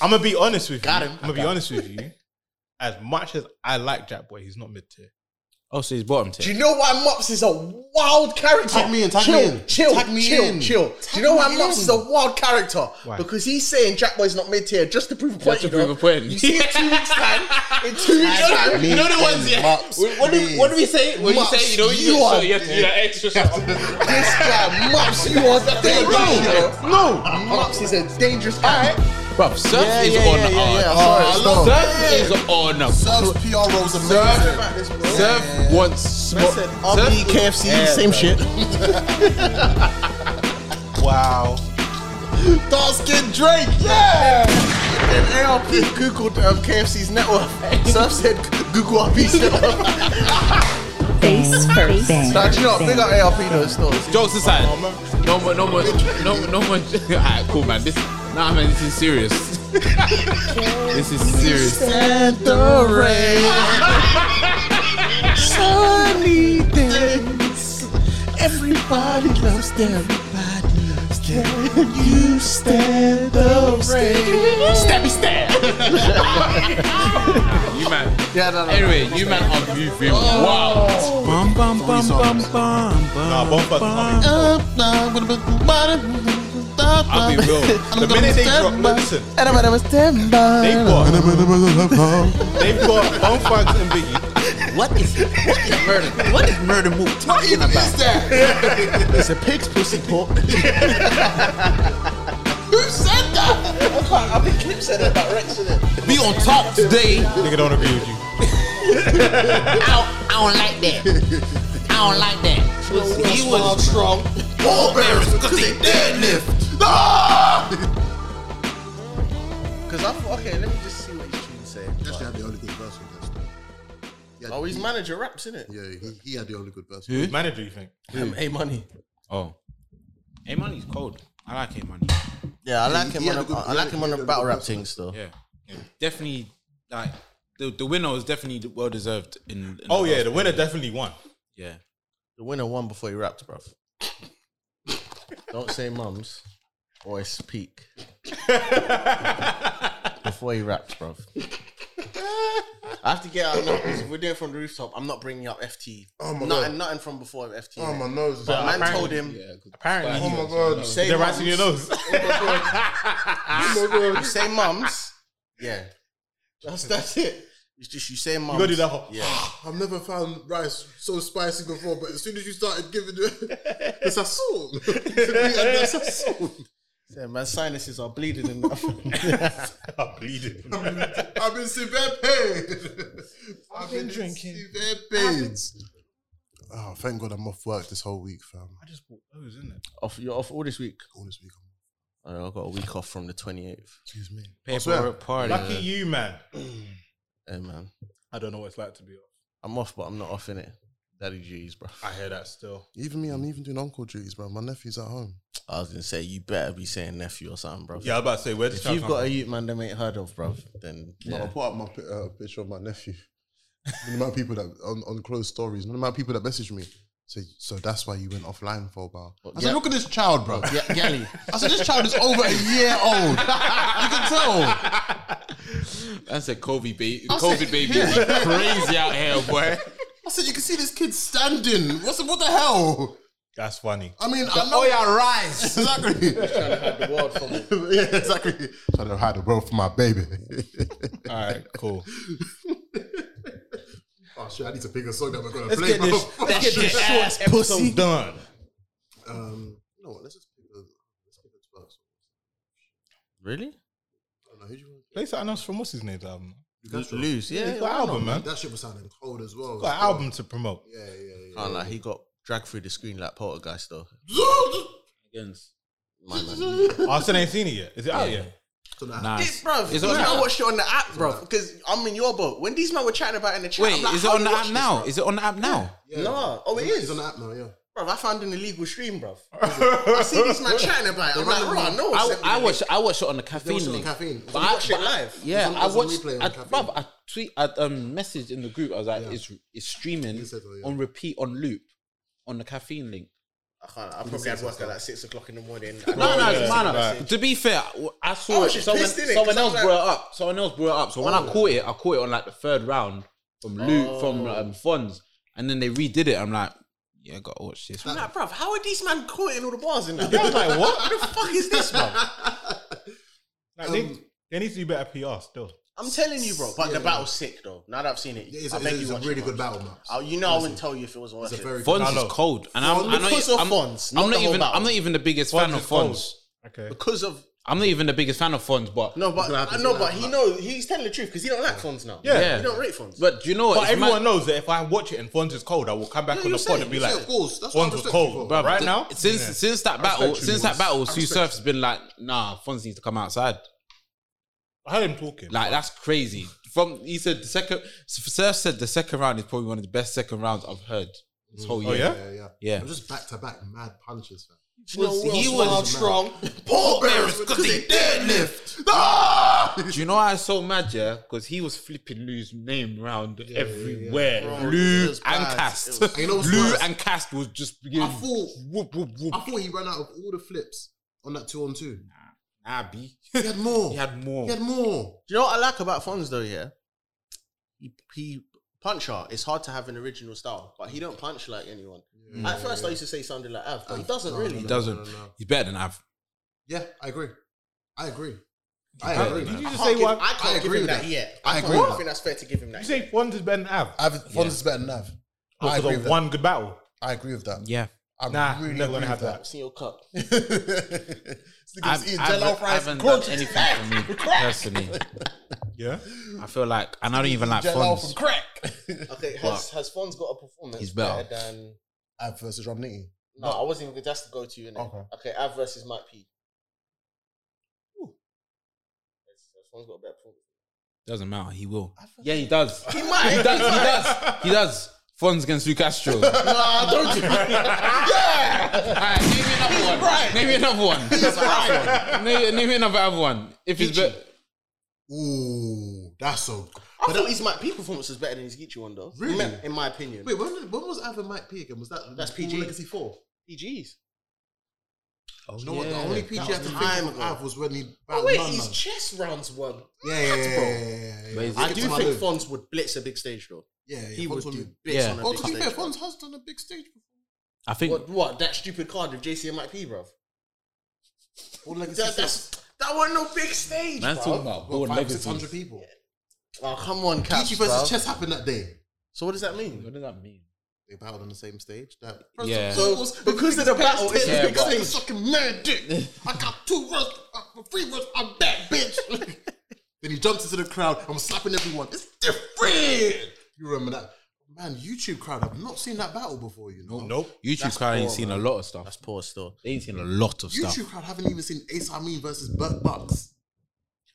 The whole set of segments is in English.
I'm gonna be honest with Got you. him. I'm gonna be honest with you. As much as I like Jack Boy, he's not mid tier. Oh, so he's bottom Do tier. you know why Mops is a wild character? Tag me in, tag me chill, in. Chill, Tag me chill, in. chill. Do you know why Mops is a wild character? Why? Because he's saying Jack Boy's not mid tier just to prove a point. to you know? prove a point. You see it two weeks time. In two weeks time, me You know the in, ones, yeah. Mops, What- what, do we, what do we say? What do you Mops, say? You know, you, you so are you have to do that extra stuff. this guy Mops, you are dangerous. you know? No. Mops is a dangerous guy. Bruv, surf Yeah, is yeah, on yeah, yeah, art. yeah. Sorry, Surf stop. is on a Surf's PR roles Surf. amazing. Surf wants spot. Listen, RP, Surf, KFC, same shit. wow. Dark skin Drake, yeah. Then ARP googled um, KFC's net worth. Surf said Google RP's net worth. Face first. Nah, do you know what? Big up ARP though, still. jokes aside, Oh, no more, no more, no, no more. Alright, cool, man. This, nah, man, this is serious. this is serious. And the rain. Sunny days. Everybody loves everybody. Can you stand the rain? Stabby stab. you man. Yeah, no, no. Anyway, you man are moving Oh. wild. Bum bum bum bum bum bum. Nah, both of us. I'll be real. The minute they drop, no, listen, And I'm gonna stand by. they've got they've got Bone Thugs and Biggie. What is what is murder? What is murder move talking about? it's a pig's pussy pork. I think Clip said it about Rex, innit? Be on top today. Nigga don't agree with you. I don't like that. I don't like that. He was strong. Pallbearers, cause they deadlift. Ah! Because I thought, okay, let me just see what his tune's saying. He actually had the only good verse on this. Yeah, Oh, his manager raps, innit? yeah, he, he had the only good verse. Manager, you think? Um, hey, money. Oh. Hey, money's cold. I like hey, money. Yeah, I like he- him. he on had the- a good- I he like had him a on the good- battle good rap person. things, though. Yeah. Definitely, like, the, the winner was definitely well deserved in. in Oh yeah, last the winner period. definitely won. Yeah. The winner won before he rapped, bro. Don't say mums or I speak. before he rapped, bro. I have to get out now because if we're doing it from the rooftop, I'm not bringing up FT. Oh my Nothing- God. Nothing from before FT. Oh innit? my nose! is But out. man told him, Apparently, oh my god! say they're right in your mums, nose. Oh my You god! say mums. Yeah. That's that's it. It's just you say mums. gotta do that whole- Yeah. I've never found rice so spicy before, but as soon as you started giving it, it's a salt. it's a salt. yeah man, sinuses are bleeding enough. I'm bleeding. I've been severe pain. I've been, drinking severe pains. Oh, thank God I'm off work this whole week, fam. I just bought those, isn't it? off, you're off all this week. All this week, I'm- I know, I got a week off from the 28th. excuse me. Paperwork party. Lucky you, man. Hey man, I don't know what it's like to be off. I'm off, but I'm not off in it. Daddy G's, bro. I hear that still. Even me, I'm even doing uncle duties, bro. My nephew's at home. I was gonna say you better be saying nephew or something, bro. Yeah, I was about to say where did If you've got a youth man that ain't heard of, bro, then Man, I'll yeah. put up my pi- uh, picture of my nephew. the amount of people that on, on closed stories, the amount of people that message me. So, so that's why you went offline for a while. I said, yeah. look at this child, bro. yeah, Gally. I said, this child is over a year old. You can tell. That's a COVID baby. COVID baby. Crazy out here, boy. I said, you can see this kid standing. What's what the hell? That's funny. I mean, I know your rice. Exactly. the world from it. yeah, exactly. Trying to hide the world from my baby. All right, cool. oh shit, I need to pick a song that we're gonna Let's play. get this. bro. Let's get this short episode done. Um, you know what? Let's just pick a. Let's pick a twerk song. Really? I don't know, who do you want? Play something else from what's his name's album. Lose, yeah. He's got an album, man. That shit was sounding cold as well. He's got an album to promote. Yeah, yeah, yeah. Oh, no, he got dragged through the screen like poltergeist though. Against. My man. I still Oh, ain't seen it yet. Is it out yet? So now- Nice. bro, Is it on the app? watched it on the app, bro, because I'm in your boat. When these men were chatting about it in the chat, Wait, I'm like, is it how on you the watch app this, now? bruv? Is it on the app now? yeah. No, oh, it He's is. on the app now, yeah. Bro, I found an illegal stream, bro. I see these man chatting about it. I'm like, bro, I know. I, what's I happening. watched. I watched it on the They caffeine watched it on link. caffeine. But You I- watch it but I- live. Yeah, It's on- I it's on watched. replay on I, Caffeine. bruv, I tweet. I um messaged in the group. I was like, it's it's streaming said that, yeah. on repeat on loop on the caffeine link. I can't. I probably had work at like six o'clock in the morning. No, no, it's minor. Right. To be fair, I I saw it. was just Someone, Oh, pissed, innit? someone 'Cause I else was like- Oh. brought it up. Someone else brought it up. So when I caught it, I caught it on like the third round from Lou from Oh. um, Fonz, and then they redid it. I'm like, yeah, I gotta watch this. I'm like, bruv, how are these man caught in all the bars in that? I was like, what? the fuck is this, man? Like, they, they need to do better PR still. I'm telling you, bro. But the battle's sick, though. Now that I've seen it, Yeah, it's I a, beg it's you a watch really it, good bro. battle map. Oh, you know, I wouldn't tell you if it was worth It's a it. very good Fonz I is know. cold, and I'm, I'm not. Because of I'm, Fonz, not I'm the not whole even. battle. I'm not even the biggest fan Fonz of is cold. Fonz. Okay. because of I'm not even the biggest fan of Fonz, but no, but gonna have to I do know, that. but he know he's telling the truth because he don't like Fonz now. Yeah. Yeah. he don't rate Fonz. but do you know what? But It's everyone mad- knows that if I watch it and Fonz is cold, I will come back on the pod and be like, of course. That's what Fonz I'm was respectful cold. for. But right th- now, since Yeah. since that respect battle, you, since that boys. battle, I Sue respect Surf's been like, nah, Fonz needs to come outside. I heard him talking. Like that's crazy. From he said the second Surf said the second round is probably one of the best second rounds I've heard this whole year. Oh, yeah? Yeah, yeah. Yeah. I'm just back to back mad punches, fam. you know, he he was- was strong. Paul Bearers, because they deadlift. Ah! Do you know why I was so mad? Yeah, because he was flipping Lou's name round everywhere. yeah. Bro, Lou it and was bad. It Cast. was- You know what's Lou worse? and Cast was just beginning. I thought- Whoop, whoop, whoop. I thought he ran out of all the flips on that two on two. Nah, B. He had more. He had more. He had more. Do you know what I like about Fonz though? Yeah, he, he punch hard. It's hard to have an original style, but he don't punch like anyone. At first, I used to say something like Av, but he doesn't No, really. no, He no, doesn't. no, no. He's better than I've. Yeah, I agree. I agree. Did I you- agree. did you man. just I say can't give, what? I can't I give agree him with that, that. yet. I I, can't- agree I with don't that. think that's fair to give him that. You yet. say Fonz is better than Av I've, Fonz is better than Nav. I because agree of with that. one good battle. I agree with that. Yeah. I'm Nah, really never gonna never gonna have have that. I've seen your cup. that. I've, Niggas eat I've, jello I fries haven't done crunch. anything for me personally. Yeah. I feel like, and I don't even like Jello from Fonz. crack. Okay, has has Fonz got a performance He's better. than? Av versus Romney. No, I wasn't even. That's the go-to, innit? Okay. Okay. okay, Av versus Mike P. Has- has Fonz got a better performance. Doesn't matter. He will. Yeah, he does. He might. does. He does. He does. Fonz against Lou Castro. Nah, don't you? Alright, name me another one. Name me another one. Name, name me another one. If it's be- Ooh, that's so. I thought his Mike P performance was better than his Geechee one though. Really? In my- In my opinion. Wait, when, when was Av and Mike P again? Was that That's Full PG. Legacy Four? PGs. you know what? The only PG I was had to time think of ago. Av was when he Oh battled wait, Nun his Man. chess rounds won. Yeah, yeah, yeah, yeah, yeah, yeah, yeah. Amazing. I Skip do to my think loo. Fonz would blitz a big stage though. Yeah, yeah, He Fonz would will do do- blitz Yeah. on a Oh, big to be fair, stage. Fonz has done a big stage before. I think What, what? That stupid card with JC and Mike P, bro. Full Legacy That, that's, that wasn't no big stage, man's bruv. talking about Four. born Five, six legacy. hundred people. Oh, come on, Caps, Geechee versus bruv. Chess happened that day. So what does that mean? What does that mean? They battled on the same stage. That Yeah. So because of the battle, it's Yeah, a big but- stage. sucking mad dick. I got two runs, uh, three runs. I'm back, bitch. then he jumps into the crowd. I'm slapping everyone. It's different. You remember that? Man, YouTube crowd. I've not seen that battle before. You know. Nope. YouTube crowd ain't seen a lot of stuff. poor still. They ain't seen a lot of YouTube stuff. crowd haven't even seen Ace Amin versus Burt Bucks.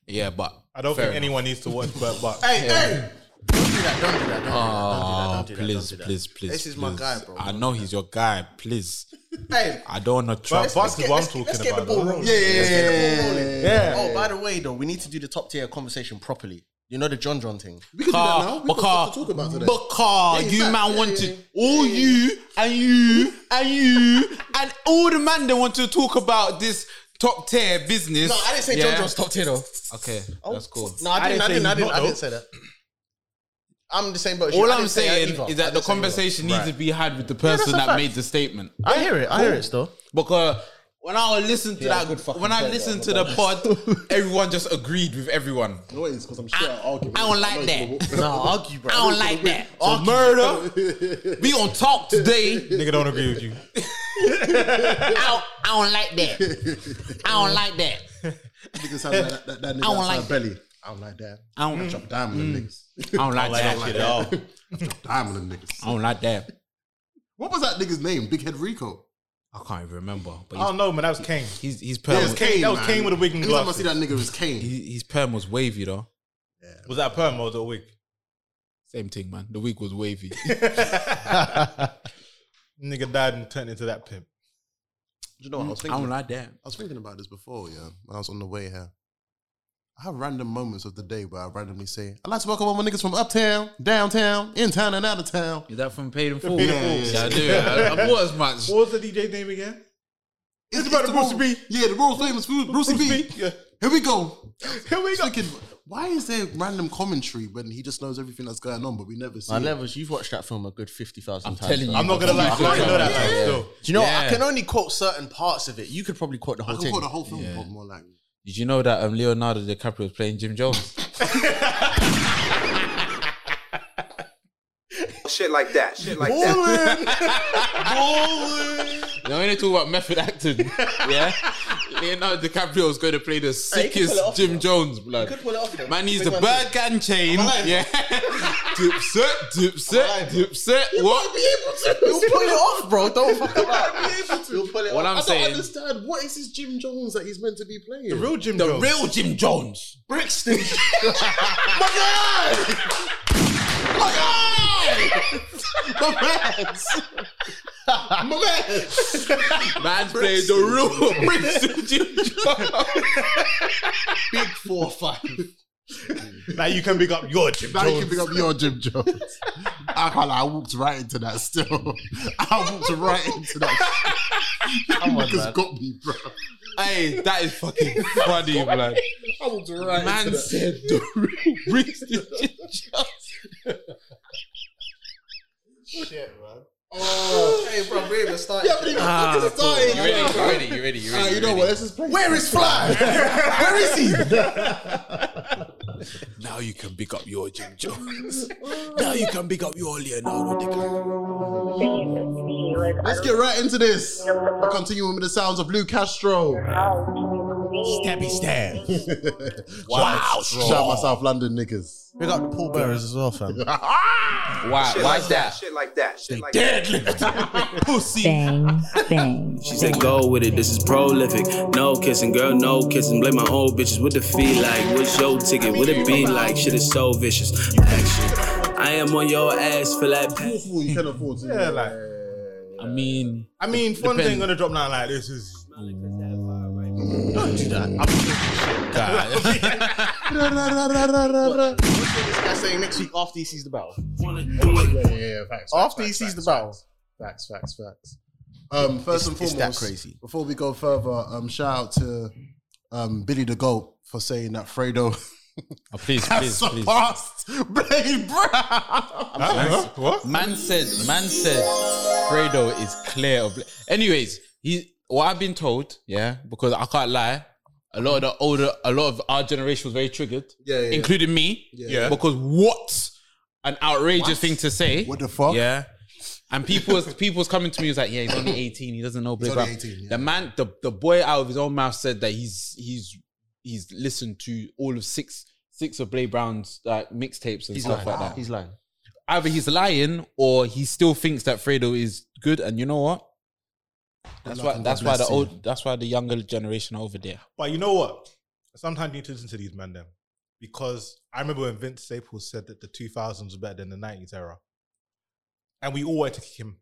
Yeah, but I don't fair think anyone needs to watch Burt Buck. Hey, hey! Don't do that, don't do that, don't do that, don't Oh, do that, don't do that, don't please, do that. please, please. This is my please. guy, bro. I know he's your guy. Please, Hey, I don't want to trap. But Buck is get- what I'm let's- talking let's get the about. ball though. rolling. Yeah, yeah, yeah, Yeah. Oh, by the way, though, we need to do the top tier conversation properly. You know the John John thing. We can do that now. Car, We've got stuff to talk about Bakar, today. Bakar, Yeah, you exact- man yeah, want yeah, to all you and you and you and all the man that want to talk about this top tier business. No, I didn't say Yeah. John John's top tier though. Okay, that's cool. No, I I didn't. didn't say I didn't. he's I didn't. not, I though. didn't say that. I'm the same boat. as you. All I I'm didn't say saying either. is I that the didn't say either. conversation needs to be had with the person that's a that fact. made the statement. I hear it. I hear it still. Because when I listened to Yeah, that, good fucking when I point, listened to yeah, the pod, everyone just agreed with everyone. No, it's because I'm sure I, will I don't like that. No, argue, bro. I don't like that. So murder, we on talk today. Nigga don't agree with you. I don't, I don't like that. I don't like that. Niggas have that, that, that, nigga don't outside like belly. I don't like that. I don't, Drop diamond on Mm. them niggas. I don't like that. I at all. Diamond on them niggas. Oh. don't like that. What was that nigga's name? Big Head Rico. I can't even remember. But I don't know, man. That was Kane. he's, he's, he's perm. Yes, was- Kane, that was Kane with a wig and Anytime I glasses. see that nigga, it's Kane. he- his perm was wavy though. Was that a perm or was it a wig? Same thing, man. The wig was wavy. Nigga died and turned into that pimp. Do you know what I was I thinking? don't like that. I was thinking about this before, yeah, when I was on the way here. I have random moments of the day where I randomly say, I'd like to welcome all my niggas from uptown, downtown, in town, and out of town. Is that from Paid in Full? Paid in yeah, Full. yeah, I do. I, I bought as much. What was the DJ name again? It's, about the world- Brucey B. Yeah, the world's famous food, Brucey B. Yeah. Here we go. Here we go. Thinking, why is there random commentary when he just knows everything that's going on, but we never see My it? levels, you've watched that film a good 50,000 times. telling though. you. I'm not gonna lie, I Yeah. know that Yeah. time still. Do you know, Yeah. I can only quote certain parts of it. You could probably quote the I whole can thing. call the whole film Bob more like. Did you know that um, Leonardo DiCaprio was playing Jim Jones? Shit like that. Shit like that. They only talk about method acting. yeah, Leonardo DiCaprio is going to play the sickest Jim Jones blood. Man, he's the bird can chain. Yeah, dipset, dipset, dipset. What? You'll pull it off, bro. Don't fuck You'll pull it What off. I I'm don't saying, understand. What is this Jim Jones that he's meant to be playing? The real Jim the Jones. real Jim Jones. Brixton. Man's playing the real Brixton Jim Jones. Big four or five. Now you can pick up your Jim Now you Jones. can pick up your Jim Jones. I can't lie, I walked right into that still. I walked right into that. Come on, has got me, bro. hey, that is fucking funny, man. I walked right Man said the real Brixton Jim Jones. Oh, hey, bro, we even started. Yeah, but he fucking started. Ah, You ready? You ready? You ready? You ready? Ah, you know what? Let's just play. Where is Fly? Where is he? Now you can pick up your Jim Jones. now you can pick up your Leonardo DiCaprio. Let's get right into this. We're continuing with the sounds of Lou Castro. Stabby stab. Wow, shout my South London niggas. We got the Paul Bearers as well, fam. Why? Shit like that. Shit like that. Shit like that. Bang, bang. She said, go with it, this is prolific. No kissing, girl, no kissing. Blame my old bitches with the fee like. What's your ticket? What it be like? Shit is so vicious. Action. I am on your ass for that. Awful, you can afford to. Yeah, like I mean, I mean, fun Depends. thing gonna drop now like this is Don't do that. I'm What's this guy saying next week after he sees the battle? Yeah, yeah, yeah, facts. After he sees the battle. Facts, facts, facts. Um, first and it's foremost, that crazy. before we go further, um, shout out to um, Billy the Goat for saying that Fredo oh, please, has please, please. surpassed Blade Brown. Huh? what? Man said, man said, Fredo is clear of. Anyways, he what I've been told, yeah, because I can't lie. A lot of the older, a lot of our generation was very triggered, Yeah, yeah, yeah. including me, Yeah. Because what an outrageous thing to say! What the fuck? Yeah. And people was people was coming to me was like, yeah, he's only eighteen. He doesn't know. He's only 18, yeah. The man, the, the boy out of his own mouth said that he's he's he's listened to all of six six of Blade Brown's like mixtapes and He's stuff lying. like that. He's lying. Either he's lying or he still thinks that Fredo is good. And you know what? That's luck why and that's God why the bless you. old that's why the younger generation are over there. But you know what? Sometimes you need to listen to these man them. Because I remember when Vince Staples said that the 2000s was better than the 90s era. And we all wanted to kick him.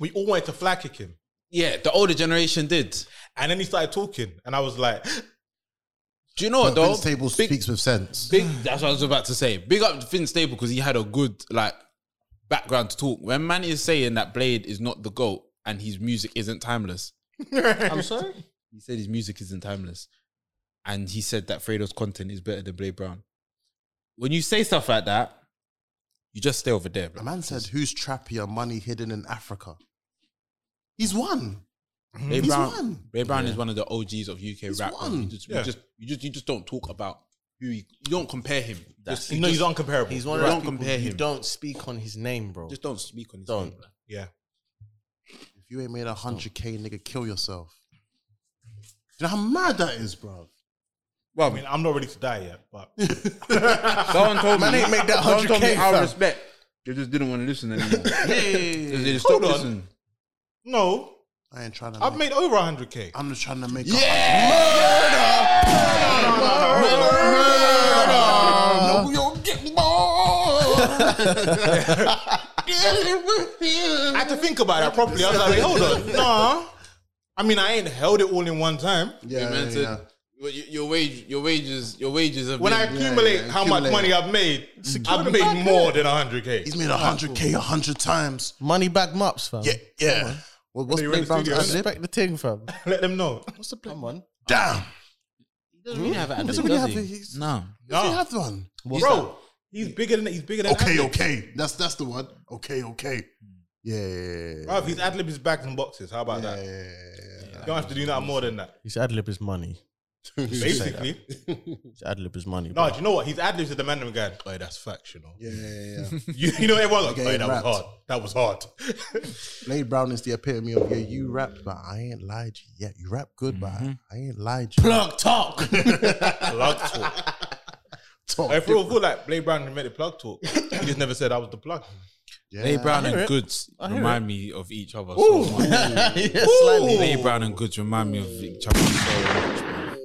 We all wanted to flag kick him. Yeah, the older generation did. And then he started talking. And I was like, Do you know what But though? Vince Staples Oh, Big- speaks with sense. Big, that's what I was about to say. Big up Finn Staple because he had a good like background to talk. When man is saying that Blade is not the goat and his music isn't timeless, I'm sorry? he said his music isn't timeless, and he said that Fredo's content is better than Blade Brown. When you say stuff like that, you just stay over there. A Bro. man said, "Who's trappier money hidden in Africa?" He's one. Blade He's Brown, one. Blade Brown is one of the OGs of UK rap. bro. You one. just, Yeah. you just, you just, you just don't talk about who he, you don't compare him. Just, no, he's uncomparable. He's one Right. of Don't those people compare who him. don't speak on his name, bro. just don't speak on his Don't. name, bro. yeah. If you ain't made a hundred k, nigga, kill yourself. Do you know how mad that is, bro? I mean, I'm not ready to die yet, but Someone told me. ain't make that someone told me 100K, out of fam. respect. They just didn't want to listen anymore. They just Hold stopped on. listening. no, I ain't trying to. I've make, made over 100K. I'm just trying to make. No, you're getting bored. I had to think about that properly. I was like, wait, hold on. Nah. I mean, I ain't held it all in one time. A, yeah, yeah, Man said, yeah. But y- your wage, your wages, your wages have When I been, accumulate yeah, how accumulate. much money I've made, I've made more than 100k. He's made 100k 100 times. Money back mops, fam. Yeah, yeah. What, what's You're Blake in the Brown's studio, ad-lib? Respect the thing, fam. Let them know. What's the Blake? Come on. Damn. He doesn't really have an Doesn't ad-lib, really does have. he? He's, no. Does he Nah. have one? Bro, he's bigger than he's bigger than Okay, Adlib. okay. That's that's the one. Okay, okay. Yeah, yeah, yeah, Bro, if his ad lib is bags and boxes, how about yeah, that? yeah, You don't have to do nothing more than that. His ad lib is money. yeah, yeah. Basically. His ad lib is money. No, bro. do you know what? His ad libs are the man I'm going, oh, that's factional. Yeah, yeah, yeah. You, you know, everyone's like, Getting oh, that wrapped. was hard. That was hard. Blade Brown is the epitome of yeah. You rap, but I ain't lied to you yet. You rap good, but I, I ain't lied to you. Plug talk. plug talk. Talk If we all feel like Blade Brown made the plug talk, he just never said I was the plug. yeah. Lay Brown hear and it. Goods I hear remind me of each other so much. yeah, slightly. Lay Brown and Goods remind me of each other so much. man.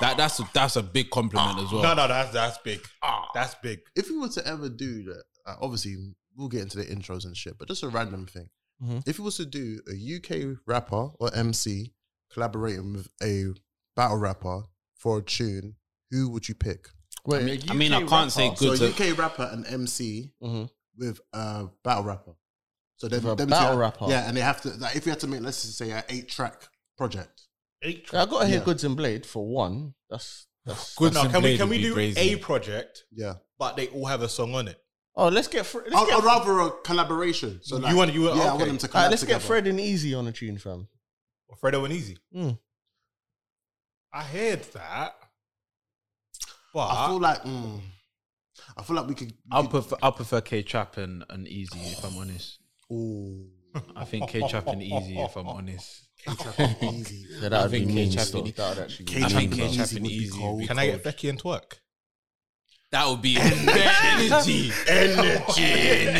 That that's a, that's a big compliment as well. No, no, that's that's big. Ah. That's big. If we were to ever do that, uh, obviously we'll get into the intros and shit, but just a random thing. Mhm. If we was to do a UK rapper or MC collaborating with a battle rapper for a tune, who would you pick? I mean, I, mean, I can't say So Goods. a are- UK rapper and MC Mhm. with a battle rapper. So they've With a them two- battle rapper? Yeah, and they have to like if you had to make let's just say an eight track project. Eight I gotta hear Yeah. Goods and Blade for one. That's that's. Goods No, and can we Blade can would we be do crazy. a project, Yeah. but they all have a song on it? Oh, let's get Fre- let's I'd, get I'd rather a collaboration. So You like, want- you yeah, want- I okay. want them to All collab right, let's get together. Fred and Easy on a tune, fam. Or Fredo and Easy. Mm. I heard that, but I feel like mm, I feel like we could. we I'll could- prefer I'll prefer K Trap and, and Easy if I'm honest. Ooh, I think K Trap and Easy if I'm honest. K-Trap and easy. Yeah, that would think be mean. K-Trap still. and- That would actually be I K-Trap and think K Trap Easy and would be Easy. cold. would be can I get cold. Becky and Twerk? That would be energy, energy,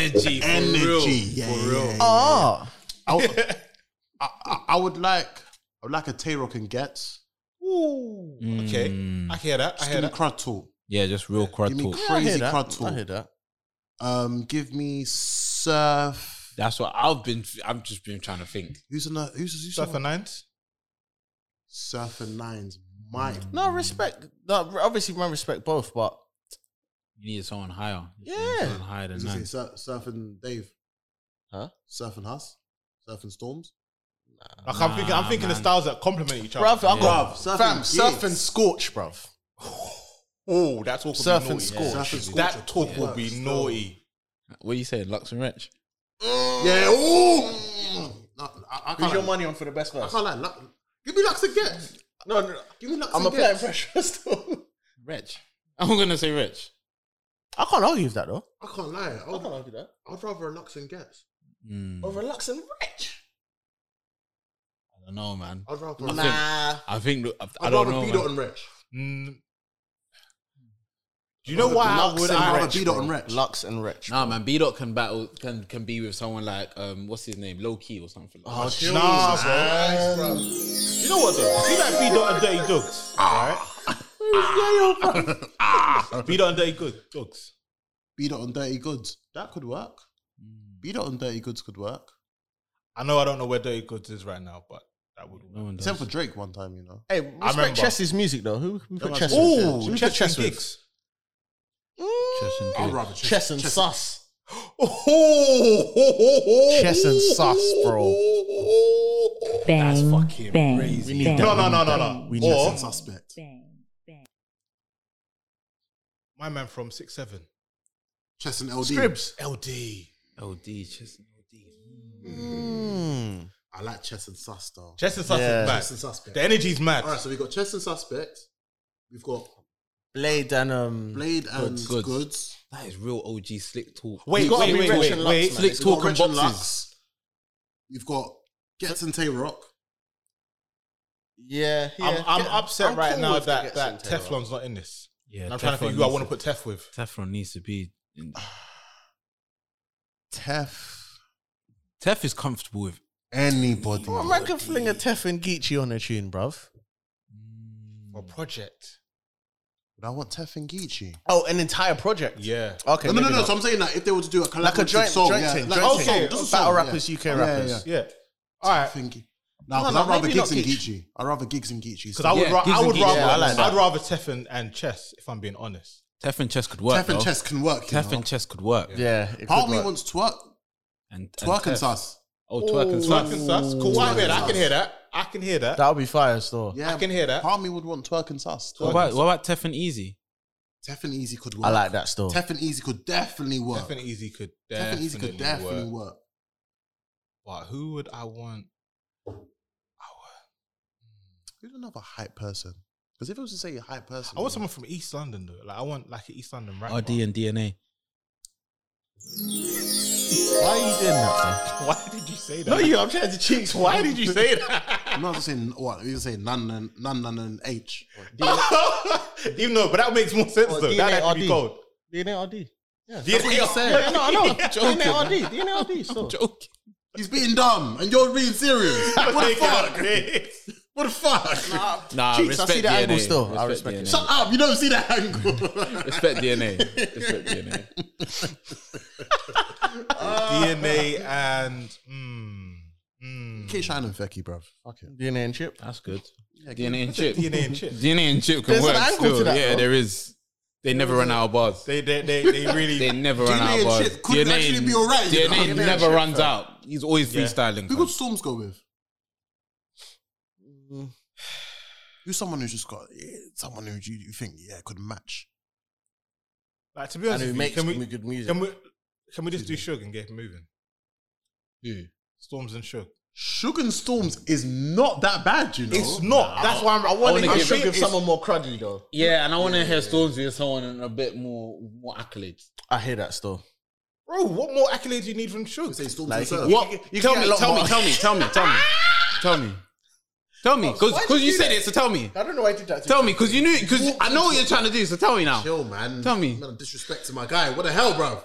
energy, for energy. real. yeah, for yeah, real. yeah, Ah, I, would- I, I- I would like I would like a Tay Rock and Gets. Ooh, Hmm. okay, I hear that. I Just hear give me that. crud talk. Mm. Yeah, just real crud Give me talk. yeah, I hear crazy that. crud talk. I hear that. Um, give me Surf. That's what I've been. I've just been trying to think. Who's in the, who's who's Surfer Nines. Surf and Nines? Mike. No respect. No, obviously, man, respect both, but You need someone higher. You need Yeah. someone higher than Who's it say? nine. Sur- Surf and Dave. Huh? Surf and Huss. Surf and Storms. Like I'm thinking, I'm Nah, thinking the man. styles that complement each bruv, other. I got Bruv, surf fam, and surf gigs. and scorch, bruv. Oh, that talk Surf will and be naughty. scorch. Yeah, surf and scorch That would talk work will be still. naughty. What are you saying, Lux and Wretch? Yeah. Ooh. Mm. No, I, I can't. Who's your Like, money on for the best I verse? can't like, luck. Give me Lux and Gets. No, no, no. Give me Lux I'm and applying Gets. pressure still. Wretch. I'm gonna say Wretch. I can't argue with that though. I can't lie. I I can't would, argue that. I'd rather a Lux and Gets. Mm, Or relax and rich. I don't know, man. I'd rather. I I'd Uh, Nah. I think I, I I'd don't rather know. Beat It man. on Rich. Mm. Do you know why I Lux would? and I- Robert Beat It on Rich. Lux and rich. Nah, man. B Dot can battle can can be with someone like um what's his name, Low Key or something. Oh. Like that. Nah, bro. You know what though? See that beat on dirty dogs, right? Beat on dirty good dogs. Beat It on Dirty Goods. That could work. Mm. Beat It on Dirty Goods could work. I know I don't know where dirty goods is right now, but that would. No one does. Except for Drake one time, you know. Hey, respect remember. Chess's music though. Who we put Yeah, Chess man. with? Ooh, Who we put chess and with? gigs. Chess and I'd Giggs. rather Chess, Chess and Chess- Sus. Oh, Chess and Sus, bro. Bang, bang, bang, No, no, no, no, no. We or Chess and Suspect. bang, bang. my man from six seven. Chess and LD. Scribs. LD. LD, Chess and LD. I like Chess and Sus though. Chess and Sus Yeah. is mad. Chess and Suspect. The energy's mad. All right, so we got Chess and Suspect. We've got Blade and um. Blade and Goods. Goods. That is real OG slick talk. Wait, gotta wait, be wait, Rich wait, and wait. Lux, man. Slick We've talk got and Rich and boxes. Lux. We've got Gets and Tay Rock. Yeah, yeah. I'm, I'm Get- upset I'm right cool now with the that, Gets that and Taylor. Teflon's not in this. Yeah, And I'm trying to think who I want to put Tef with. Teflon needs to be. In. Tef. Tef is comfortable with. Anybody. Come on, man can fling a Tef and Geechee on a tune, bruv. A project. But I want Tef and Geechee. Oh, an entire project. Yeah. Okay. No, no, no, maybe no. not. So I'm saying that if they were to do a collaborative Like a joint, song, joint yeah, thing. like joint okay, thing. just a song, battle yeah. rappers, UK Yeah, rappers. yeah. Yeah. All right. Thinking. No, No, because no, I'd rather maybe not gigs than Geech. Geechee. I'd rather gigs than Geechee. Because I would, Yeah, ra- gigs I and would gigs, rather, yeah, I like that. I'd rather Teffen and Chess, if I'm being honest. Tef and chess could work. Tef and though. Chess can work. You Tef and know? chess could work. Yeah. Part of me wants twerk, And, and twerk and Tef. sus. Oh, twerk and Twerk sus. and sus. Cool. I hear that. I can hear that. I can hear that. That would be fire still. Yeah, I can hear that. Part of me would want twerk and sus. What Twerk about and what about Tef and Easy? sus. Tef and Easy could work. I like that still. Tef and Easy could definitely work. Teffen and Easy could Tef and definitely, Easy could definitely work. work. But who would I want? Who's another hype person? Because if it was to say a hype person, I want someone from East London though. Like I want like an East London rapper. RD and DNA. Why are you doing that? Why did you say that? No, you. I'm trying to cheeks. Why did you say that? I'm not just saying what you say. None and none none and H. Even though, but that makes more sense Or though. DNA That would be RD. cold. DNA RD. Yeah. DNA Yeah, no, I know. Yeah. DNA RD. DNA RD. So. Joking. He's being dumb, and you're being serious. What the Take out fuck? this. What the fuck? Nah, Cheeks, I respect see the DNA. angle still. I respect it. Shut up! You don't see that angle. Respect DNA. Respect DNA. DNA and mm, mm. Keep shining, Fecky, bruv. Fuck it. DNA and chip. That's good. DNA and chip. DNA and chip. DNA and chip can There's an work. angle still. to that, yeah, though. there is. They never run out of bars. They they they, they really They never run DNA out of and bars. chip could actually be alright, you DNA, know? DNA and never chip, runs out. He's always Yeah. freestyling. Who could fam. Storms go with? Mm. Who's someone who's just got yeah, someone who you, you think yeah could match? like to be honest. And who with you, makes can we good music. can we can we just do Suge and get it moving? Who? Storms and Suge. Sugar and Storms is not that bad, you know. It's not. That's why I'm. I want wanna to give- give Give someone more cruddy though. Yeah, and I want to hear Storms with someone and a bit more more accolades. I hear that still. Bro, what more accolades you need from Suge? Say Storms Like, and Surf. What? you tell, get a me, lot tell me, more. tell me, tell me, tell me, tell me, tell me, because Why'd because you you do said that? it. So tell me, I don't know why I did that. tell me, because you knew, because I know what you're trying to do. So tell me now. Chill, man. Tell me. Man, disrespect to my guy. What the hell, bro?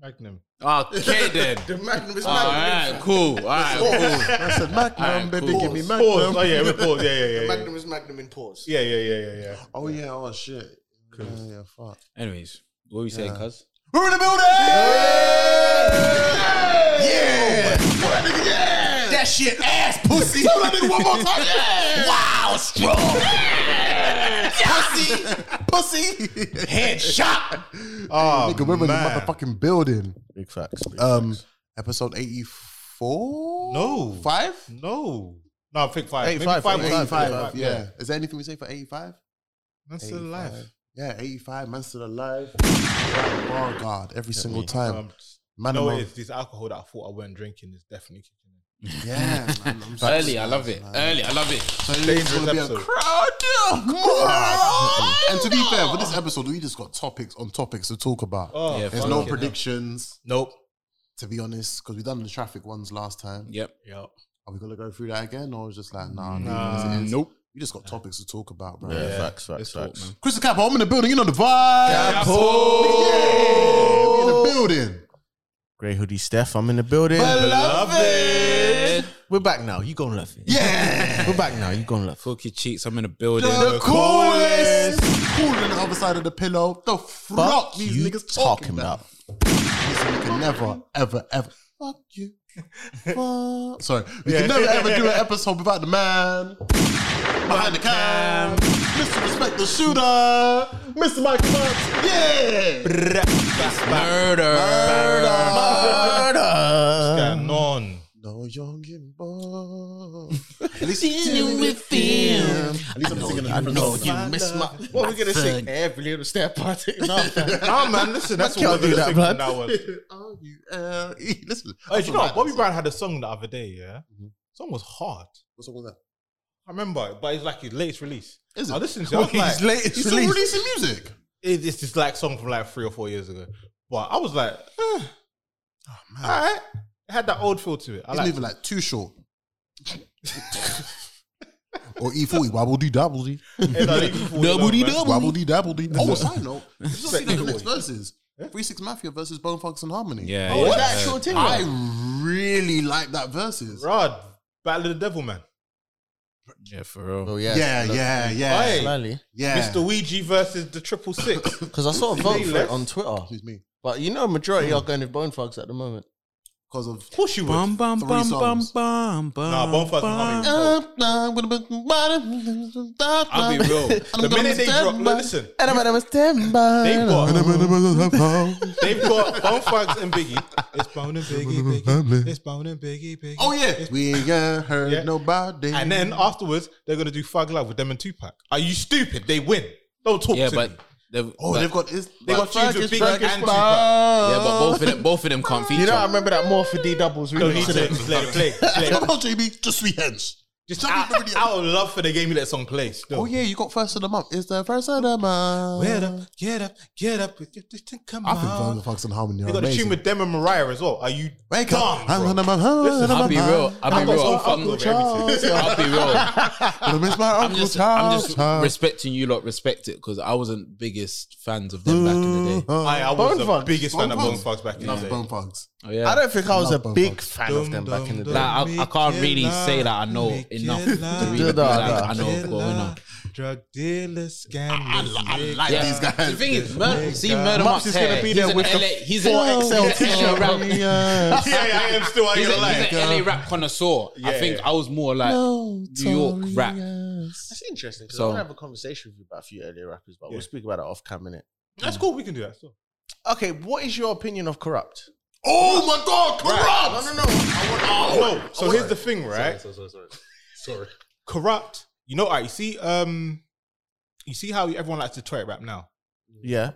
Magnum. Okay then. The Magnum is All right, cool. All right, cool. I said Magnum, Alright, baby, cool. give me Magnum. Pause. Oh yeah, we pause. Yeah, yeah, yeah, yeah. Magnum is Magnum in pause. Yeah, yeah, yeah, yeah, yeah. Oh yeah, oh shit. Yeah, yeah, fuck. Anyways, what were you saying, Cuz? We're in the building. Yeah. That shit ass pussy. Tell that nigga one more time. Wow, strong. Pussy. Pussy. Headshot. Oh, Nigga, we're in the man. motherfucking building. Big facts. Um, episode 84? No. Five? No. No, pick five. Maybe 85, five, yeah, or 85, six. yeah. Is there anything we say for 85? That's still alive. Yeah, 85. Man still alive. Oh, God. Every single time. Um, Man, no, I'm- it is. This alcohol that I thought I weren't drinking is definitely kicking in. Yeah, man. I'm sorry. Early, I love it. Early, I love it. So it's gonna be a episode. crowd. crowd. and to be fair, for this episode, we just got topics on topics to talk about. Oh, Yeah, There's fuck no it. predictions, Nope. to be honest, because we done the traffic ones last time. Yep. Yep. Are we gonna go through that again, or it's just like nah? Nah. nah. Nope. We just got topics to talk about, bro. Yeah, facts, facts, Let's talk, facts. man. Crystal Capo, I'm in the building. You know the vibe. Yeah, we in the building. Grey hoodie Steph, I'm in the building. Beloved. We're back now. You gonna love it. Yeah. We're back now. You gonna love Fuck your cheeks. I'm in the building. The coolest, cooler than the other side of the pillow. The fuck these you niggas talking about? We can never, ever, ever. Fuck you. Fuck. Sorry. We can never, ever do an episode without the man. Behind the cam. Mr. Respect the Shooter. Mr. Mike Fox. Yeah. it. Going on. No young and boy. At least dealing with him. At least I'm singing a different song. you miss my. What are we gonna sing? Every little step I take. No, Oh man, listen, that's can't what we're do gonna sing that, from man. that one. R-U-L-E. Listen. Hey, do you know what? Bobby Brown had a song the other day, yeah? Song was hard. What's up with that? Mm-hmm. I remember it, but it's like his latest release. Is it? I listened to it. Oh, I was like, latest He's still releasing music. it- it's this like song from like three or four years ago. But I was like, eh, Man, all right. It had that old feel to it. I he's like moving like too short. or E E40, wobbledy dobbledy. Wobbledy dabbledy. Oh, side note. Did you see the next verses? 3 6 Mafia versus Bone Thugs and Harmony. Yeah. Oh, yeah. is that actual thing? I really like that verses. Rod, Battle of the Devil Man. Yeah, for real. Oh yeah, Yeah, yeah, yeah. Aye. Slowly, Yeah. Mr. Ouija versus the Triple Six. because I saw a vote for it on Twitter, Excuse me. but you know, majority are going with Bone Thugs at the moment. because of Of course you would. Bum, bum, Three bum, bum, songs. bum, bum. Nah, Bonfire's not having it. I'll be real. The minute they drop, no, listen, they've got, they've got Bone Thugs and Biggie. It's Bone and Biggie, Biggie. It's Bone and Biggie, Biggie. Oh yeah, We ain't heard Yeah. nobody. And then afterwards, they're gonna do Thug Love with them and Tupac. Are you stupid? They win. Don't talk Yeah, to me. but they've, oh, but, they've got is They got tunes with Big Bang and Tupac. Tupac. yeah, but both of them, both of them can't feature. You know, I remember that more for D doubles. Don't remix, need to innit? just let it play. play. Come on, JB, just three hands. Just Tell me out, the video. out of love for the game, you let song play. Still. Oh yeah, you got first of the month. It's the first of the month. Get up, get up, get up. with your- just Come I think Van on. the Fox and Harmony are They got a amazing. tune with them and Mariah as well. Are you Wake dumb? up. bro? I'm gonna- Listen, I'll be real. I'll I've be got real. some I'm, Uncle Charles. I'll be real. Gonna miss my I'm Uncle just, I'm just Charles. respecting you lot. Respect it because I wasn't biggest fans of them back in the uh, day. I, I was Bone the Thugs. biggest fan of Bone Bone Thugs back in the Love day. Bone Thugs. Oh yeah, I don't think I was a Love big Bumpers. fan of them Dum, back in the dum, day. Like, I, I can't Make really it say that I know make it enough to love. really be like, I know what's Killer, going on. Drug dealer, scandalous. nigga. Yeah. These The guys. thing is, Mur- see, Murder Mups Mups is is gonna going to be be there there with with the LA, he's an 4XL LA, he's an LA rap, he's Yeah. Yeah, yeah, I am still. I ain't an, gonna lie. he's an LA rap connoisseur. I think I was more like New York rap. That's interesting. 'cause So- I want to have a conversation with you about a few earlier rappers, but Yeah. we'll speak about that off cam minute. That's cool. We can do that. still. Okay, what is your opinion of corrupt? Oh my God, corrupt! No, no, no. I want- No. So here's the thing, right? Sorry, sorry, sorry, sorry. Corrupt. You know, I you see. Um, you see how everyone likes to twerk rap now. Yeah.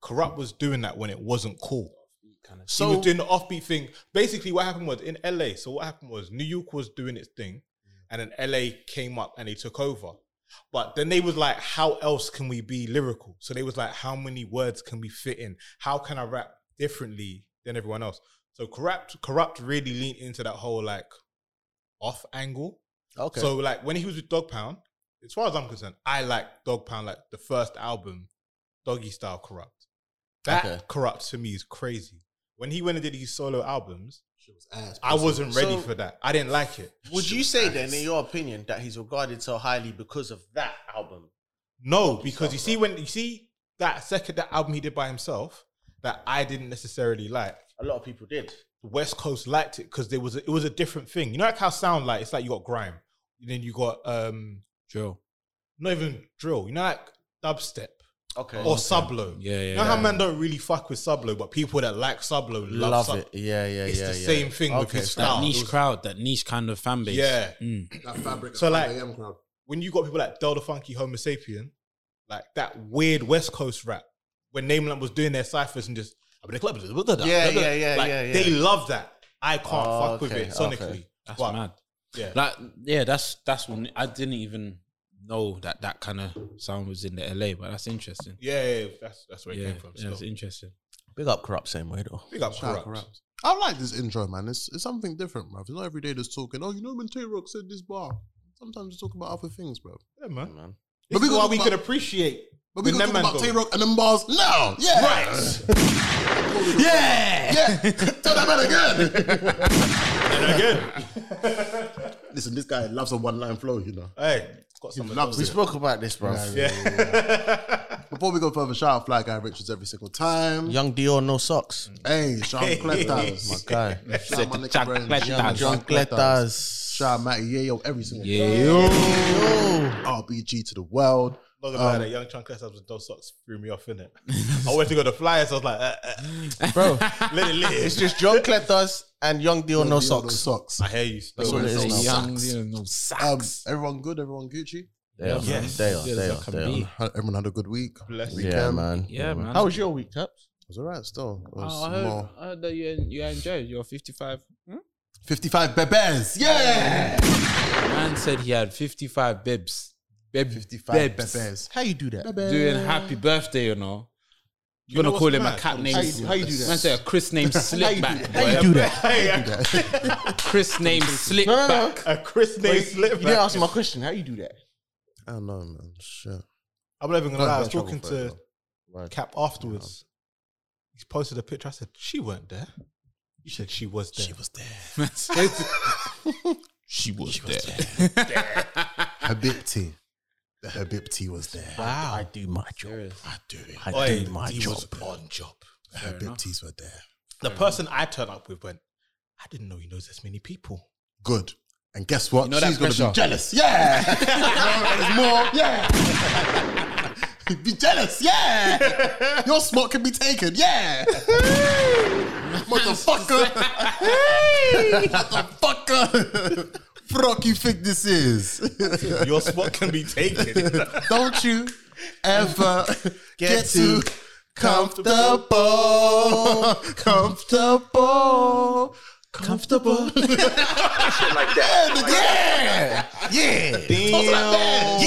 Corrupt was doing that when it wasn't cool. So, he So was doing the offbeat thing. Basically, what happened was in LA. So what happened was New York was doing its thing, and then LA came up and they took over. But then they was like, "How else can we be lyrical?" So they was like, "How many words can we fit in? How can I rap differently than everyone else?" So corrupt, corrupt really leaned into that whole like off angle. okay. So like when he was with Dog Pound, as far as I'm concerned, I like Dog Pound like the first album, Doggy Style Corrupt. That Okay. corrupt to me is crazy. When he went and did his solo albums, Shit was ass. I wasn't ready So- for that. I didn't like it. would you say then, in your opinion, that he's regarded so highly because of that album? No, because you see when you see that second that album he did by himself that I didn't necessarily like. A lot of people did. The West Coast liked it because there was a, it was a different thing. You know like how sound like it's like you got grime, and then you got um Joe. not even drill. You know like dubstep Okay. or sublo. Yeah, yeah. You know how man don't really fuck with Sublo, but people that like Sublo love, love Sub- it. Yeah, yeah, It's yeah. the yeah. same thing with Okay, his so That style. niche It was- crowd, that niche kind of fan base. Yeah. Mm. That fabric. So, that like- 5 AM crowd. When you got people like Del the Funky Homo Sapien, like that weird West Coast rap, when Nameland was doing their ciphers and just yeah, Yeah, yeah, yeah, yeah, yeah. They love that. I can't Oh, fuck with okay, it sonically. okay. That's But, mad. Yeah. Like, yeah, that's that's one I didn't even know that that kind of sound was in the LA, but that's interesting. yeah, yeah, yeah, that's that's where it Yeah, came from. yeah, Still. that's interesting. Big up corrupt same way though. Big up Shout out corrupt. Corrupt. I like this intro, man. It's, it's something different, bro. It's not every day just talking. Oh, you know when Tay Rock said this bar. Sometimes you talk about other things, bro. Yeah, man. Man. But But we we is gotta why talk we about- can appreciate. But we When that can talk man about goes- Tay Rock and them bars now. Yeah, Right. yeah. Tell that man again. And again, Listen, this guy loves a one-line flow, you know. hey, it's got He some. loves We it. spoke about this, bro. Yeah. Before we go further, shout out Fly Guy Richards every single time. Young Dior, no socks. Hey, Sean My Cletas. guy. Shout out my nigga Jack Brand. Cletas. Young John Cletas. Shout out Matty Yayo every single Yeah. time. RBG to the world. Not gonna lie, that young Chunk Cless with those socks threw me off in it. I went to go to flyers, I was like, uh, uh, Bro, let it live. it's just John Cletas and Young Dior, no Young socks. Socks. I hear you. That's what it is now. Young, Sacks. you know, sack. Um, everyone good? Everyone Gucci? They are, man. Yes. They are. Yeah, They are. that can They are. be. Had- Everyone had a good week. It Bless Yeah, you. Yeah, Weekend. man. Yeah, man. How was your week, Caps? was all right still. It was Oh, I, heard, more- I heard that you, you enjoyed your 55. 55 bebes. Yeah. Man said he had 55 bibs. Bib, 55 bibs. bebes. How you do that? Doing happy birthday, you know. You're know gonna call what's him a mad? cat name. How you do- how you do that? Man said a Chris name Slipback. boy. do that. Hey, Chris name No, no, no. Slickback. a Chris name slip. You didn't answer my question. How you do that? I don't know, man. Shit. I'm not even gonna Not lie. I in was trouble talking for it, to Cap afterwards. He posted a picture. I said, She weren't there. You said she was there. She was there. she was there. Habibti. The Habibti was there. Wow. I do my job. I do it. I Oi, do my he job. was on job. The Habibtis were there. The person I turned up with went, I didn't know he knows this many people. Good. And guess what? You know She's that gonna pressure. be jealous. Yeah. There's more. Yeah. be jealous. Yeah. Your spot can be taken. Yeah. Motherfucker. Motherfucker. Fuck you think this is? Your spot can be taken. Don't you ever get, too too comfortable, comfortable, comfortable. Shit like that. Shit like that. yeah, yeah.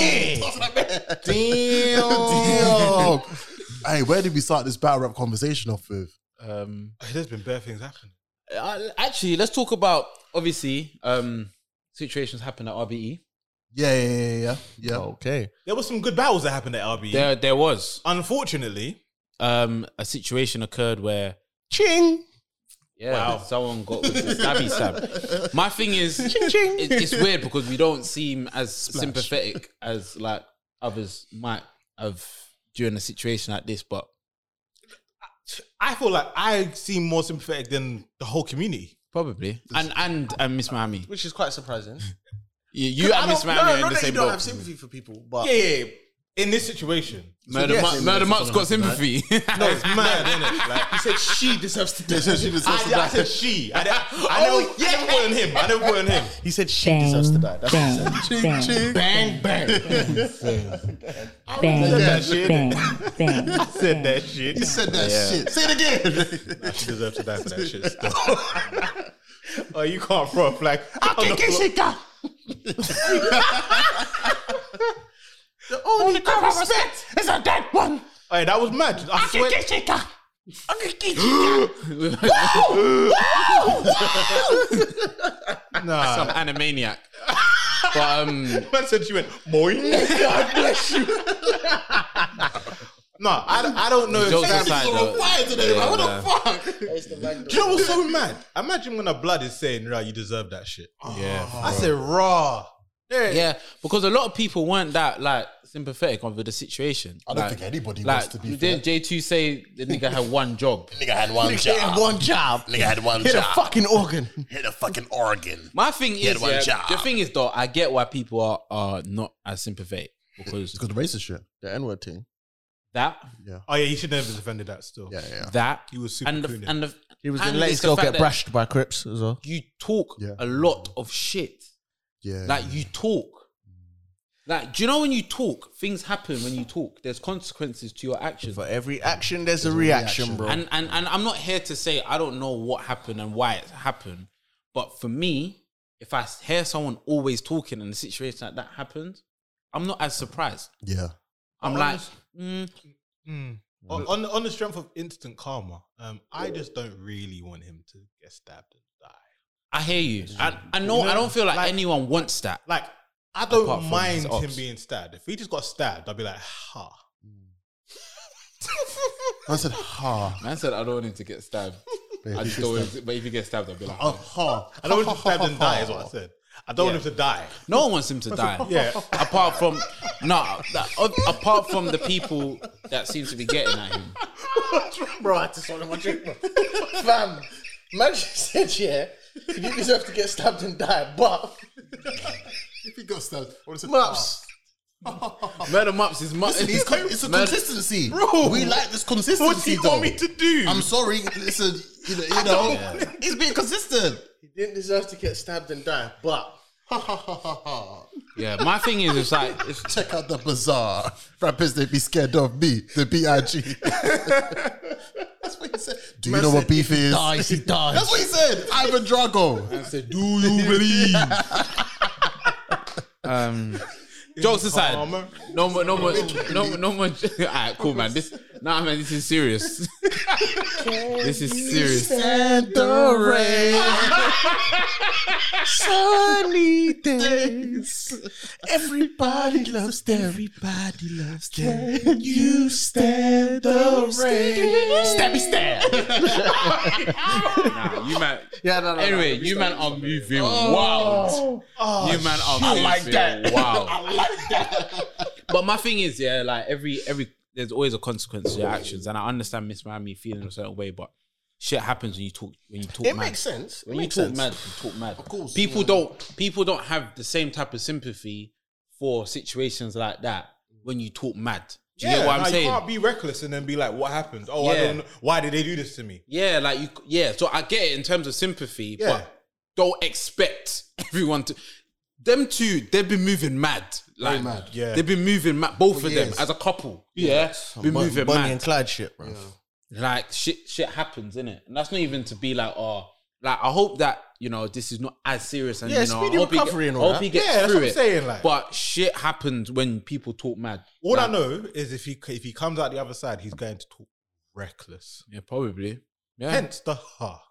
Damn. Damn. Hey, where did we start this battle rap conversation off with? Um, There's been bad things happening. I- actually, let's talk about obviously um, situations happen at E. RBE. Yeah, yeah, yeah, yeah. yeah. Okay. There were some good battles that happened at RB. There, there was Unfortunately, um, a situation occurred where Ching. yeah, Wow. someone got with the stabby stab. My thing is, it- it's weird because we don't seem as sympathetic as like others might have during a situation like this. But I feel like I seem more sympathetic than the whole community. probably, and and and Miss Mammy, which is quite surprising. you, you I and Miss don't- Mammy no, are in not the that you same don't boat. have sympathy for people, but Yeah, yeah, yeah. In this situation, Murder, Yes, Mu- yes, Murder yes, Mutt's someone got has to die. sympathy. no, it's mad, isn't it? Like, he said she deserves to They die. said she was supposed to I, I die. said she. I, I, I never, I never put in him. I never put in him. He said she deserves to Bang, die. That's what he said. bang, Ching, ching. Bang bang. bang, that shit. bang, bang, bang. Said that shit. He said that shit. Say it again. Nah, she deserved to die for that shit. still. oh, you can't throw a flag. on the floor. The only kind of respect is a dead one. Hey, that was mad. I swear. Some Nah, animaniac. But um, man said she went. Boy, God bless you. nah, I, I don't know. jokes If aside, though, yeah, nah. Do you know what's so mad? Imagine when a blood is saying, "Right, you deserve that shit." yeah, I said, "Raw." Yeah. yeah, because a lot of people weren't that like sympathetic over the situation. I don't Like- think anybody Like, wants to be fair. didn't J two say the nigga had one job? Nigga had one job. One job. Nigga had one Hit a job. fucking organ. Hit a fucking organ. My thing had is, one yeah, job. the thing is though, I get why people are are not as sympathetic because It's got the racist shit. The N word thing. that Oh yeah, he should never have defended that. Still, Yeah, yeah, yeah. that he was super and the, cool. and the He was and the it's latest girl fact get that brushed by Crips as well. You talk Yeah. a lot of shit. Yeah. Like you talk. Like, do you know when you talk, things happen when you talk. There's consequences to your actions. For every action, there's a reaction, bro. And, and and I'm not here to say I don't know what happened and why it happened, but for me, if I hear someone always talking and a situation like that happens, I'm not as surprised. yeah. I'm like, mm, Mm. On, on the- on the strength of instant karma, um, I just don't really want him to get stabbed and die. I hear you. I, I know, I don't feel like, anyone wants that. Like I Apart don't from mind his ops. him being stabbed. If he just got stabbed, I'd be like, ha. I said, ha. Man said I don't want him to get stabbed. I just don't. Want him to, but if he gets stabbed, I'll be like, Oh, ha. I don't want him to stabbed and die. Is what I said. I don't want him to die. no one wants him to die. Yeah. Apart from no, that- apart from the people that seem to be getting at him. Bro, I had to swallow my drink, bro. Fam, man said, yeah, you deserve to get stabbed and die, but If he got stabbed, I would've said, Mups. Murder Mups is much. Listen, he's con- it's a Man- consistency. Bro. we like this consistency. What do you though. want me to do? I'm sorry. Listen, you know, you know he's being consistent. he didn't deserve to get stabbed and die, but Yeah, my thing is, it's like it's, Check out the bazaar. Rappers, they be scared of me, the B.I.G. That's what he said. Do you know what beef is? he dies. That's what he said. Ivan Drago. I said, "Do you believe?" um, jokes aside, no more, no more, no, no more. Alright, cool, man. This, nah, man, this is serious. this is serious. And the rain. Sunny days. Everybody loves them. Everybody loves them. Can you stand the rain? Stabby stab. Nah, you man. Yeah, no, Oh. no, no. Anyway, you man are moving wild. Oh, you man are moving wild. I like that. But my thing is, yeah, like every every there's always a consequence to your actions, and I understand Miss Miami feeling a certain way, but shit happens when you talk when you talk It mad. makes sense. It When you makes talk sense. mad, you talk mad. Of course, People yeah. don't people don't have the same type of sympathy for situations like that when you talk mad. Do you get what I'm no, saying? You can't be reckless and then be like, "What happened? Oh, I Yeah. don't. know. Why did they do this to me?" Yeah, like you. Yeah, so I get it in terms of sympathy, Yeah. but don't expect everyone to. Them two, they've been moving mad. Like, mad. Yeah. they've been moving mad. Both For of them years. as a couple. Yeah, been Bun- moving Bunny mad. and Clyde shit, bro. like shit, shit happens, innit? And that's not even to be like, oh, like I hope that you know this is not as serious, and Yeah, you know, speedy I hope, he, recovery and all hope that. he gets Yeah, that's through what I'm it. saying, like- but shit happens when people talk mad. All Like, I know is if he if he comes out the other side, he's going to talk reckless. yeah, probably, yeah. Hence the ha.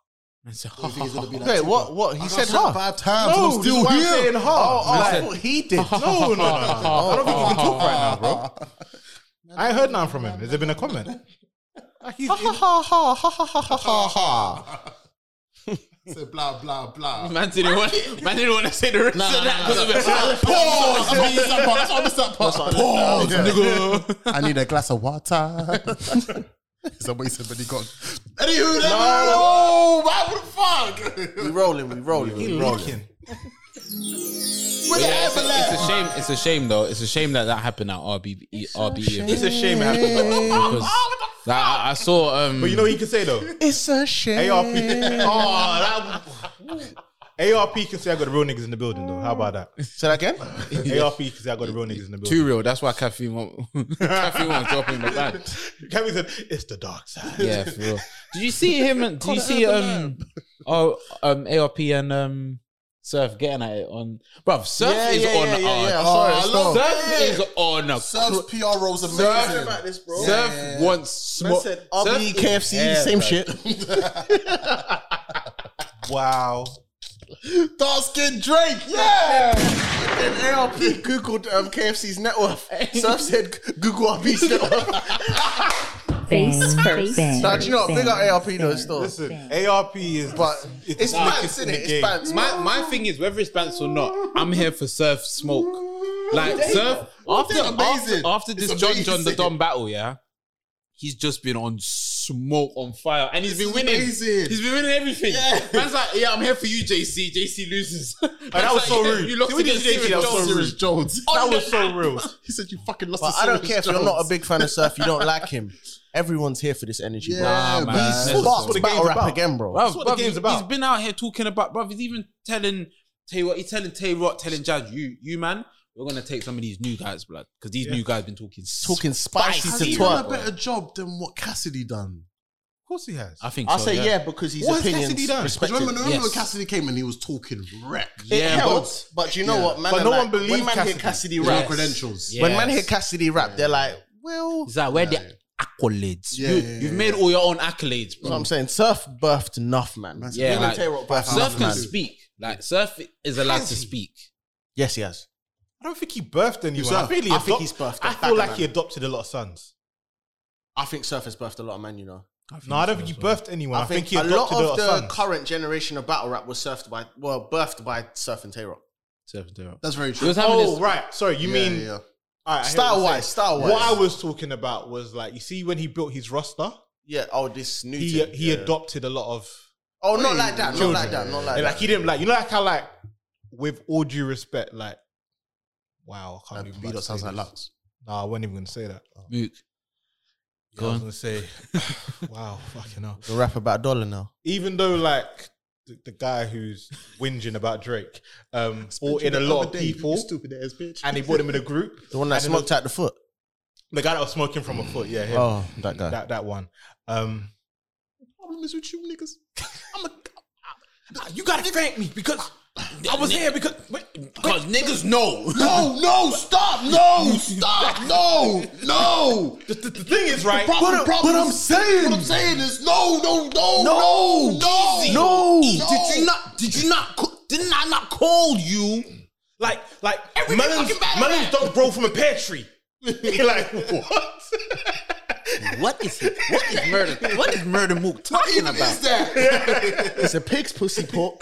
And so- Wait, what? What? He said half. five No, times. and I'm this still is why I'm here. saying ha. Oh, I Like, thought he did. no, no, no, no. I don't think he can talk right now, bro. I ain't heard nothing from him. Has there been a comment? Like, he's- he's- ha ha ha ha ha ha ha ha. Say blah blah blah. Man didn't want. Man didn't want to say the rest of that. 'cause of it. Pause. I missed that part. I missed that part. Pause, nigga. I need a glass of water. Somebody said, but he got. Anywho, then- oh, what the fuck? We rolling, we rolling, we he's rolling. looking. With the It's a, it's a avalanche. shame. It's a shame though. It's a shame that that happened at RB, RB It's a shame it happened. because like, I, I saw. Um, But you know what you can say though? It's a shame. ARP. Oh, that. ARP can say I got the real niggas in the building though. How about that? Say that again? ARP can say I got the real niggas in the too building. real. That's why caffeine won't. caffeine won't drop in the bag. Kevin said it's the dark side. Yeah, for real. Did you see him? Did you see um? Oh, um, ARP and um, Surf getting at it on. Bruv, Surf Yeah, is yeah, on. yeah, yeah, a- yeah, I saw it, Oh, I love Surf it. is on. A, Surf, Surf's PR role's amazing. about this, bro. wants smoke. RB, KFC, same shit. Wow. Dark skin Drake, yeah. And ARP Googled um, KFC's net worth. Surf said Google RB's net worth. Face first. Nah, do you know what? Big up ARP though, it's still. Listen, ARP is But it's pants, innit? It's pants. My my thing is whether it's bants or not, I'm here for Surf smoke. Like Surf after That's amazing. after, after this It's John John the amazing. Don battle, yeah. He's just been on smoke on fire, and he's been winning. amazing. He's been winning everything. Man's like, yeah, I'm here for you, JC. JC loses. And that was so rude. You lost See, we against didn't say Stephen that was Jones. so rude. Serious Jones. That was so real. He said you fucking lost. But to I don't Serious care if you're Jones. not a big fan of Surf, you don't like him. Everyone's here for this energy, bro. Yeah, Nah, man. man. He's That's sparked what the battle game's rap about. again, bro. Bruv, That's what the bruv, game's he- about. He's been out here talking about, bruv. He's even telling, tell you what, he's telling Tay Rock, telling Jazz, you, you man, we're gonna take some of these new guys, blood, because these new guys been talking, Talking spicy Has to he done a twerk. better job than what Cassidy done? Of course he has. Uh, I think I so, say yeah because his What has opinions Cassidy done? Because respected. remember, remember Yes. when Cassidy came and he was talking wreck. It Yeah, held, but you know Yeah. what, man? But are no like- one believed when man Cassidy. hear Cassidy No rap. credentials. Yeah. When man hear Cassidy rap, they're like, "Well, He's like, where the accolades? Yeah, you, yeah, yeah, you've made all your own accolades, that's what bro. I'm saying." Surf birthed enough, man. Man, Yeah, Him and like, Tay Rock birthed Surf enough, can man. speak. Like Surf is allowed to speak. Yes, he has. I don't think he birthed anyone. Surf. I, feel he I think adopt- he's birthed a I feel like Batman. he adopted a lot of sons. I think Surf has birthed a lot of men. You know, No, I don't think he birthed anyone. I, think, he a adopted lot of a the lot of sons. current generation of battle rap was surfed by, well, birthed by Surf and Tay Rock. Surf and Tay Rock. That's very He true. was having Oh this. right, sorry. You Yeah, mean yeah. all right, I hear what Style you're wise, saying. style wise. What I was talking about was like you see when he built his roster, Yeah. Oh, this new. he thing, he yeah. adopted a lot of Oh, not like that. Not children. like that. Not like And, like that. he didn't like you know like how like with all due respect like wow I can't even B about dot to sounds say like this. Lux. No, I wasn't even gonna say that. Oh, Luke. yeah, I was gonna say wow fucking hell. The rap about a dollar now. Even though like the, the guy who's whinging about Drake um brought in a lot of people Stupid ass bitch. and he brought him in a group. The one that And it smoked at the foot. The guy that was smoking from a foot, yeah, him. Oh, that guy. that that one. Um problem is with you niggas. I'm a. You gotta thank me because I was here because Because niggas know. No, no, stop, no, stop, no, no. the, the, the thing is right. Problem, problem, I'm saying- what I'm saying is no, no, no, no, no, Easy. No. Easy. Did you not? Did you not? ca- Didn't I not call you? Like like melons, melons don't grow from a pear tree. You're like what? What is it? What is murder? What is murder mook talking What about? is that? It's a pig's pussy pork.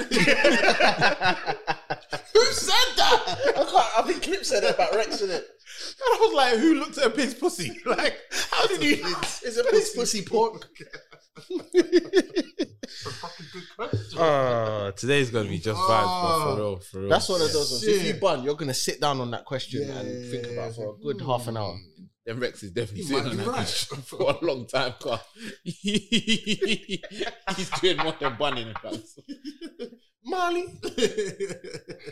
Who said that? I can't. I think Clip said that about Rex, innit? And I was like, who looked at a pig's pussy? Like how did you? It's a pig's pussy pork. Oh, today's gonna be just vibes, but for real, for real. That's one of those ones. If you Shit. bun, you're gonna sit down on that question and think about it for a good half an hour. Then Rex is definitely You sitting might on be that right. bitch for a long time, car. He's doing more than bunning. fam. Mali.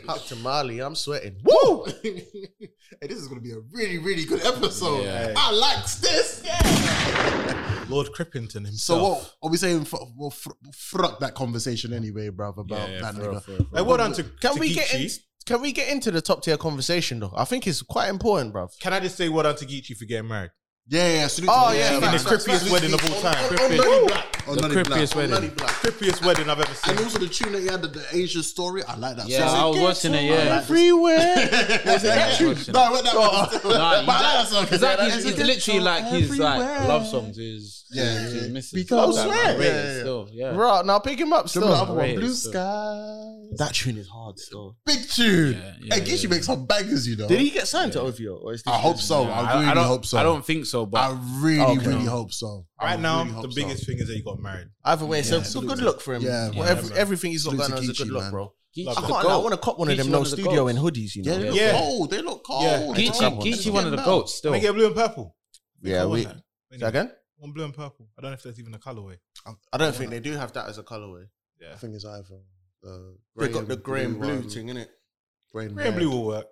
Up to Mali, I'm sweating. Woo! Hey, this is gonna be a really, really good episode. Yeah. I likes this. Yeah. Lord Crippington himself. So what are we saying? F- well, fr- fuck that conversation anyway, bruv. Yeah, About yeah, that for nigga. real, for real, for real. Hey, Well done to- Can to we get Geechee. Can we get into the top tier conversation though? I think it's quite important, bruv. Can I just say well done to Geechee for getting married? Yeah, yeah. Oh, yeah, in facts, the facts, crippiest facts. wedding of all On- time. on- on Crippin'. Nutty Black. On The Nutty Black. crippiest On Nutty wedding. Black. Crippiest wedding I've ever seen. And also the tune that you had, the, the Asian story. I like that. Yeah, song. I was watching it, yeah. everywhere. was it Yeah, that tune? watching No, it. I went that one. still. But I Nah, like that song. it's like his- it's literally like his like love songs. Is Yeah, yeah, yeah. because I like, swear. I rate it Yeah, yeah. still, yeah. Bro, now pick him up Remember the still. other one, Great, Blue so- Sky. That tune is hard still. Big tune. yeah, Hey, Gishi yeah. makes some bangers, you know. Did he get signed to OVO? Or is this I hope so. Nah, I really don't, hope so. I don't think so, but I really, Okay. really hope so. I Right now, really hope the so. biggest thing is that you got married. Either way, so, Yeah. so good luck for him. Yeah, Well, yeah, every- man. everything he's got Salute going on to is a good Geechee, look, man. bro. Geechee I, was can't, the lie, I goat. want to cop one of Geechee them one no of the studio goats. in hoodies, you Yeah, know. they look Yeah. Oh, cold. They look cold. Yeah. They look Geechee, cold. Geechee, one of the Yeah. goats still. Can I get blue and purple? Yeah, we. Say Say again? One blue and purple. I don't know if there's even a colorway. I don't think they do have that as a colorway. I think it's either uh, They got the grey and blue one, thing in it. Grey and Green and blue will work.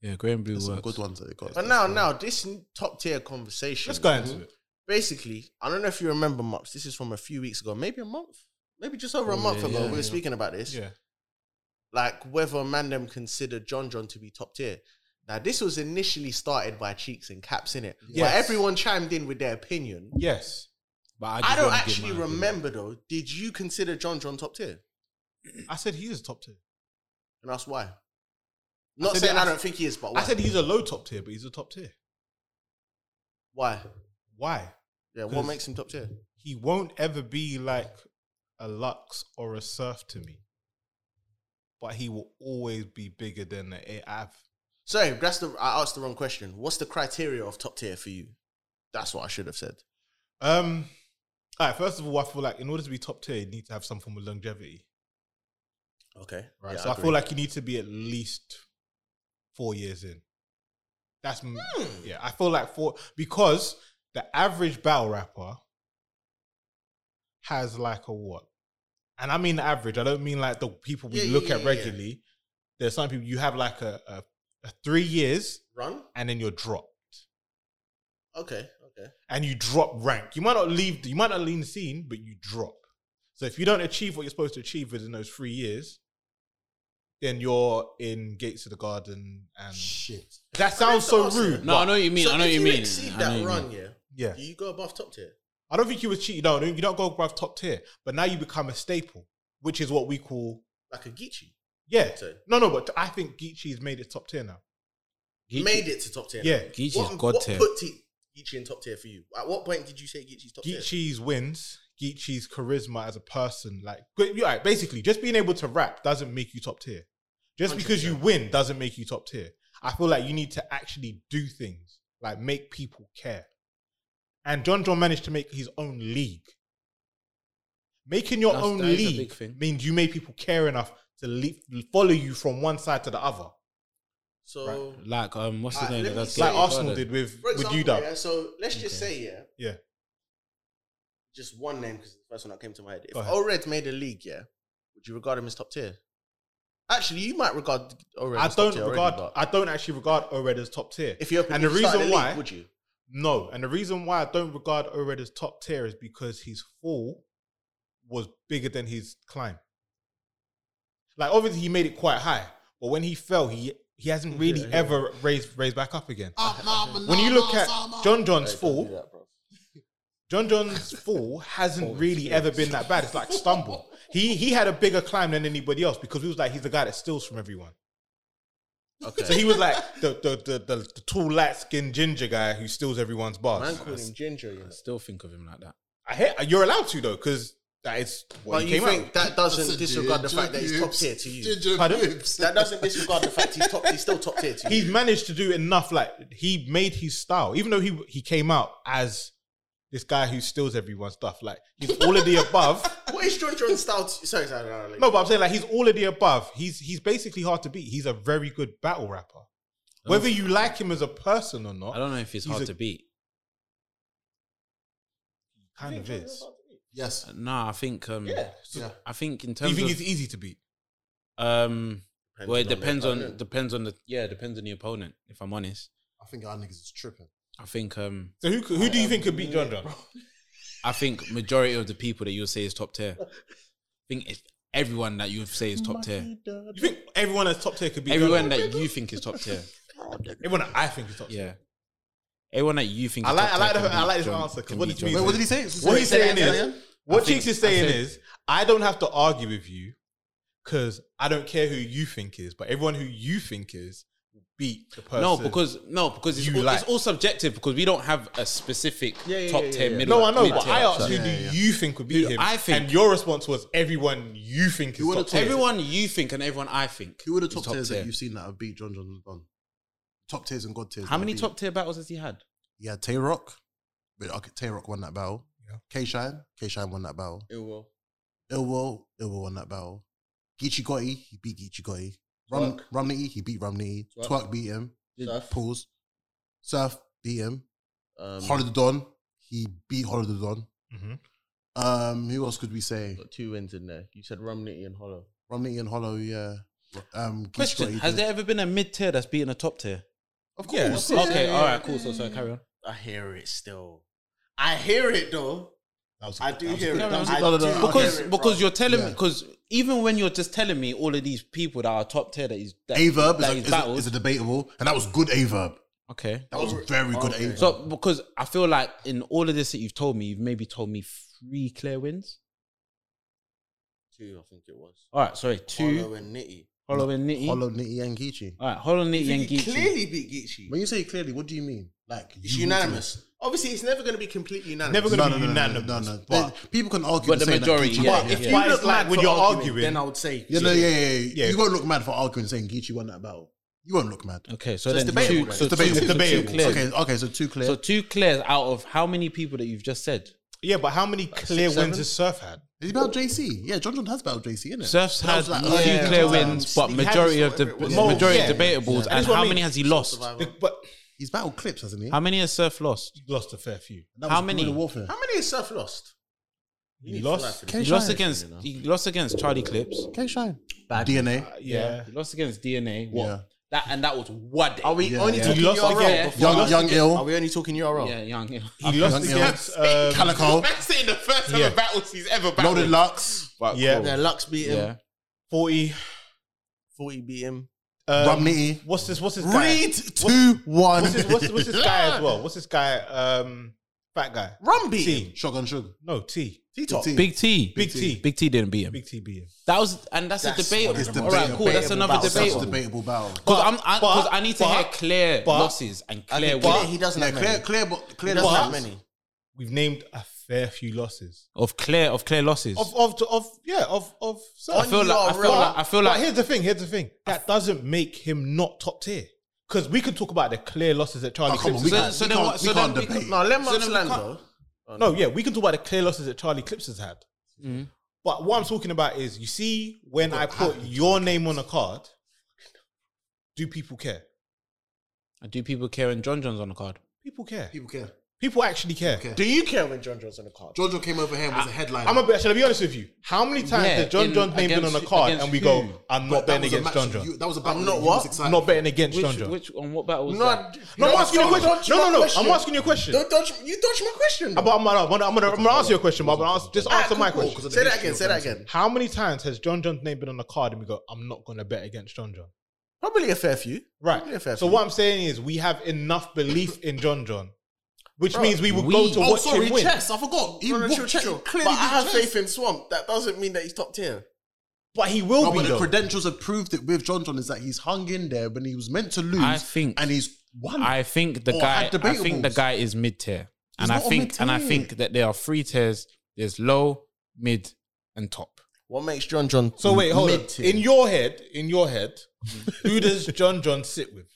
Yeah, grey and blue There's some works. good ones that they got. But now, now this top tier conversation. Let's go into it. Basically, I don't know if you remember, Mops. This is from a few weeks ago, maybe a month, maybe just over a month yeah, ago. yeah, we were yeah. speaking about this, Yeah. like whether Mandem considered John John to be top tier. Now, this was initially started by Cheeks and Caps, in it. Yeah, Yes. everyone chimed in with their opinion. Yes. But I just don't wanna give actually my opinion. remember though. Did you consider John John top tier? I said he is top tier. And that's why. Not said saying that- I don't think he is, but why? I said he's a low top tier, but he's a top tier. why? Why? Yeah, what 'Cause- makes him top tier? He won't ever be like a Lux or a Surf to me, but he will always be bigger than an Av. Sorry, that's the I asked the wrong question. What's the criteria of top tier for you? That's what I should have said. Um, all right. First of all, I feel like in order to be top tier, you need to have some form of longevity, Okay. right? Yeah, so I, agree. feel like you need to be at least four years in. That's m Hmm. yeah. I feel like four because the average battle rapper has like a what? And I mean average. I don't mean like the people we Yeah, yeah, look yeah, at yeah, yeah. regularly. There's some people you have like a, a, a three years run. and then you're dropped. Okay. Okay. and you drop rank. You might not leave, you might not leave the scene, but you drop. So if you don't achieve what you're supposed to achieve within those three years, then you're in Gates of the Garden. And Shit. that sounds so rude. No, I know what you mean. So I know if what you you mean. exceed I know what that you run, mean. yeah. Yeah, Do you go above top tier? I don't think you was cheating. No, you don't go above top tier, but now you become a staple, which is what we call. Like a Geechee. Yeah, So- no, no, but I think Geechee's made it top tier now. Geechee- Made it to top tier. Yeah, Geechee's What, god what tier. put Te- Geechee in top tier for you? At what point did you say Geechee's top tier? Geechee's wins, Geechee's charisma as a person, like but you're right, basically, just being able to rap doesn't make you top tier. Just because you win doesn't make you top tier. I feel like you need to actually do things, like make people care. And John John managed to make his own league. Making your That's- own that is a big league thing. means you made people care enough to leave, follow you from one side to the other, So Like um, what's the Alright, name? let of me that see. guy? like Arsenal did with for with example, Uda. yeah, so let's just say, yeah, Yeah. just one name because the first one that came to my head. If Go ahead. O-Red made a league, yeah, would you regard him as top tier? Actually, you might regard O-Red I as top don't tier regard. already, but I don't actually regard Ored as top tier. if you're and the reason why would you? No, and the reason why I don't regard Ored as top tier is because his fall was bigger than his climb. Like obviously he made it quite high, but when he fell, he he hasn't really ever raised raised back up again. Ah, when you look at John John's fall, John John's fall Oh, hasn't really ever been that bad. It's like stumble. He he had a bigger climb than anybody else because he was like he's the guy that steals from everyone. Okay, So he was like the the the, the, the tall, light skinned ginger guy who steals everyone's bars. man called him Ginger. You know? I still think of him like that. I hear you're allowed to though, because that is what But he you came think out. that That's doesn't a disregard the ginger fact that he's top pubes. tier to you? Ginger Pardon? pubs. That doesn't disregard the fact he's top. He's still top tier to you. He's managed to do enough. Like he made his style, even though he he came out as this guy who steals everyone's stuff. Like he's all of the above. What is John John style? t- sorry, sorry, no, no, No, but I'm saying like he's all of the above. He's he's basically hard to beat. He's a very good battle rapper. Whether you like him as a person or not, I don't know if it's He's hard a- to beat. kind of is. Yes. Nah, I think um, Yeah, yeah. I think in Do terms you think of he's easy to beat? um, well, it on the depends on opponent. depends on the yeah, it depends on the opponent. If I'm honest, I think our niggas is tripping. I think um, So who could- who do you think could beat John John? I think majority of the people that you'll say is top tier. I think if everyone that you say is top tier, You think everyone that's top tier could beat everyone John John? that you think is top tier, everyone that I think is top tier. yeah. Everyone that you think I is like top I like tier the, can I beat like this John- answer can because what beat did John you Wait, John. what did he say? What he's saying is, what think- Cheeks is I saying think- is, I don't have to argue with you because I don't care who you think is, but everyone who you think is will beat the person. No, because no, because it's you all, like. it's all subjective because we don't have a specific Yeah, yeah, top yeah, tier yeah. middle. no, I know, but mid-tier. I asked So who do you think would beat Who him? I think- and your response was everyone you think is were the top top- tier. everyone you think and everyone I think. Who are the is top, tiers that you've seen that have beat John John done? Top tiers and God tiers. How that many beat- top tier battles has he had? Yeah, Tay Rock. But okay, Tay Rock won that battle. K Shine. K Shine won that battle. Ill will. Ilwo. Ilwo won that battle. Geechee Gotti. He beat Geechee Gotti. Rum, Twerk. Rumney. He beat Rumney. Twerk. Twerk. beat him. Surf. Pause. Surf beat him. Um, Holiday Don. He beat Holiday Don. Mm-hmm. Mhm. Um, who else could we say? got two wins in there. You said Romney and Hollow. Romney and Hollow, yeah. Um, Geechee Question: Gotti Has did- there ever been a mid tier that's beaten a top tier? Of Yeah, course. course. Okay, Yeah, all yeah, right, cool. So, so carry on. I hear it still. I hear it though. That was- I do that was- hear it. that was- I no, no, do no, hear Because it, because bro. you're telling me Yeah. because even when you're just telling me all of these people that are top tier that is that, A verb is, that a, he's is, a, battled. is a debatable, and that was good A verb. okay. That was very good A verb. So because I feel like in all of this that you've told me, you've maybe told me three clear wins. two, I think it was. All right, sorry, two. Hollow and Nitty. Hollow and Nitty. Hollow, Nitty, and Geechee. All right, Hollow Nitty and He Geechee. clearly beat Geechee. When you say clearly, what do you mean? Like It's you want to- unanimous. Obviously, it's never going to be completely unanimous. Never gonna No, no, be no, no, unanimous. no, no, no. But, But people can argue. But and the say that majority, Geechee yeah, won. yeah, If yeah. you But look it's like mad when for you're argument, arguing- then I would say Yeah, no, yeah, yeah, yeah. Yeah. You won't look mad for arguing saying Geechee won that battle. You won't look mad. Okay, so, So it's then debatable two, then. so It's two, debatable. so two Debatable. clears. Okay, okay, so two clear. So two clears out of how many people that you've just said? yeah, but how many clear wins six, seven? has Surf had? Is he about JC? Yeah, John John has battled JC, isn't it? Surf's That had was like a early few in clear the time. wins, but Sneak majority Harris, of the whatever it was. Mo- majority yeah. of debatables, That's and what I how mean. many has he lost? Survivor. But He's battled clips, hasn't he? How many has Surf lost? he lost a fair few. That how was many? guerrilla warfare. How many is Surf lost? We He need lost? uh, full life in K this. He lost Shine. against he lost against Charlie Clips. K Shine. DNA. Yeah. He lost against DNA. What? Yeah. That and that was what? Are we Yeah, only yeah. talking You lost URL? again. before- He Young lost Young Are Ill. we only talking URL? Yeah, young. yeah. He lost Young Ill. against um, Calico. saying the first ever Yeah. battles he's ever Loaded Lux. But Yeah. Yeah, Lux beat him. yeah. 40. 40 beat him. Um, Romney. What's this? What's this guy? Read two one. What's this, what's, what's this guy as well? What's this guy? Um, fat guy. Rum beat him. T. Shotgun Sugar. No T. T top. Big T. Big T. Big T didn't beat him. Big T being. That was and that's, That's a one of debate. the most All right, cool. That's debatable another battles. debate. That's a debatable. debatable battle. Because I'm but- because I need to but- hear clear but- losses and I clear think wins. Clear, he doesn't Yeah, have clear, many. clear, but He clear. doesn't but- have many. We've named a fair few losses. of clear of clear losses. Of of of yeah of of. So I feel like I feel like I feel But like here's the thing. Here's the thing. That doesn't make him not top tier. Because we can talk about the clear losses that Charlie Oh, come on, Clips. we has So- can't, we so then can't- what- we so can't then we debate. No, let Mark then we land can't- though. had. No, yeah, we can talk about the clear losses that Charlie Clips has had. Mm-hmm. But what I'm talking about is, you see, when I put your name on a card, do people care? do people care when John John's on the card? People care. People care. People actually care. care. Do you care when John John's on the card? Jojo came over here and was a headline. I'm a bit, shall I be honest with you? How many times Yeah, has John in- John's name been on against a who- card against and we who? go, I'm But not that betting was a against match John that you- John? That was a battle. I'm that not you what? was excited I'm not for. betting against John Which, John. which on what battle was No, that? No, I'm don't asking you a dodge- question. dodge No, my no, no. question. I'm asking you a question. Don't dodge. You dodge my question. But I'm, I'm, gonna, I'm, gonna, I'm gonna answer your question, but I'm gonna ask, just Ah, answer my cool, cool. question. Say that again. Say that again. How many times has John John's name been on a card and we go, I'm not gonna bet against John John? Probably a fair few. Probably a Right. fair So few. what I'm saying is we have enough belief in John John, which Bro, means we will we- go to Oh, watch sorry, him win. chess. I forgot. He No, no, walked sure, chess. sure. But Clearly, I have beat faith chess. in Swamp. That doesn't mean that he's top tier. But he will No, be but the though. credentials have proved it with John John is that he's hung in there when he was meant to lose. I think- and he's won. I think the Or guy. had I think the debatables. guy is mid tier, He's and I not on think and I mid-tier. think that there are three tiers. There's low, mid, and top. What makes John John? So wait, hold on. mid-tier? In your head, in your head, who does John John sit with?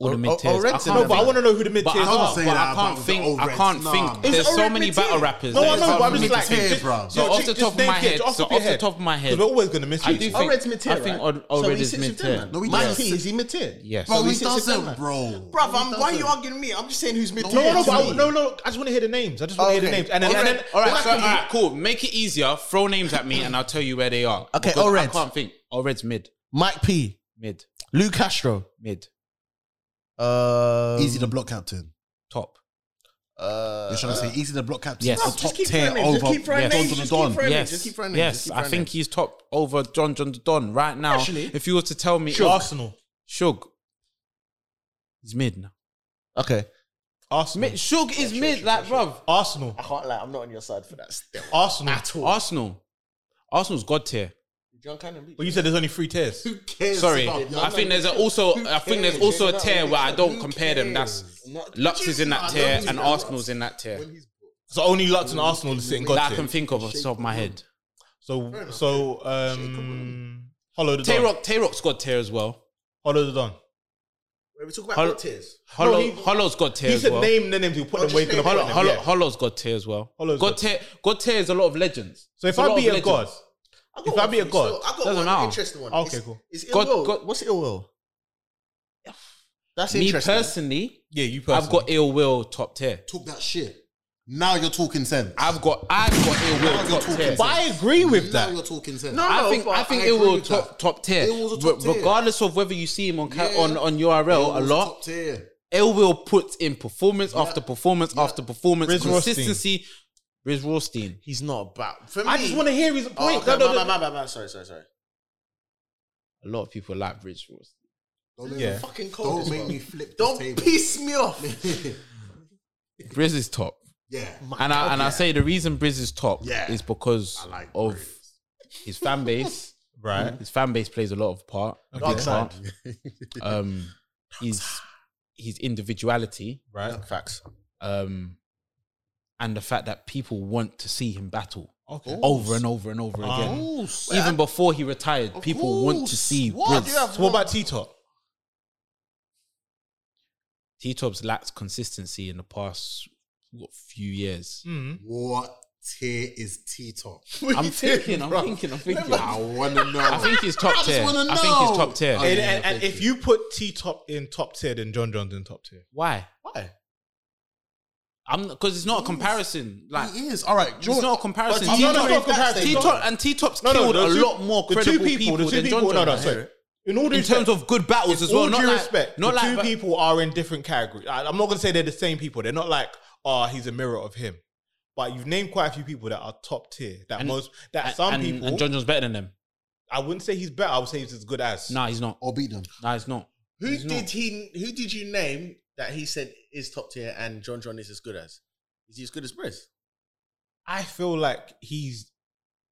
Oh, all the mid tiers. Red I Team. can't No, but I think- wanna know who the mid but tiers I can't, are. but Don't say I that can't about think. the old I can't Reds. Nah. think. It's There's so already many mid-tier. battle rappers. No, I that know, are but I'm just like, mid-tier, just- bro. just- So off the just top of name my kids, head, off so of your off the head. top of my head, 'Cause we're always gonna miss I you. do Our think. Reds mid-tier, I think right? Od- So Od we Red is sits with mid them, tier. man. No, we My don't. key is he mid tier. Yes. So Bro, we he sit with doesn't, them, man. bro. Bruv, I'm- why are you arguing me? I'm just saying who's mid No, tier. no, no, to but I- me. no, no. I just want to hear the names. I just want to hear the names, and then, all and right, then all right, that so, can all be- right, cool. Make it easier. Throw names at me, and I'll tell you where they are. Okay, Because all I Reds. can't think. All Reds mid, Mike P, mid, Lou Castro, mid, uh, Easy to block captain. top. Uh, You're trying to say easy to block captain. Yes. Yes. No, top tier throwing names, over. just keep throwing Don names, Don just Don. keep throwing names, Yes, just keep throwing names, just yes. keep I throwing think names. he's top over John John Don right now. Actually- if you were to tell me Arsenal. Shug. He's mid now. Okay. Arsenal. Mid, Shug is mid, like bruv. Arsenal. I can't lie, I'm not on your side for that still. Arsenal. Arsenal. Arsenal's god tier. John Cannon beat But you said there's only three tiers. Who cares? Sorry, about I Jan? think there's a also I think there's cares? also a Who tier where I don't Who compare them. That's cares? Not- Lux is in that Nah, tier Lux is and in Arsenal's in that tier When he's- So only Lux and Arsenal is sitting that god I can tier. think of off the top of my head. So so um, Hollow the Tay Don. Rock, Tay Rock's got tier as well. Hollow the Don. Wait, we talk about Hol- what tiers. Hollow, he- Hollow's got tier He as said well. name the names. He'll put them where he's gonna Hollow, put them, Hollow, yeah. Hollow's got tier as well. Hollow's God got tier, God tier is a lot of legends. So if It's I lot be of a god, legends. I got If one I be a for you god, still. I got doesn't one matter. interesting one. Okay, It's- cool. It's ill God- will. God- What's ill will? That's me interesting. personally, yeah, you personally. I've got ill will top tier. Talk that shit. Now you're talking sense. I've got I've got ill Now will you're top tier. talking But I agree with now that. you're talking sense. No, I think but I think I it agree will with top that. top tier. It was a top Re- tier. Regardless of whether you see him on ca- Yeah. on on URL a It was lot, Top tier. Ill Will puts in performance after performance after performance Riz Rothstein. consistency. Riz Rothstein. He's not about. For me, I just want to hear his Oh, point. okay. No, no, no. my, my, my, my, my. Sorry, sorry, sorry. A lot of people like Riz Rothstein. Don't, let Yeah. me- Fucking cold. don't as make well. me flip. Don't this piss me off. table. Riz is top, yeah. and I and I say the reason Riz is top Yeah. is because like of his fan base. Right. His fan base plays a lot of part. a Dark big side. part. Um, his his individuality. Right. Facts. um, and the fact that people want to see him battle Okay. over and over and over oh. again. Course. Even before he retired, people want to see What? Riz. You have So what about T Top? T Tobs lacks consistency in the past what, few years. What tier is T top? I'm thinking, I'm thinking, I'm thinking. I want to know. I think he's top tier. I wanna think he's know. top tier. And, and, and if you put T Top in top tier, then John John's in top tier. Why? Why? I'm because it's not a comparison. Like He is. All right. it's not a comparison. But T-Top- no, no, it's not a comparison. T-Top- and T Top's No, no, killed the a two- lot more the two credible people- people, the two than people- John no, John. no, sorry. In all due in terms respect- of good battles as all well. not due like, respect, not the like two but- people are in different categories. I, I'm not gonna say they're the same people. They're not like, oh, he's a mirror of him. But you've named quite a few people that are top tier. That And- most that and- some and, people. And John John's better than them. I wouldn't say he's better. I would say he's as good as. Nah, he's not. Or beat them. Nah, he's not. Who He's did not. he? Who did you name that he said is top tier and John John is as good as? Is he as good as Briz? I feel like he's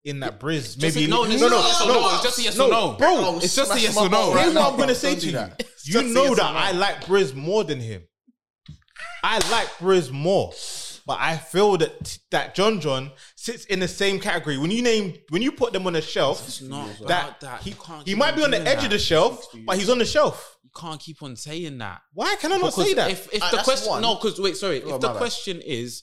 in that Briz. Just Maybe a- no, it's no, yes or uh, no. It's just a yes or no, bro. It's just a smash yes my or no. bottle right Here's what now, I'm gonna bro. say Don't to do you. that. You Just say know yes or that no. I like Briz more than him. I like Briz more, but I feel that that John John sits in the same category. When you name, when you put them on a shelf, not that, about that. he You can't he keep might on be on the doing edge of that. the shelf, but he's on the shelf. You can't keep on saying that. Why can I not Because say that? If, if Ah, the that's question, one. no, because wait, sorry. Oh, if the my bad. question is,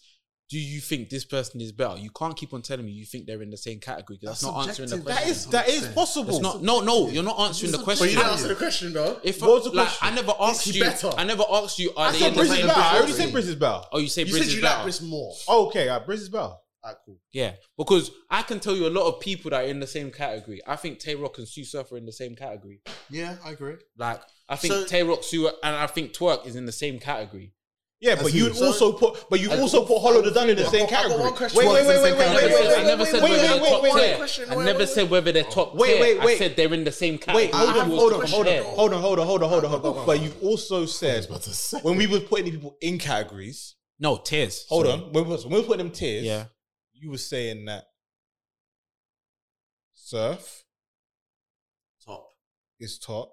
do you think this person is better? You can't keep on telling me you think they're in the same category. 'cause That's, That's not answering the subjective. question. that is that is possible. That's not. No, no, you're not answering the question. the question though. If What was the like, question? I never asked he you. better? I never asked you. Are I they said in the Briz is same better. I already category? said Briz is better. Oh, you say you Briz said is you better. like Briz more. Okay, uh, Briz is better. Alright, cool. Yeah, because I can tell you a lot of people that are in the same category. I think Tay Rock and Sue Surf are in the same category. Yeah, I agree. Like I think So- Tay Rock, Sue, and I think Twerk is in the same category. Yeah, but That's you who. would also put, but you also put Hollow the Dunn in the same got- I've got category. one question. Wait, wait, What's wait, the wait, same wait, I never wait, category? wait, said- I wait, never wait, said wait, whether wait, they're wait, top wait. tier. I never said whether they're top Wait, wait, tier. I wait. said they're in the same category. Wait, hold I on, was hold on, hold on, compared. hold on, hold on, hold on, hold on, hold on. But you also said about to say. when we were putting people in categories, No tears. hold on, when we was- when we were putting them tiers, Yeah. you were saying that Surf Top is top.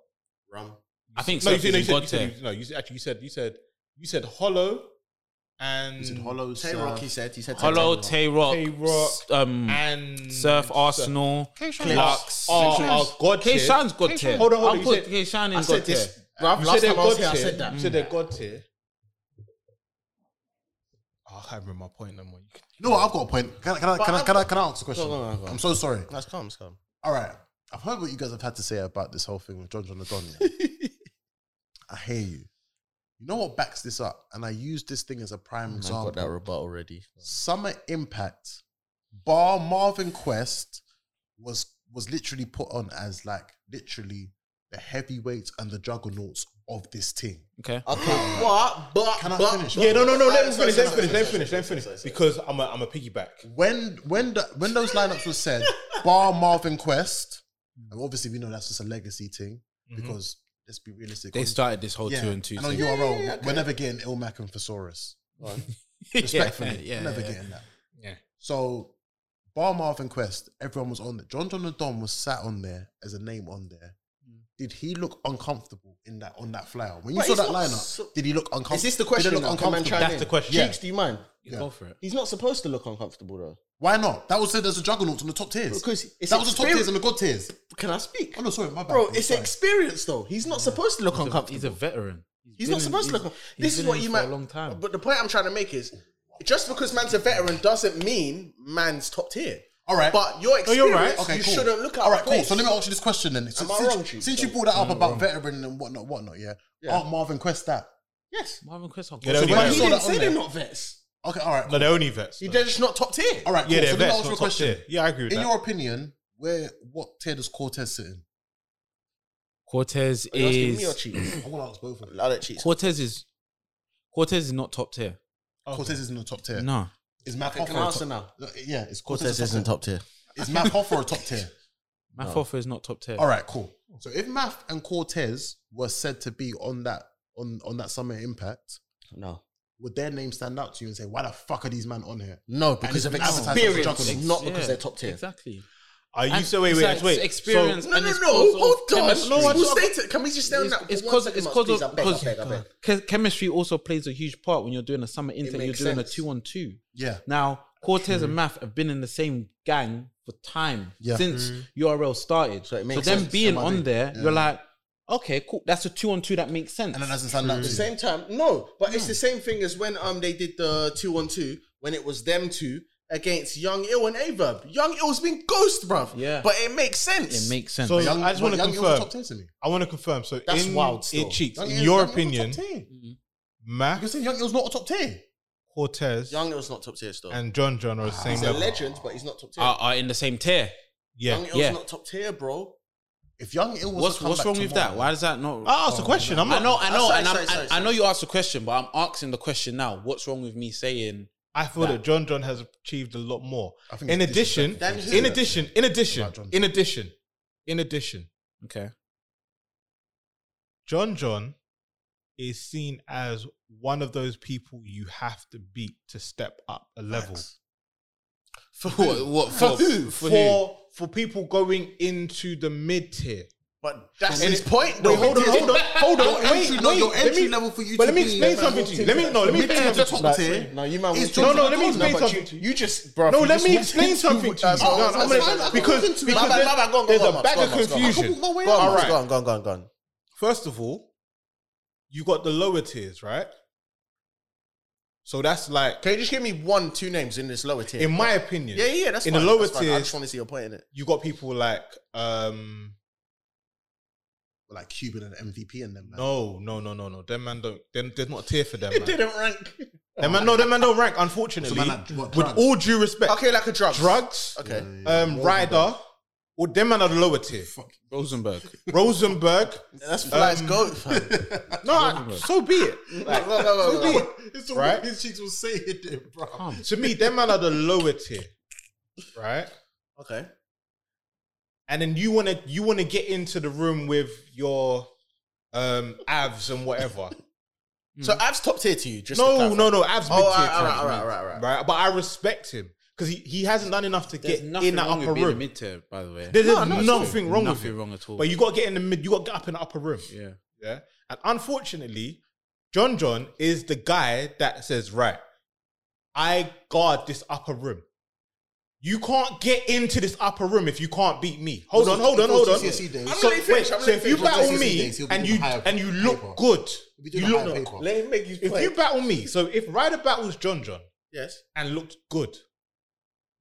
rum. I think No, you Surf said, is no, you in said, God you said, tier. you- no, you said, actually, you said, you said, you said Hollow and Is it hollow? Tay Surf? Rock, he said. He said Hollow, Tay Rock. Tay Rock, Tay-Rock, s- um, and Surf, Arsenal, Are, Lux. are, are God K tiers. oh, Shine's God tier. Hold on, hold on, I'll you put said- K Shine I in God said tier. this Bruv, last time I was God here, I tier. said that. You said they're God tier. Oh, I can't remember my point no more. You can- You know what? I've got a point. Can, I- can, I, But can, I, I've can, I, got- can I ask a question? Go on, go on, go on. I'm so sorry. That's calm, it's calm. All right. I've heard what you guys have had to say about this whole thing with John John the Don. yeah. I hear you. You know what backs this up? And I use this thing as a prime example. I've got that rebuttal already. Summer Impact, bar Marvin Quest was was literally put on as like literally the heavyweights and the juggernauts of this team. Okay. Okay, what? But, Can I but, finish? Yeah, no, no, no. Let me Sorry, finish. Let me sorry, finish. Let me sorry, finish. Let me finish. Because I'm a, I'm a piggyback. When when the, when those lineups were said, bar Marvin Quest, and obviously we know that's just a legacy thing because let's be realistic. They on- started this whole yeah, two and two. And on thing. URL, we're never getting Ilmac and Thesaurus. Yeah, Respectfully, yeah, we're never yeah. getting that. Yeah. So, bar Marvin Quest, everyone was on there. John John the Don was sat on there as a name on there. Hmm. Did he look uncomfortable in that on that flyer? When you But saw it's that not lineup, so- did he look uncomfortable? Is this the question? Did he now? look Can man uncomfortable? chime That's in? the question. Cheeks, do you mind? You Go for it. He's not supposed to look uncomfortable though. Why not? That was said as a juggernaut on the top tiers. Because it's that was the top experience- tiers and the god tiers. Can I speak? Oh no, sorry, my bad. Bro, I'm it's sorry. experience though. He's not supposed to look uncomfortable. He's a veteran. He's not been supposed in- to look. he's- This he's is been what in you for meant. a long time. But the point I'm trying to make is, just because man's a veteran doesn't mean man's top tier. All right. But your you're right. experience, you shouldn't look at. All right, cool. So let me ask you this question then. Since, I since- wrong, Chief? since you So- brought that up about veteran and whatnot, whatnot, yeah. Yeah. Aren't Marvin Quest that? Yes, Marvin Chris, I'll Yeah, go- they're only when but I vets. he saw didn't that say on they're there. not vets. Okay, all right, No, they're only vets. They're just not top tier. all right. Yeah, they're cool. So let me vets. ask you a not top question. tier. Yeah, I agree with In that. your opinion, where what tier does Cortez sit in? Cortez Are you asking me or is cheat? I'm gonna ask both of them. I don't cheat. Cortez is Cortez is not top tier. Cortez isn't the top tier. No. Is Matt Can I answer Hoffer? now? Yeah, is Cortez isn't top. tier. tier? Is Matt Hoffer a top tier? My Fofo is not top tier. All right, cool. So if Math and Cortez were said to be on that on on that Summer Impact, No, would their name stand out to you and say, "Why the fuck are these men on here"? no, it's because of been advertised as a experience, juggernaut. not Yeah, because they're top tier. Exactly. Are you And so wait, it's wait, like wait. experience. So, No, And no, it's no. also Hold on. chemistry. No, we'll It's- stay to, can we just stay on It's that? it's for one because second, it's Mark, because please? I of beg, I because beg, I beg. che- chemistry also plays a huge part when you're doing a summer intake. You're makes doing a sense. two on two. Yeah. Now Cortez and Math have been in the same gang for time Yeah. since URL started. So So, it makes them sense. being Am I on being- there, Yeah. you're like, okay, cool. That's a two on two that makes sense. And that doesn't stand out At to the you. same time, no, but it's the same thing as when um they did the two on two when it was them two against Young Ill and Averb. Young Ill's been ghost, bruv. Yeah. but it makes sense. it makes sense. so But Young- I just want but to Young Il's a confirm. top tier to me. I want to confirm. So That's in, wild still. It cheats. Young In Il's- your Young Il's opinion, not top tier. you can Math, say Young Il's not a top tier. Cortez, Young Ill's not top tier still. and John John are the same he's a level. legend, but he's not top tier. are, are in the same tier. Yeah. Young Ill's yeah. not top tier, bro. If Young Ill was What's to come what's back wrong with tomorrow- that? Why does that not? I asked a question. I'm I not. know, I know, Ah, sorry, and I'm, sorry, sorry, I, I know sorry. you asked the question, but I'm asking the question now. What's wrong with me saying? I feel that John John has achieved a lot more. I think In it's addition, Then who? in addition, in addition, About John John. in addition, in addition, Okay, John John is seen as one of those people you have to beat to step up a level. for what? what for, who? For For, who? for, people going into the mid tier. But that's And his it- point, though. Wait, hold on, hold on, hold on. Your wait, entry, no, wait, your let entry me- level for you But to let me be explain level something to you. Let me no, let me mid-tier explain to something. top Like, tier. No, you man. It's was- John No, no, let me John. explain but something to You, you. you just, bro. No, let me explain something to you. Oh, No, I'm that's gonna- fine. Because Go on, because go on, go there's on, go on, there's go on, a bag go on, of go on, go on. confusion. Go All on, right. go on, go on, go on, go on. First of all, you got the lower tiers, right? So that's like, Can you just give me one, two names in this lower tier? in my opinion, yeah, yeah, that's in fine, the lower that's fine. I just tiers, want to see your point in it. you got people like, um, Like Cuban and MVP and them. man. no, no, no, no, no. Them man don't. Them, there's not a tier for them. Man. didn't rank. Them man, no, them man don't rank. Unfortunately, So man, like, what, with drugs? all due respect, Okay, like a drug. drugs, Okay. um, rider, or them man are the lower tier. Rosenberg. Rosenberg, That's Um, flies goat, fam. no, I- so be it. Like, so be it. It's all Right? what his cheeks was saying, there, bro. To me, them man are the lower tier, right? Okay. and then you want to you want to get into the room with your um avs and whatever. So Av's top tier to you. Just to no, clarify. no, no, avs Oh, mid tier. alright, alright, alright, alright, alright. But I respect him because he, he hasn't done enough to There's get nothing in that wrong upper with being a room. mid tier, by the way. There's no, it's nothing wrong with Nothing it. wrong at all. But you got to get in the mid. You got to get up in the upper room. yeah, Yeah. And unfortunately, John John is the guy that says, right, I guard this upper room. You can't get into this upper room if you can't beat me. Hold on, hold on, Before hold on. GCSE days. I'm So, gonna let you finish, wait, I'm gonna so let if you you finish. battle GCSE me days, he'll be and doing you the higher and you look good, doing you the look higher good. paper. Let him make you If play. you battle me, so if Ryder battles John John yes. and looked good,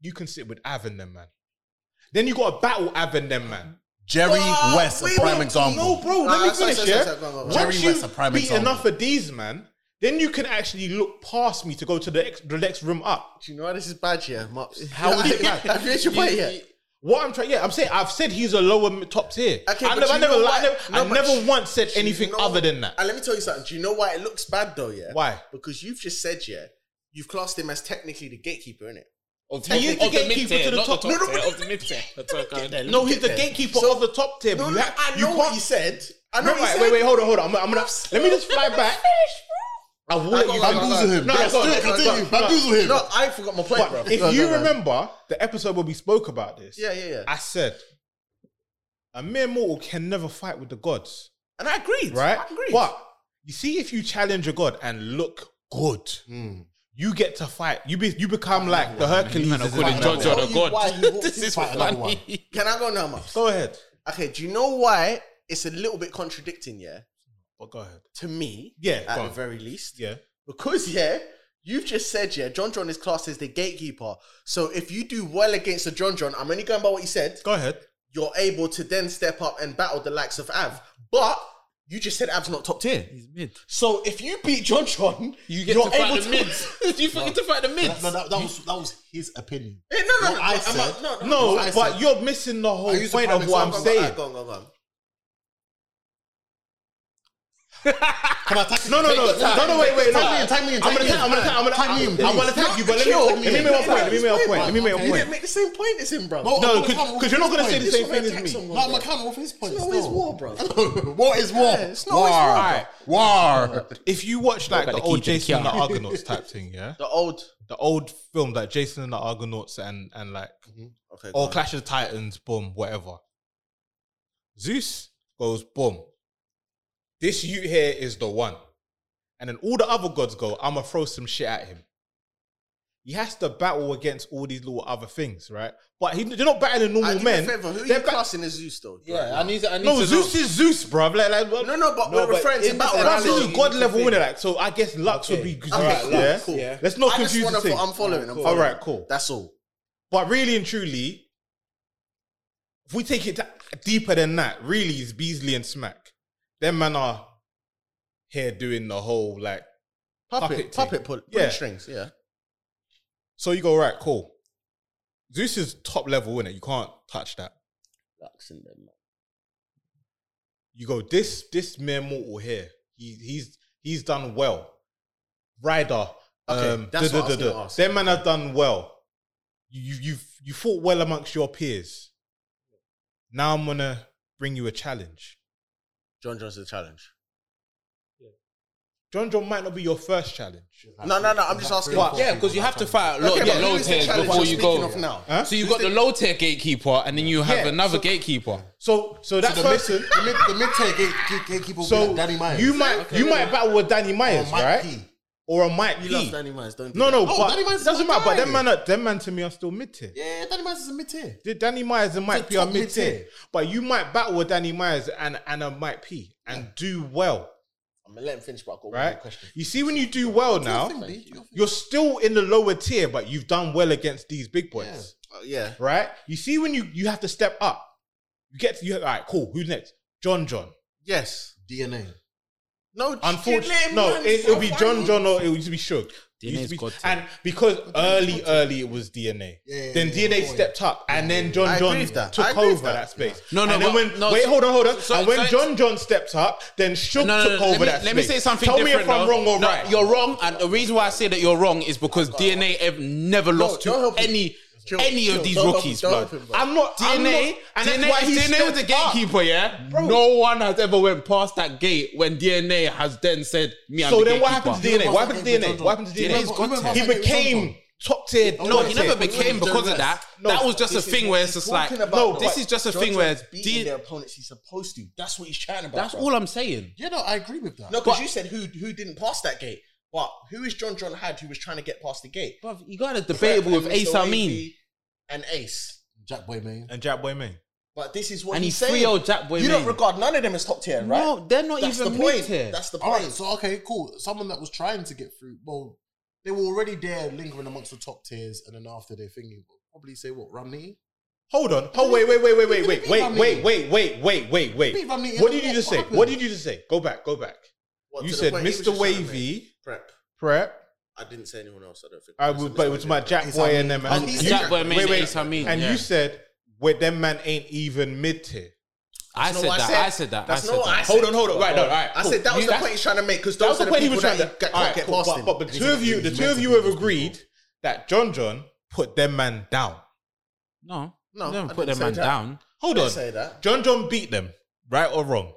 you can sit with Av and them man. Then you got to battle Av and them man. Jerry Ah, West, wait, a prime wait, example. No, bro, let Ah, me sorry, finish. sorry, yeah, sorry, sorry, go on, go on. once Jerry you West's a prime beat example. enough of these, man, then you can actually look past me to go to the ex- the next room up. Do you know why this is bad here, Mops? How is it bad? Have you actually played yet? What I'm trying, yeah, I'm saying I've said he's a lower mid- top tier. Okay, I but never, I you know never, I what? never, No, I but never you- once said Do you anything know- other than that. And let me tell you something. Do you know why it looks bad though? Yeah. Why? Because you've just said yeah. You've classed him as technically the gatekeeper, innit? Of, And you of, the of the gatekeeper mid tier, to the not top. the No, top no, tier, but- of the mid tier. That's okay. No, he's the gatekeeper of the top tier. No, You no, ha- I you know what you said. I know No, what you right, said. wait, wait, hold on, hold on. I'm, I'm gonna let me just fly back. I will let you got- finish. I got- Bamboozle him. No, no, go on, Still go on, go continue. on, go on. Bamboozle him. No, I forgot my point, bro. But if No, you no, no. remember the episode where we spoke about this, Yeah, yeah, yeah. I said a mere mortal can never fight with the gods, And I agreed. right? I agreed. But you see, if you challenge a god and look good, Hmm. you get to fight. You be, you become like the Hercules. Man, I'm is calling in Jojo battle. the god. This This is Fight another one. funny. Can I go now, Mops? Go ahead. Okay, do you know why it's a little bit contradicting, yeah? But Oh, go ahead. To me, Yeah, at go the on. very least. Yeah. Because yeah, you've just said yeah, John John is classed as the gatekeeper. So if you do well against the John John, I'm only going by what he said. Go ahead. You're able to then step up and battle the likes of Av, but you just said Av's not top tier. He's mid. So if you beat John John, You get You're to fight able the to- mids. you forget to fight the No, mids. no, that, that was that was his opinion. Eh, no, no, What no, I I'm said- not- no, no, No, What I but said- you're missing the whole I used the point prime of what I'm example. saying. Go on, go on, go on. Can I attack? No, no, no, Take- no, no, wait, wait, no. Tag me in, tag me in, I'm tag gonna, me in. attack- I'm gonna, attack- I'm gonna, Tag me in, I'm gonna please. attack you, but let me, Chill. let me make my point. Let me make my point. Let me make my Okay. You point. didn't make the same point as him, bro. No, No, I'm because coming with because you're not gonna his say the point. same thing as me. No, I'm accountable with his point. It's not always war, bro. War is war. Yeah, it's not always war, War. War. If you watch like got the the key old to the Jason and the key. Argonauts type thing, yeah, The old. the old film like Jason and the Argonauts and and like Mm-hmm. Okay. or Clash of the Titans, boom, whatever. Zeus goes boom. This you here is the one, and then all the other gods go. I'ma throw some shit at him. He has to battle against all these little other things, right? But he, they're not battling normal I give men. men, favor. Who are you They're ba- classing as Zeus though? Yeah, I need to. I need no, to Zeus is Zeus, bruv. Like, like, No, no, but No, we're but referring to in this battle. Bruv, analogy, royale. this is God you level think- winner, like. So I guess Lux would be Zeus. Okay, cool, yeah? cool. Yeah. Let's not I just confuse want the to. thing. Fo- I'm following. I'm Cool. following. Alright, cool. That's all. But really and truly, if we take it da- deeper than that, really is Beasley and Smack. Them man are here doing the whole like. Puppet Puppet, thing. puppet, pull, Yeah. yeah. strings. Yeah. So you go right, cool. Zeus is top level winner. You can't touch that. Lux in them. You go this this mere mortal here. He he's he's done well. Ryder. Okay, um, that's what I was da-da-da-da. gonna ask. Them man have done well. You you you've, you fought well amongst your peers. Now I'm gonna bring you a challenge. John John's the challenge. John John might not be your first challenge. No, no, no. I'm just asking. What? Yeah, because you have to fight a lot Okay, yeah, but who low is the tiers challenge before you're you speaking go. of now? Huh? So you've got the low tier gatekeeper, and then you have Yeah, another so- gatekeeper. So so that The mid, person. the mid, the mid tier gate, gate, gatekeeper. so So Danny Myers. you might you might battle with Danny Or Myers, Mike right? P. Or a Mike You P. love Danny Myers, don't you? No, no, Oh, but Danny Myers is doesn't my matter. But guy. them man, are, them man to me are still mid tier. Yeah, Danny Myers is a mid tier. Danny Myers and Mike a P are top mid tier, mid-tier. but you might battle with Danny Myers and and a Mike P and do well, I'm gonna let him finish, but I've got one right? more question. You see, when you do well now, Thing, B, your thing. you're still in the lower tier, but you've done well against these big boys. Yeah. Uh, yeah. right? You see, when you you have to step up, you get to, you. All right, cool. Who's next? John John. Yes. DNA. No. Unfortunately, no, it, it'll be John John or it used to be Shug. DNA's Used to be- got to. and because early, early it was DNA. Yeah, yeah, then yeah, DNA yeah. stepped up, and then I John agree John with that. I took agree with over that, that. space. No, no, and then but- when, no, wait, so- hold on, hold on. so- and when so- John John stepped up, then Shug took over let me, that Let me space. say something Tell different. me if I'm though. wrong or No, right. You're wrong, and the reason why I say that you're wrong is because DNA have never lost don't to help him. any Chill, any chill, of these don't help rookies, him, bro. don't help him, bro. I'm not I'm DNA, not- and DNA, that's why he DNA was stepped the up. gatekeeper, yeah. No one has ever went past that gate when DNA has then said, "Me, I'm So the then, what gatekeeper." happened to DNA? What happened to Remember, DNA? What happened to DNA's got DNA? to. He became top tier. No, lower he tier. never became because of that. No, that was just a This is thing what where he's it's just like, talking about, No, bro. this is just a John thing where John's beating D- their opponents he's supposed to. That's what he's trying about. that's bro. all I'm saying. Yeah, no, I agree with that. No, because you said who who didn't pass that gate, but who is John John had who was trying to get past the gate? Bruv, you got a debatable with Mr. Ace Amin. Wavy and Ace Jack Boy Main. and Jack Boy Main. But this is what And he's he's saying. free old Jack Boy You don't Main. regard none of them as top tier, right? No, they're not That's even the point. mid-tier. That's the All point. right, so okay, cool. Someone that was trying to get through, well, they were already there lingering amongst the top tiers, and then after their thingy, but probably say what Romney. Hold on. Oh wait, wait, wait, wait, wait, wait, Beat wait, Romney. wait, wait, wait, wait, wait, Beat wait. Romney in What the did you what? just What say? happened? What did you just say? Go back, go back. What, You to the said point he was Mr. just trying to make Wavy. prep. Prep. I didn't say anyone else. I don't think. I would, but it was my Jack It's Boy Hamid. and them. And you- he's Jack Boy, man, wait, wait. it's Hamid, And yeah. you said, "Where them man ain't even mid tier." I That's said not what that. I I said. said that. That's I not said what I that. said. Hold on, hold on. Right, no, all right. I cool. said that was You- the point he's trying to make because That was those the are the point he people was that trying to. get, all right, get cool. past but, him. but the two of you, the two of you have agreed that John John put them man down. No, No, no, I don't put didn't that say man that. down. Hold Don't on, say that. John John beat them, right or wrong?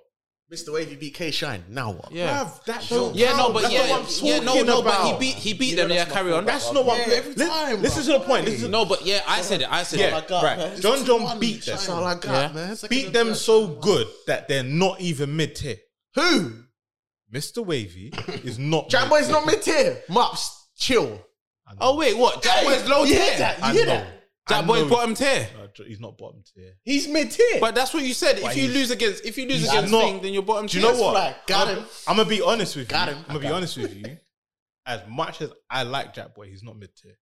Mr. Wavy beat K Shine. Now what? Yeah. Bruv, that don't Yeah, no, count. but That's not yeah, what I'm yeah, no, talking no, but he about. beat he beat You them. know Yeah, that's carry not on. fair. That's not what. Yeah, every Li- time, Listen to bruv. the point. Listen. No, but yeah, I said it. I said Yeah, it. right. John John beat them. That's all I got, Yeah. man. beat them so good that they're not even mid tier. Who? Mr. Wavy is not. Jack Boy's not mid tier. Mops, chill. Oh wait, what? Jack Boy's low you hear tier. that? You I hear know. that? I Jack Boy's know. bottom tier. No, he's not bottom tier. He's mid tier. But that's what you said. If you he's- lose against if you lose he's against not. Thing, then you're bottom Do tier. you know That's what? like, got him. I'm gonna be honest with Got you. him. I'm gonna be honest with you. As much as I like Jack Boy, he's not mid tier.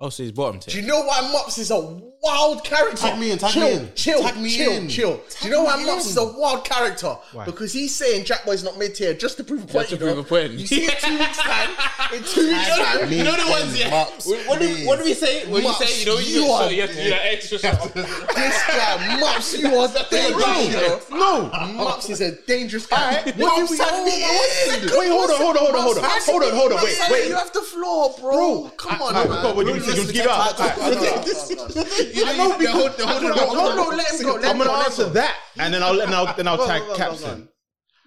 Oh, so he's bottom tier. Do you know why Mops is a wild character? Tag me in, tag chill, me in. chill, tag me chill, in. chill. Do Tag you know me why Mops is a in. wild character? Why? Because he's saying Jack Boy's not mid tier just to prove a point. to you know. prove a point. You see it two weeks time. In two weeks Tag time, me You know the ones, in, yeah. Mops, What do we- what do we please. say? What do you Mops, say? You know, you, you so are- you have to do that extra stuff. this guy Mops, you are dangerous. You know? No. Mops is a dangerous guy. Alright, What Mops, do we tag me Wait, in. Wait, hold on, hold on, hold on, hold on. Hold on, hold on, wait, wait. You have the floor, bro. Come Oh, on, man. What do you Don't say? You listen give to up. that. All right, I know because hold on, hold on, hold on, let him go, let I'm him gonna go, let him answer go. that, and then I'll and I'll then I'll tag go on. Captain.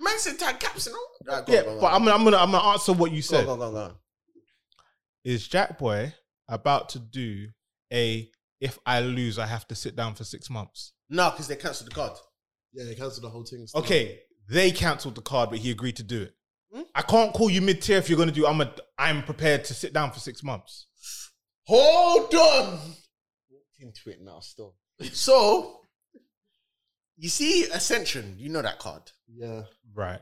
Man said tag caps, you know? Right, go Yeah, on, go on, but I'm gonna I'm gonna I'm gonna answer what you go on, said. go on, go on, go on. Is Jack Boy about to do a if I lose, I have to sit down for six months? No, because they cancelled the card. Yeah, they cancelled the whole thing. Mm. and stuff. Okay, they cancelled the card, but he agreed to do it. Mm. I can't call you mid tier if you're gonna do. I'm a. I'm prepared to sit down for six months. Hold on. Into it now, still. So, you see Ascension, you know that card. Yeah, Right.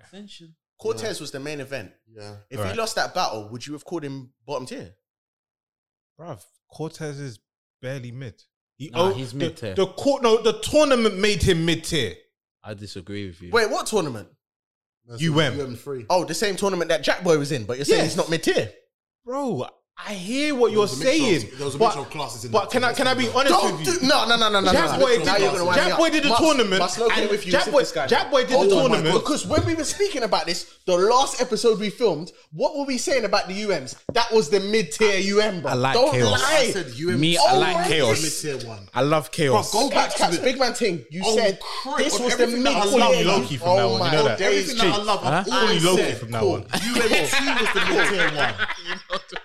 Cortez was the main event. yeah. If Right. he lost that battle, would you have called him bottom tier? Bruv, Cortez is barely mid. He, Nah, oh, he's the- mid-tier. The, court, no, the tournament made him mid tier. I disagree with you. Wait, what tournament? UM. UM free. Oh, the same tournament that Jack Boy was in, but you're saying Yeah. he's not mid tier. Bro, I hear what There you're was a mixture of- saying. there was a but, mixture of classes in But that can I team. can I be Don't honest Don't with do you? no, no, no, no, no. Jack no. Boy did Now you're gonna the wind me Jack up. Boy did the Must- tournament. must locate and with you, Jack sit Boy this guy Jack down. Boy did the Hold on, my tournament. God. Because when we were speaking about this, the last episode we filmed, what were we saying about the UMs? That was the mid tier UM, bro. I like Don't I chaos. lie. said UM. Me, I like chaos. Mid tier one. I love chaos. Bro, go back Cat to Cat's the big man thing. You Oh, said crap. this On was the everything mid Oh that I I'll call you Yeah, Loki from now on. You know that. Everything that I love, I've Huh? always Only Loki said, from now cool. on. UM2 was the mid tier one.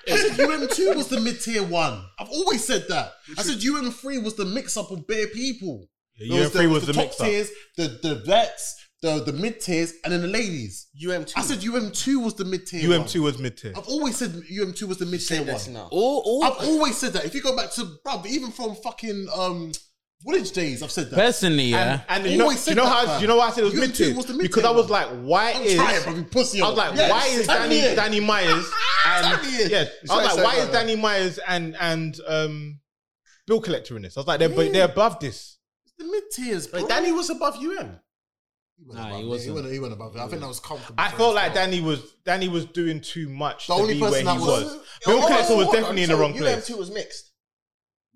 I said UM2 was the mid tier one. I've always said that. I said UM3 was the mix up of bare people. Yeah, There UM three was the top mix up. tiers, the the vets, the the mid tiers, and then the ladies. UM2. I said UM2 was the mid tier. UM two was mid tier. I've always said UM2 was the mid tier this one. now. All, all, I've always said that. If you go back to bruv, even from fucking um, village days, I've said that. personally, yeah. And, and you know, Always you said know that, how fam. you know why I said it was UM2 mid tier was the mid-tier because I was one. like, why I'm is trying, bruv, you pussy. I was like, Yes, why is tag me Danny in. Danny Myers and Tag me in. yeah? I Sorry, was like, sorry, why is sorry. Danny Myers and and um Bill Collector in this? I was like, they're but they're above this. The mid tiers, bro. But Danny was above UM. He went Nah, above he it. wasn't. He went, he went above it. I think that was comfortable. I for felt him. like Danny was Danny was doing too much The to only be person where he that was. was- Bill Oh, Collector was hold on, definitely in so the wrong place. UM2 was mixed.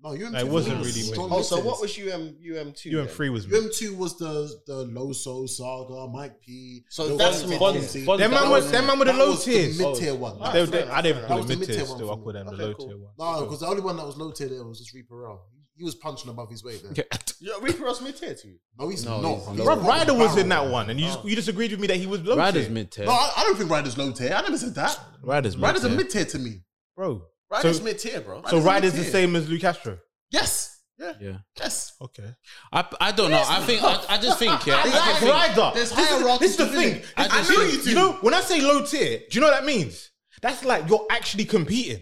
No, UM2 It wasn't really mid. Oh, so what was UM, UM2? You and then? three was mid. UM2 was the the Loso saga, Mike P. So Lil that's Jon mid-tier. Fonzie. Fonzie. Them That man was- was them man with the that low was the tiers. mid-tier one. Oh. Nah, They, That's they, fair I didn't enough. call That them mid was the tier mid-tier one still. for I call me. them the Okay, low cool. tier one. No, because the only one that was low tier there was just Reaper L. He was punching above his weight there. Yeah, Reaper Ross mid tier to you. No, he's No, not. he's bro. low. He's Rob proper Ryder was barrel. in that one, and you just, you disagreed with me that he was low Ryder's tier, mid tier. No, I, I don't think Ryder's low tier. I never said that. Ryder's mid Ryder's tier. a mid tier to me. bro. Ryder's So- mid tier, bro. So Ryder's Ryder's the mid-tier. same as Lou Castro. Yes. Yeah. Yeah. Yes. Okay. I, I don't know. I think I, I just think yeah. I just Like think- Ryder. There's This is- hierarchies This is the within thing. it. I, know you do. You know, when I say low tier, do you know what that means? That's like you're actually competing.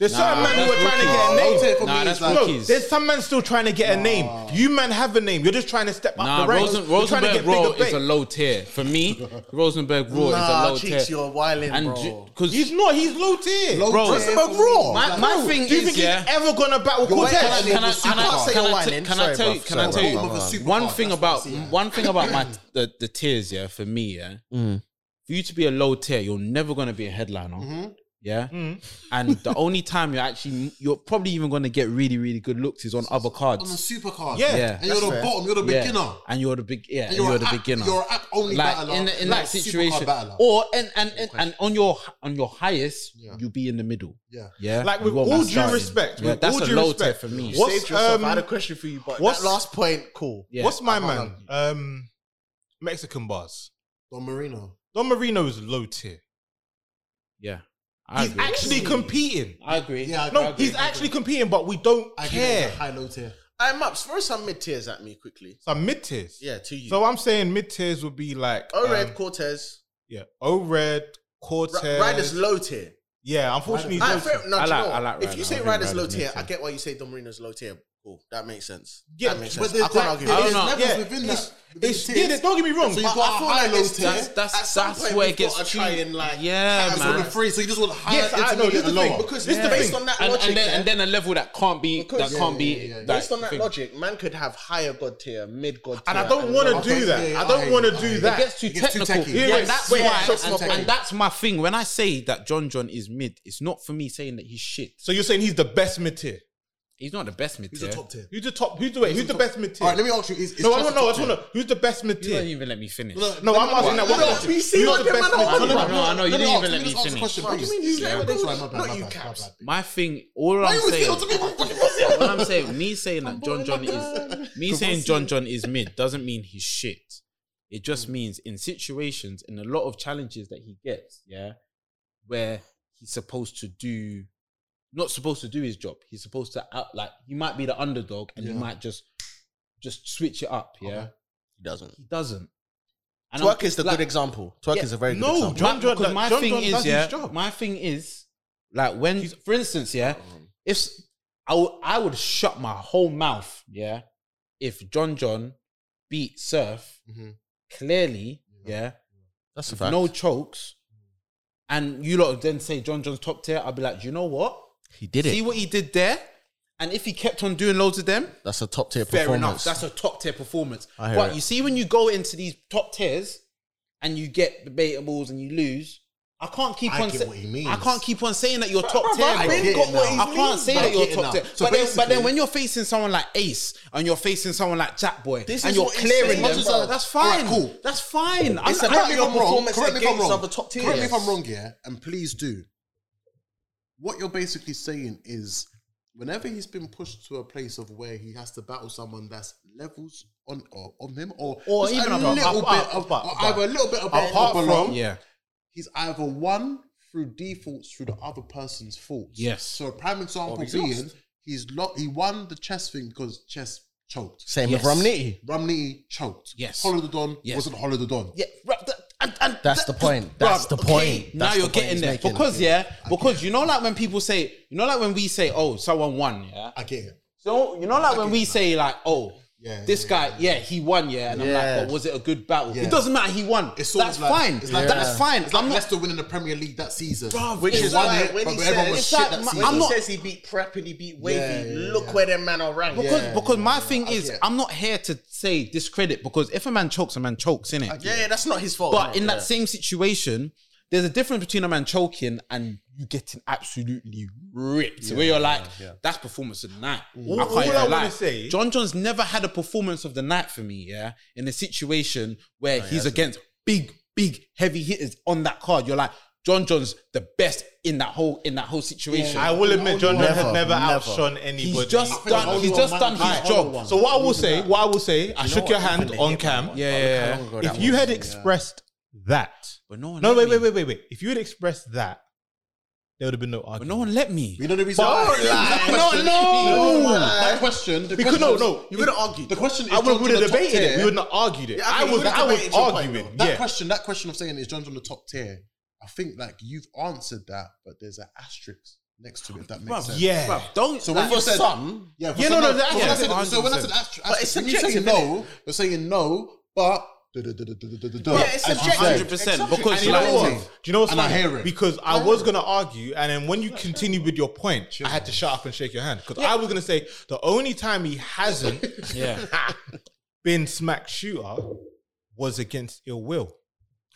There's certain men who are trying to get a name. Nah, that's No, rookies. there's some men still trying to get a name. You men have a name. You're just trying to step up Nah, the ranks. Rosen, You're trying to Rosenberg get bigger Raw is bait. a low tier for me. Rosenberg Nah, Raw is a low cheeks, tier. you're wilding, and bro. Because He's not. He's low tier. Low Bro, tier. Rosenberg Raw. My- my thing do you is, think yeah. he's ever gonna battle Can I- Cortez? can I- Supercar. can I- Can't say can I you're t- whining. can I Sorry, tell you? bruv. Can I Sorry, tell you? bruv. Of a One supercar, thing that's about what I see, yeah. one thing about my the the tiers, yeah. For me, yeah. For you to be a low tier, you're never gonna be a headliner. Yeah, and the only time you're actually you're probably even gonna get really really good looks is on other on the cards. supercard. Yeah. Yeah. and you're the That's fair. bottom. You're the Yeah. beginner. and you're the big yeah, and And you're, you're an the app- beginner. you're an app-only like battler, in, the- in like that supercar situation, battler. or and and and, and on your on your highest, you'll be in the middle. Yeah. yeah. Like, You with won't be all due starting. respect, yeah, with that's all a due low respect, tier for me. what- Saved What's, yourself. I had a um, question for you, but what's- that last point, cool. Yeah. What's my I'm man? on Um, Mexican bars. Don Marino. Don Marino is low tier. Yeah, I He's agree. actually competing. I agree. Yeah, I- I No, agree, he's I agree. actually competing, but we don't I give it care. a high low tier. I maps. Throw some mid tiers at me quickly. So mid tiers. Yeah, to you. So I'm saying mid tiers would be like O Red um, Cortez. yeah, O Red Cortez. Ri- Ryder's low tier. Yeah, unfortunately, he's I, low tier. fair, no, I do you like- know I what? like if Ryder. you I say think Ryder's Ryder low makes tier, I sense. get why you say Don Marino's low tier. Cool, that makes sense. Yeah, that makes But sense. there's I can't that- argue. there with is that. know. levels Yeah, within it's- that. within it's, the yeah, tiers. there's- don't get me wrong. So but you've But I got a feel high like low it's- tier. That's that's At some that's point, where we've it gets gotta too. try and, like, yeah, It's man. number three, so you just want high Yes, I know, intermediate here's and the thing, lower. Because This is the based thing. on that And, logic, and then yeah, and then a level that can't be Because- that can't be Yeah, yeah, yeah, yeah. that based on that thing. logic, man could have higher god tier, mid god tier, And I don't want to low do tier. that. Yeah, yeah, I don't I want to hear you. do It that. gets too It gets too technical. techy. Yeah, Yeah, that's wait, why, that's and, my and point. that's my thing. When I say that John John is mid, it's not for me saying that he's shit. So you're saying he's the best mid tier? He's not the best mid He's tier. a top tier. Who's the top? Who's the wait? Who's the best mid tier? All right, let me ask you. Is, is no, I Chelsea don't know. I top just want tier? to. Who's the best mid You don't tier? even let me finish. No, I'm asking that one no, question. we see Who's what the them best man are mid-tier? on No, no, no, you Let me didn't ask- even let me just ask the finish. question, please. Yeah, let I'm me- sorry, my bad, not my you, bad, my Caps. bad. My thing, all I'm saying, all I'm saying, me saying that John John is me saying John John is mid doesn't mean he's shit. It just means in situations, in a lot of challenges that he gets, yeah, where he's supposed to do, not supposed to do his job. He's supposed to out like he might be the underdog and he Yeah. might just just switch it up. Yeah, he doesn't. he doesn't. And I'm- Twerk is the like, good example. Twerk Yeah, is a very good no, example. John my, John- because my John thing John does is his yeah, job. my thing is like when, for instance, yeah, Uh-huh. if s- I would I would shut my whole mouth, yeah, if John John beat Surf clearly, yeah, Mm-hmm. That's a with fact. Mm-hmm. no chokes, and you lot would then say John John's top tier, I'd be like, you know what? he did See what he did there, and if he kept on doing loads of them, That's a top tier fair enough. performance. That's a top tier performance. I hear But it. you see, when you go into these top tiers and you get debatables and you lose, I can't keep I on. get sa- what he means. I can't keep on saying that you're top tier. I bro. get it now. I can't say I that get you're it now. top tier. So but, then, but basically- then when you're facing someone like Ace and you're facing someone like Jack Boy This and is you're what he's clearing saying, them, much as I- that's Alright, fine. cool. That's fine. I'm- It's I'm about not- your I'm wrong. performance Correct me if I'm against wrong. other top tiers. Correct me if I'm Yes. wrong here, and please do. What you're basically saying is, whenever he's been pushed to a place of where he has to battle someone that's levels on or on him, or, Or just even a above, little up, up, bit, of, up, or up. either a little bit above Apart or below, from- yeah. he's either won through defaults through the other person's faults. Yes. So a prime example he's being lost. he's lo- he won the chess thing because chess choked. Same Yes. with Romney. Romney choked. Yes. Hollow the Don Yes. wasn't Hollow the Don. Yeah, right, that- and, and That's the point. That's the point. That's now the you're point getting he's there making. because yeah, because you know, like when people say, you know, like when we say, oh, someone won, yeah. I get it. So you know, like when we say, like, oh. Yeah, this yeah, guy, yeah, he won, yeah, and I'm Yeah. like, but was it a good battle? Yeah. It doesn't matter, he won. It's sort That's of like- fine. it's like- That's fine. It's like I'm not. Leicester winning the Premier League that season, Bruv, They it's won like it, when but he everyone was says- shit it's that like- season. When I'm he not- says he beat Prep and he beat Wavy, Yeah, yeah, yeah, look yeah. where their man are ranked. Because, Yeah, because yeah, my yeah, thing I is, get it. I'm not here to say discredit because if a man chokes, a man chokes, innit? yeah, yeah, that's not his fault. But in that Yeah. same situation, there's a difference between a man choking and you getting absolutely ripped, where you're like, that's performance of the night. All- I can't all even I wanna lie. say- John John's never had a performance of the night for me, yeah, in a situation where he's against big, big, heavy hitters on that card. You're like, John John's the best in that whole in that whole situation. I will admit, John John has never, Never, never. outshone he's anybody. just the done. whole He's lot just man- done his Alright, hold job. on. so what I will say, what I will say, I shook your hand on cam. Yeah, yeah, yeah. If you had expressed that, But no one. no, wait, let me. wait, wait, wait, wait. If you had expressed that, there would have been no But argument. no one let me. We know the reason. But- why. Don't That lie. question- No, no. That question. the Because question no, was- no. You would have argued. The question is, I would, John would have John the top debated it. tier? We would not argued it. Yeah, I think was, you would I was debated your point, arguing. though. That yeah. question, that question of saying is John's on the top tier. I think like you've answered that, but there's an asterisk next to it. If that makes Bruv, sense. yeah. Bruv, don't- So when like, you for said some- yeah, for Yeah, some- no, no, So when I that's- said, yeah, so when I said 100%. astro- But it's astro- when you say subjective, no, you're saying no, but. Yeah, it's Because you know what? Do you know what's And I funny? hear it. Because I was going to argue, and then when you continued with your point, I had to shut up and shake your hand because I was going to say the only time he hasn't Yeah. been smack shooter was against ill will.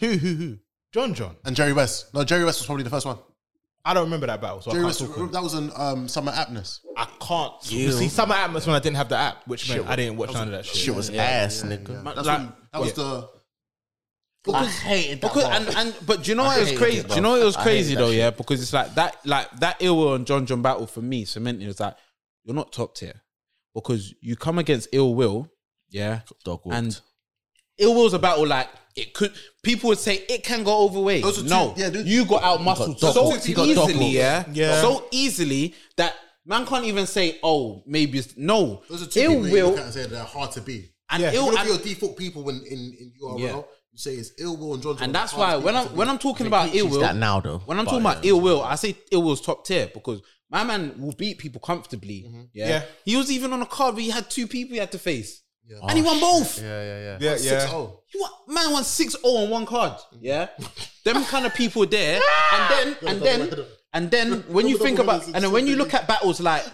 Who, who, who? John John. And Jerry West. No, Jerry West was probably the first one. I don't remember that battle, so Jerry I can't West, talk on it. that was an um, summer aptness. I can't. You. You see, summer atmosphere when I didn't have the app, which meant Shit I didn't was- watch that none of was- that shit. shit was Yeah. ass, nigga. That's Like- when- that was yeah. the. Because, because bar. and, and but do you know I what it was hated crazy? it, do you bro. know it was I crazy hated though? that Yeah, because it's like that, like that ill will and John John battle for me cemented. It's like you're not top tier because you come against ill will, yeah, and ill will's a battle like it could. People would say it can go overweight. Those are two- no, yeah, dude. you got out muscled dog so walked. He got dog easily, walked. yeah, Yeah. so easily that man can't even say, oh, maybe it's, no. Those are two ill people that you will look at and say they're hard to beat. And if ill- you look at and- your default people when in, in URL, Yeah. you say it's ill will and John. John And that's are why hard when I people to when beat. I'm talking They about preach ill will, that now though. When I'm talking about ill will, I say ill will's top tier because my man will beat people comfortably. Yeah? Yeah. he was even on a card where he had two people he had to face, Yeah. and he won both. Yeah, yeah. He won, man won 6-0 on one card. Yeah, them kind of people there, and then and then. And then when you think about, and then when you look at battles like,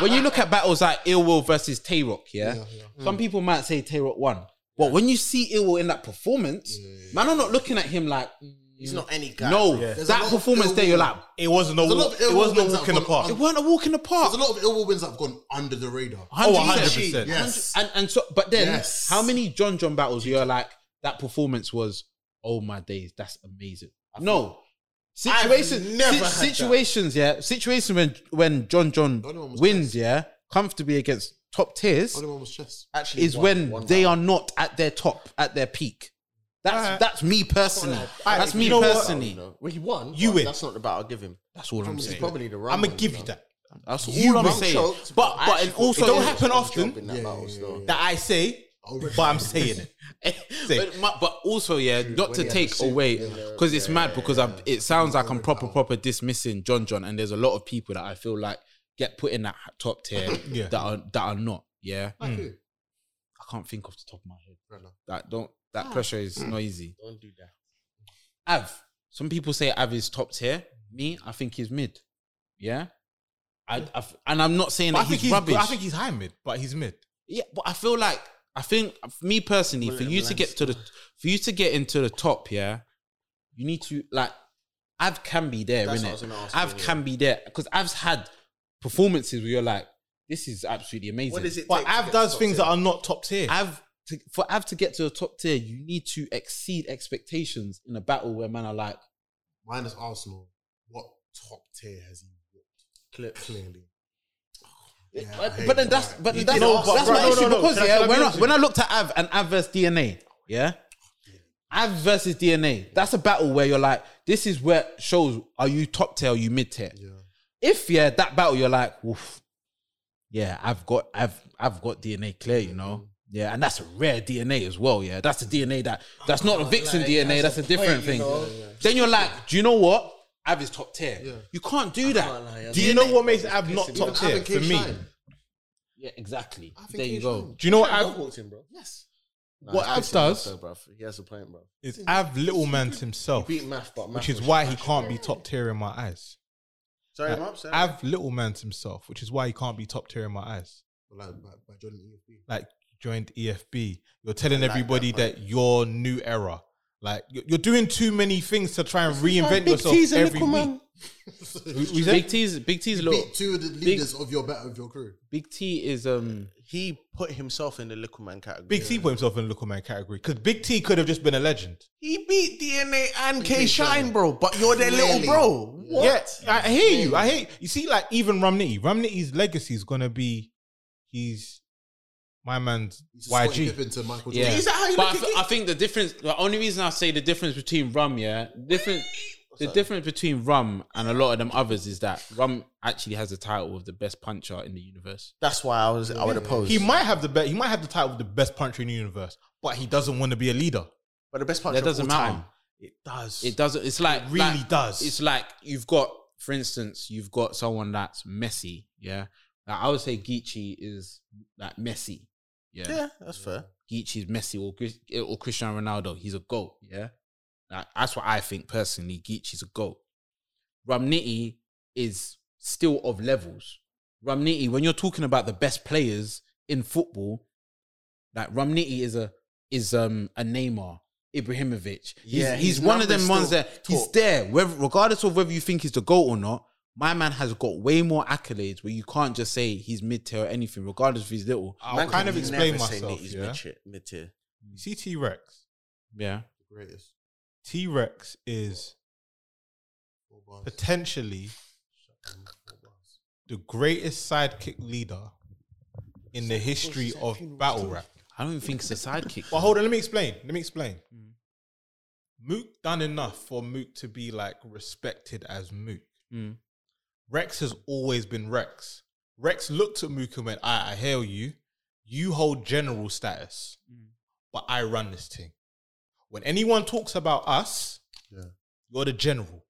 when you look at battles like Ill Will versus Tay Rock, yeah, Mm. some people might say Tay Rock won, but when you see Ill Will in that performance, man, I'm not looking at him like He's not any guy. no, Yeah. There's a lot that of performance ill there, you're will. like, It wasn't a, There's a walk, lot of ill it wasn't a wins that walk in the have gone park. it weren't a walk in the park. There's a lot of ill will wins that have gone under the radar. 100%. Yes. And so, but then, Yes. how many John John battles you're like, that performance was, oh my days, that's amazing. no. Situations, I've never si- had that. situations, yeah, situations when when John John Only one was wins, yeah, comfortably against top tiers Only one was chess. Actually, is one- when one they round. are not at their top, at their peak. That's Alright. that's me personally. Alright, that's you me know what? personally. No. Well, he won. You but win. That's not the battle I'll give him. That's all I'm It's saying. probably the wrong I'm gonna one, give though. you that. That's all You I'm were saying. choked, but I but actually and thought also It don't happen Choked often. in that battle, so. That I say, but I'm saying it. but, my- but also, yeah, not to yeah, take shoot, away yeah. because it's mad because I'm, it sounds like I'm proper proper dismissing John John, and there's a lot of people that I feel like get put in that top tier Yeah. that are that are not. Yeah, Like who? I can't think off the top of my head. Fair enough. That don't that pressure is noisy. Don't do that. Av, some people say Av is top tier. Me, I think he's mid. Yeah, I, I f- and I'm not saying But I that think he's, he's, rubbish. I think he's high mid, but he's mid. Yeah, but I feel like I think me personally, for you to get to the for you to get into the top, yeah, you need to like Av can be there, That's what I was innit? gonna ask Av you, yeah. can be there because Av's had performances where you're like, this is absolutely amazing. What does it But take to Av get does top things tier? that are not top tier. Av to, for Av to get to the top tier, you need to exceed expectations in a battle where man are like, Minus Arsenal, what top tier has he walked? Clearly. Yeah, I but, hate but then it. that's but You that's, did it. that's, that's No, my no, issue no, no. because Can I- can yeah, I when be I, honest when I looked at Av and Av versus DNA, yeah, Av versus DNA, that's a battle where you're like, this is where shows are you top tier, are you mid tier. Yeah. If yeah, that battle you're like, woof, yeah, I've got I've I've got DNA clear, you know. Yeah, and that's a rare DNA as well. Yeah, that's the DNA that that's not a vixen DNA. That's, a different thing. Then you're like, do you know what? Av is top tier. You can't do that. Do you know what makes Av not top tier Even for K me? Shine. Yeah, exactly. I think There you he's go. fine. Do you know what I've Av? walked him, bro. Yes. What Av does bro. He has a point, bro. is Av little man's himself, Beat math, but math which is was why he trash. can't be top tier in my eyes. Sorry, Like, Mom, sorry. Av little man's himself, which is why he can't be top tier in my eyes. Like by, by Jordan EFB. Like joined EFB, you're telling everybody that, your new era. Like you're you're doing too many things to try and reinvent yourself every week. Who- who's Big that? T's Big T's little Beat two of the leaders of your bet of your crew. Big T is um He put himself in the little man category. Big T put himself in the little man category because Big T could have just been a legend. He beat DNA and K Shine, bro. But you're their little Clearly. bro. What? Yeah, I I hear you. I hear you. See, like even Romney, Romney's legacy is gonna be he's my man's He's a Scottie YG. Pippen to Michael yeah. Jordan. Is that how you look but I, at th- it? I think the difference. The only reason I say the difference between rum, yeah, different. The difference between rum and a lot of them others is that rum actually has the title of the best puncher in the universe. That's why I was. I would oppose. He might have the best. He might have the title of the best puncher in the universe, but he doesn't want to be a leader. but the best part That doesn't matter. It does. It doesn't. It's like really like- does. It's like you've got for instance, you've got someone that's messy, yeah. Like, I would say Geechee is like messy, yeah. Yeah, that's fair. Geechee's messy, or Chris- or Cristiano Ronaldo, he's a goat, yeah. Like, that's what I think personally. Geechee's a goat. Ramniti is still of levels. Ramniti, when you're talking about the best players in football, like Ramniti is a is um a Neymar, Ibrahimovic. He's, Yeah, he's his one of numbers them ones still that he's talk. there. Whether, regardless of whether you think he's the goat or not, my man has got way more accolades where you can't just say he's mid tier or anything, regardless if he's little. I'll kind of explain myself. He's Yeah? mid tier. You see T Rex. Yeah. Greatest. T Rex is Four bars. potentially Four bars. the greatest sidekick leader in the history of battle rap. I don't think it's a sidekick. Well, hold on. Let me explain. Let me explain. Mook done enough for Mook to be like respected as Mook. Mm. Rex has always been Rex. Rex looked at Mook and went, "I, I hail you. You hold general status, but I run this thing. When anyone talks about us, Yeah. you're the general.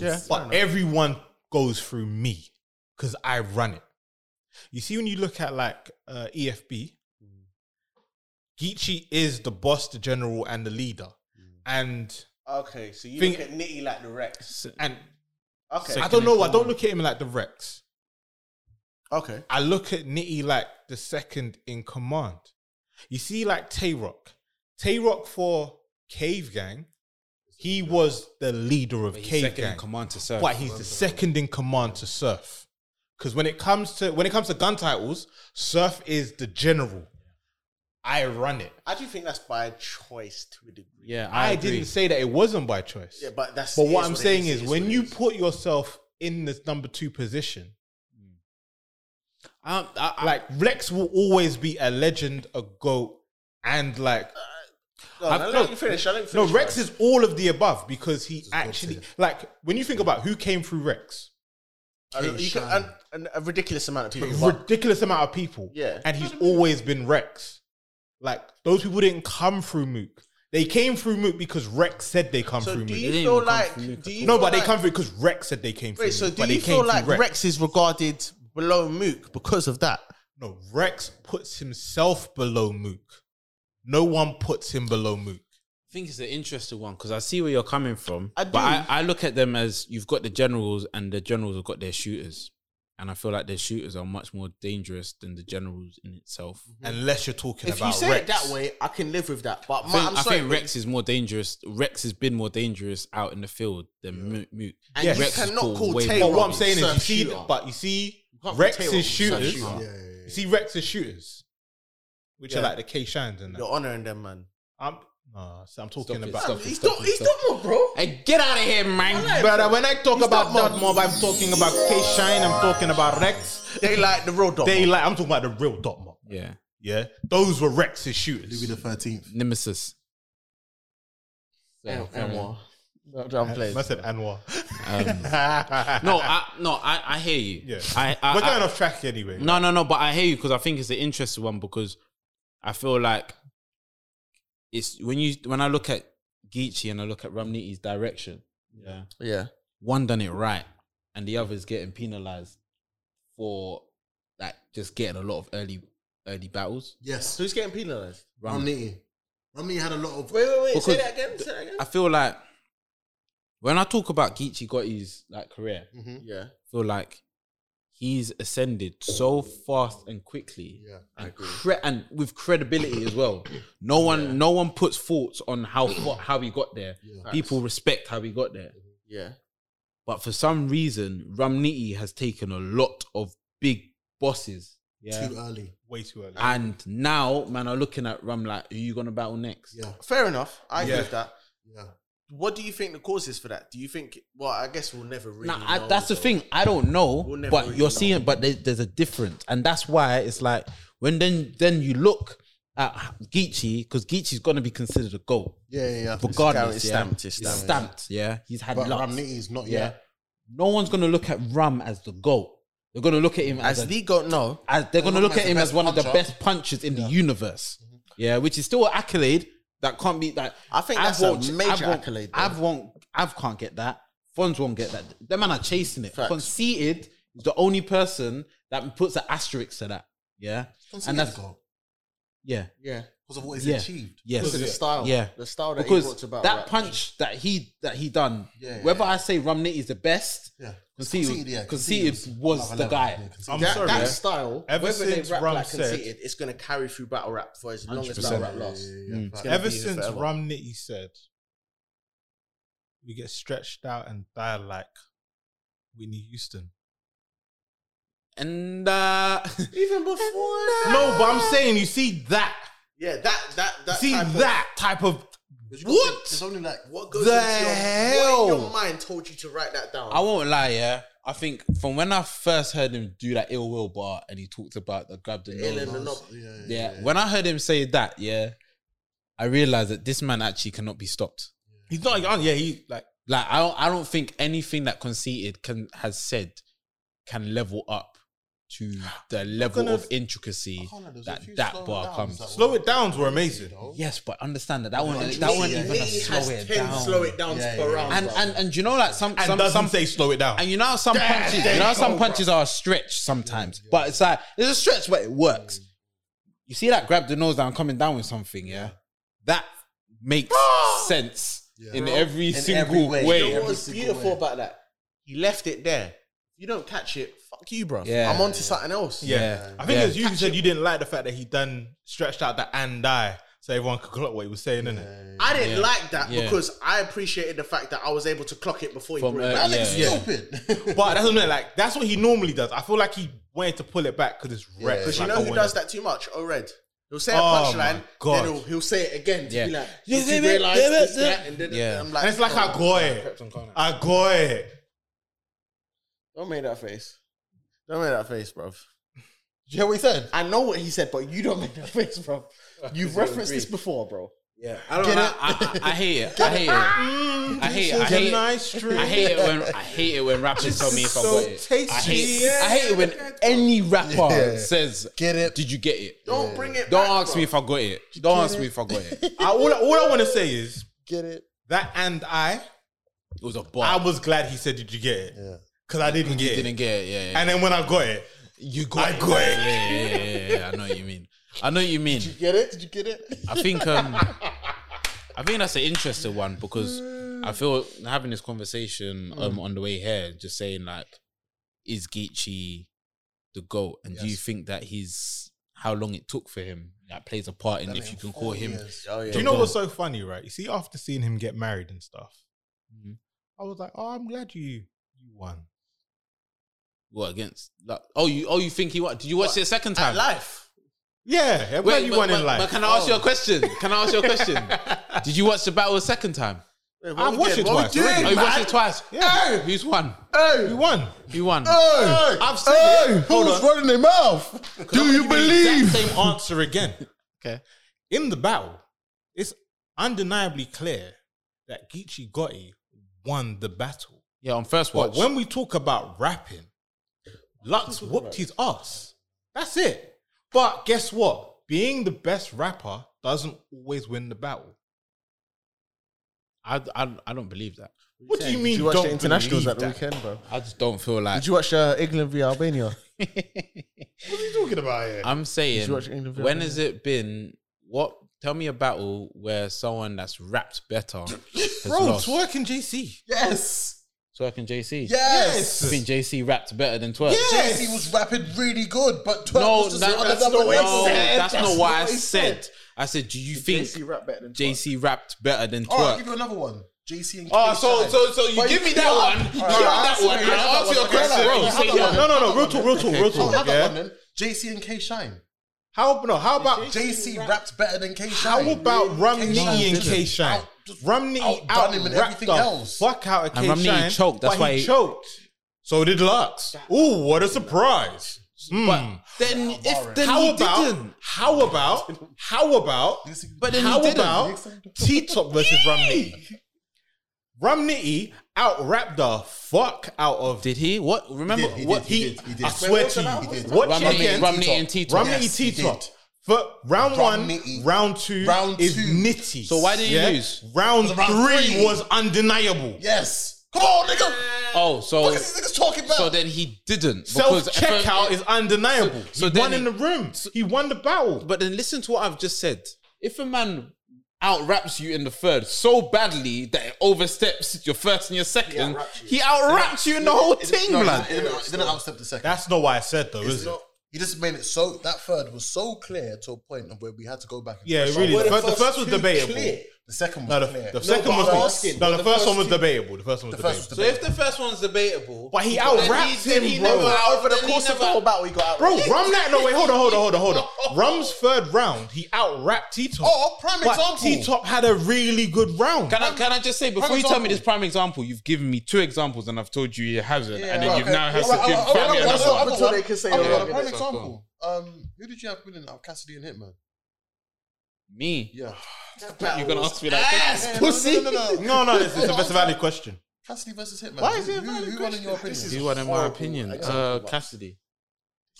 Yeah, But everyone goes through me because I run it. You see, when you look at like uh, EFB, Geechee is the boss, the general, and the leader. Mm. And Okay, so you Think- look at Nitty like the Rex. and Okay, I don't know. I don't look at him like the Rex. okay. I look at Nitty like the second in command. You see, like Tay Rock, Tay Rock for Cave Gang, he was the leader of He's Cave second in Gang. command to serve. But he's the second in command to Surf. Because when it comes to when it comes to gun titles, Surf is the general. I run it. I do think that's by choice to a degree. yeah, I, I, agree. didn't say that it wasn't by choice. Yeah, but that's. but it what is I'm it saying it is, what when it you is. put yourself in this number two position, Mm. Um, I, I, like Rex will always be a legend, a goat, and like Oh, No, I've- no, no, let me finish. I let me no, finish. Rex is all of the above because he is actually God tier. like when you think about who came through Rex, I don't- you can, K-Shine. and, and a ridiculous amount of people. but- ridiculous amount of people. Yeah. And he's always been Rex. Like those people didn't come through Mook. They came through Mook because Rex said they come so through do Mook. you didn't feel even come like? from Luke Do at you No, feel but they like- come through because Rex said they came through. Wait, so Mook, do but you they came feel through like Rex. is regarded below Mook because of that? No, Rex puts himself below Mook. No one puts him below Mook. I think it's an interesting one because I see where you're coming from. I But I, do. I look at them as you've got the generals and the generals have got their shooters. And I feel like their shooters are much more dangerous than the generals in itself. Unless you're talking If about you say Rex. it that way, I can live with that. But I my, think, I'm I sorry, think Rex is more dangerous. Rex has been more dangerous out in the field than Mook. Mook. And Yes. you Rex is cannot cool, call way Tay But more what I'm Rock saying is, you surf see, shooter. but you see, can't be Rex's Taylor, shooters. surf shooter. Yeah, yeah, yeah. You see, Rex's shooters, which are Yeah. like the K Shines and that. You're honoring them, man. I'm, nah, so I'm talking it, about. stop He's not, he's not more, bro. Hey, get out of here, man. But uh, when I talk He's about Dot not Mob. Mob, I'm talking about K Shine, I'm talking about Rex. They like the real dog. They like, I'm talking about the real Dot Mob. Yeah. Yeah. Those were Rex's Louis shooters. the Thirteenth. Nemesis. and, Fair and enough. what? No, I'm playing. Uh, I said Anwar. Um, No, I, no, I, I hear you. Yeah. I, I, We're I- going off track anyway. No, no, no. But I hear you because I think it's an interesting one because I feel like it's when you when I look at Geechee and I look at Ramniti's direction. Yeah, Yeah. one done it right, and the other's getting penalized for like just getting a lot of early early battles. Yes, So who's getting penalized? Romney. Romney. Romney had a lot of. Wait, wait, wait. Because say that again. Say that again. I feel like when I talk about Geechee got his like career, Mhm. yeah. I feel like he's ascended so fast and quickly. Yeah, and, cre- and with credibility as well. No one, no one puts thoughts on how fa- Mm. how he got there. Yeah. People respect how he got there, Yeah. but for some reason, Ramniti has taken a lot of big bosses, yeah. Too early. Way too early. And now, man, are looking at Ram like, who you gonna battle next? Yeah, Fair enough. I agree Yeah. with that. yeah. What do you think the cause is for that? Do you think? Well, I guess we'll never really. Nah, I, know, that's the though. thing. I don't know, We'll never but really you're know. seeing. But there, there's a difference, and that's why it's like when then then you look at Geechee because Geechee's gonna be considered a goat. Yeah, yeah, yeah. regardless. It's yeah. stamped, it's It's stamped. stamped, yeah. He's had But luck. Romney is not yeah. yet. No one's gonna look at Ram as the goat. They're gonna look at him as, As a- the goat, no. as they're gonna Ram look as at the him as best one of the puncher. best punchers in the universe. Yeah, which is still an accolade that can't be that. Mm-hmm. I think that's a won't- major Av won't- accolade, though. Av won't. Av can't get that. Fonz won't get that. That man are chasing it. Conceited is the only person that puts an asterisk to that. Yeah, Conceited and that's goal. yeah, Yeah. Because of what he's yeah. achieved. Yes, Because of the style. Yeah, The style that he because brought about That rap. punch that he that he done. Yeah, whether I say Romney is the best, Yeah. conceited, Conceited, yeah, conceited, Conceited was, was the another guy. level, yeah, Conceited. I'm that, sorry. that yeah. style, Ever whether they since rap Rum like said- conceited, it's going to carry through battle rap for as long as battle rap lasts. Mm. It's gonna Ever be here since forever. Rum Nitty said, we get stretched out and die like Whitney Houston. And uh, even before, No, but I'm saying, you see that. yeah, that that that see type of- that type of. What? There's only like what goes The into your, What in hell? your mind told you to write that down? I won't lie, yeah. I think from when I first heard him do that ill will bar and he talked about the grab the Ill nose. and the knob. yeah, yeah, Yeah. When I heard him say that, yeah, I realized that this man actually cannot be stopped. He's not young. Yeah, he like. Like I don't I don't think anything that conceited can has said can level up to the level gonna- of intricacy lie, there's a that few that slow bar downs comes. that Slow it downs were amazing. Yes, but understand that that one Literally, that one yeah, even a He slow has it ten down. slow it downs Yeah, per yeah, round. and bro. and and you know like some And some doesn't oh, some say slow it down. And you know how some punches, you know how some punches are stretched sometimes, but it's like there's a stretch where it Mm. works. You see that grab the nose down, coming down with something, yeah, that makes sense in every single every way. way. You know every what was single beautiful way. about that? He left it there. You don't catch it, fuck you, bro. Yeah. I'm on to something else. Yeah. Yeah. I think Yeah. it's you who said you didn't like the fact that he done stretched out the and die so everyone could clock what he was saying, innit? I didn't like that Yeah. because I appreciated the fact that I was able to clock it before he From, brought uh, it back. yeah, Alex, yeah. stupid. But that's what I'm saying, like that's what he normally does. I feel like he wanted to pull it back because it's wrecked. Because like, you I know who wanna- does that too much? Oh, Red. He'll say a Oh, punchline, my God. then he'll, he'll say it again to Yeah. be like, Yeah, "Did yeah, you realise yeah, this, yeah. that?" And then Yeah. I'm And like, it's like I oh, got it. I got it. don't make that face. Don't make that face, bro. you hear what he said? I know what he said, but you don't make that face, bro. You've referenced this before, bro. Yeah, I don't. Like, I, I, I hate it. I hate it. I hate it. I hate it. nice drink. I hate it when I hate it when rappers tell me if I got it. I hate. tasty. I hate it when any rapper Yeah. says, Get it? Did you get it? Don't bring it. Don't back, ask bro. me if I got it. Don't ask me if I got it. It I, all, all I want to say is Get it? that and I, was a bar. I was glad he said, "Did you get it?" Yeah. Because I didn't get it. didn't get it. Yeah, yeah. And then when I got it, You got I it. got it. Yeah, yeah, yeah, yeah, yeah. I know what you mean. I know what you mean. Get it? Did you get it? I think um I think that's an interesting one because I feel having this conversation Mm. um on the way here, just saying like, is Geechee the GOAT? And do you think that he's how long it took for him that plays a part in if you can call him Oh, yeah. do you know what's so funny, right? You see, after seeing him get married and stuff, Mhm. I was like, "Oh, I'm glad you you won." what against like, oh you oh you think he what did you watch it a second At time? life. Yeah, I'm glad you but, won but- in life. Oh. but can I ask you a question? Can I ask you a question? did you watch the battle a second time? Wait, what I've we watched did? it What we twice. did? already. oh, you watched it twice. Yeah. Who's won? You won. Who won? Oh. Hey! I've said it. Hold on. running their mouth? Do you Exact believe? same answer again. Okay. In the battle, it's undeniably clear that Geechee Gotti won the battle. Yeah, on first watch. But when we talk about rapping, Lux whooped his ass. That's it. But guess what? Being the best rapper doesn't always win the battle. I, I, I don't believe that. What do you mean? Did you watch don't the internationals believe at the that? weekend, bro? I just don't feel like. Did you watch uh, England v Albania? What are you talking about here? I'm saying, you watch England versus when has it been? What? Tell me a battle where someone that's rapped better has Bro, lost. Twerk and JC. Yes. Twerk and JC. Yes. I think JC rapped better than Twerk. Yes. He was rapping really good, but 12 No, was just that- on that's, another not, no, level. that's, not what, I he said. I said, do you think JC rap better than JC rapped better than All right, I'll give Twerk? you another one. JC and Oh, K so Shine. so so you But give you me that can't- one, you give me Alright, that that's one, and okay, I ask you a that's okay, question. that's okay, Say that's yeah. okay. No, no, no. Real talk, real talk, real I'll talk. have that one Yeah. then. JC and K Shine. How no? How about JC rapped better than K Shine. How about Rumney K-Shine and K Shine? out- just Rumney out, outdone him and wrapped everything the else. fuck out of K And Shine. Romney choked, that's but why he he- choked. So did Lux. Ooh, what a surprise! Hmm. But then if then how he about? didn't. How about? How about? But then how he didn't. about T Top versus Rumney? Rumney out rapped the fuck out of. Did he? What? Remember did, he what? did, he he- did, he did. I Wait, swear what's to that? you, What's that? watch Romney- again. Romney and T-Top. Romney Yes, T he Top. did. For round Romney. one, round two, Round is two. nitty. So why did he lose? Round, Because round three, three- was undeniable. Yes. Come on, nigga. Oh, so What is this nigga's talking about? so then he didn't Self because- checkout is undeniable. So he then won in the room. he won the battle. But then listen to what I've just said. If a man out raps you in the third so badly that it oversteps your first and your second, he out raps you in the whole thing, no, blood. It didn't, it didn't outstep the second. That's not what I said though, It's is not- it? He just made it so that third was so clear to a point of where we had to go back. And Yeah, it question really. were The first, the first was two debatable. clear? The second was No, the, clear. the second but I'm was asking, no. were The first one was two- debatable. The first one was The first debatable. was So if the first one's debatable, But he then outraps then him, he bro. never- over the then he course of the never- whole battle, he got out. Bro, Rum that no wait, hold on, hold on, hold on, hold on. Rum's third round, he outrapped T Top. Oh, prime example. T Top had a really good round. Can I, can I just say before you tell me this prime example, you've given me two examples and I've told you you hasn't, and then you've now has to give I'll- family I'll- another I'll- one. I'll- Until they can say I'll- they're I'll- wrong. prime Yeah, so example. Um, who did you have winning out? Cassidy and Hitman. Me, Yeah. you're gonna ask me that? question? Yeah, no, No, no, no, no. No, no, this is a best valid question. Cassidy versus Hitman. Why is Who- it a who- valid Who won in your question? This opinion? is You want in my horrible opinion? Uh, example, man. Cassidy.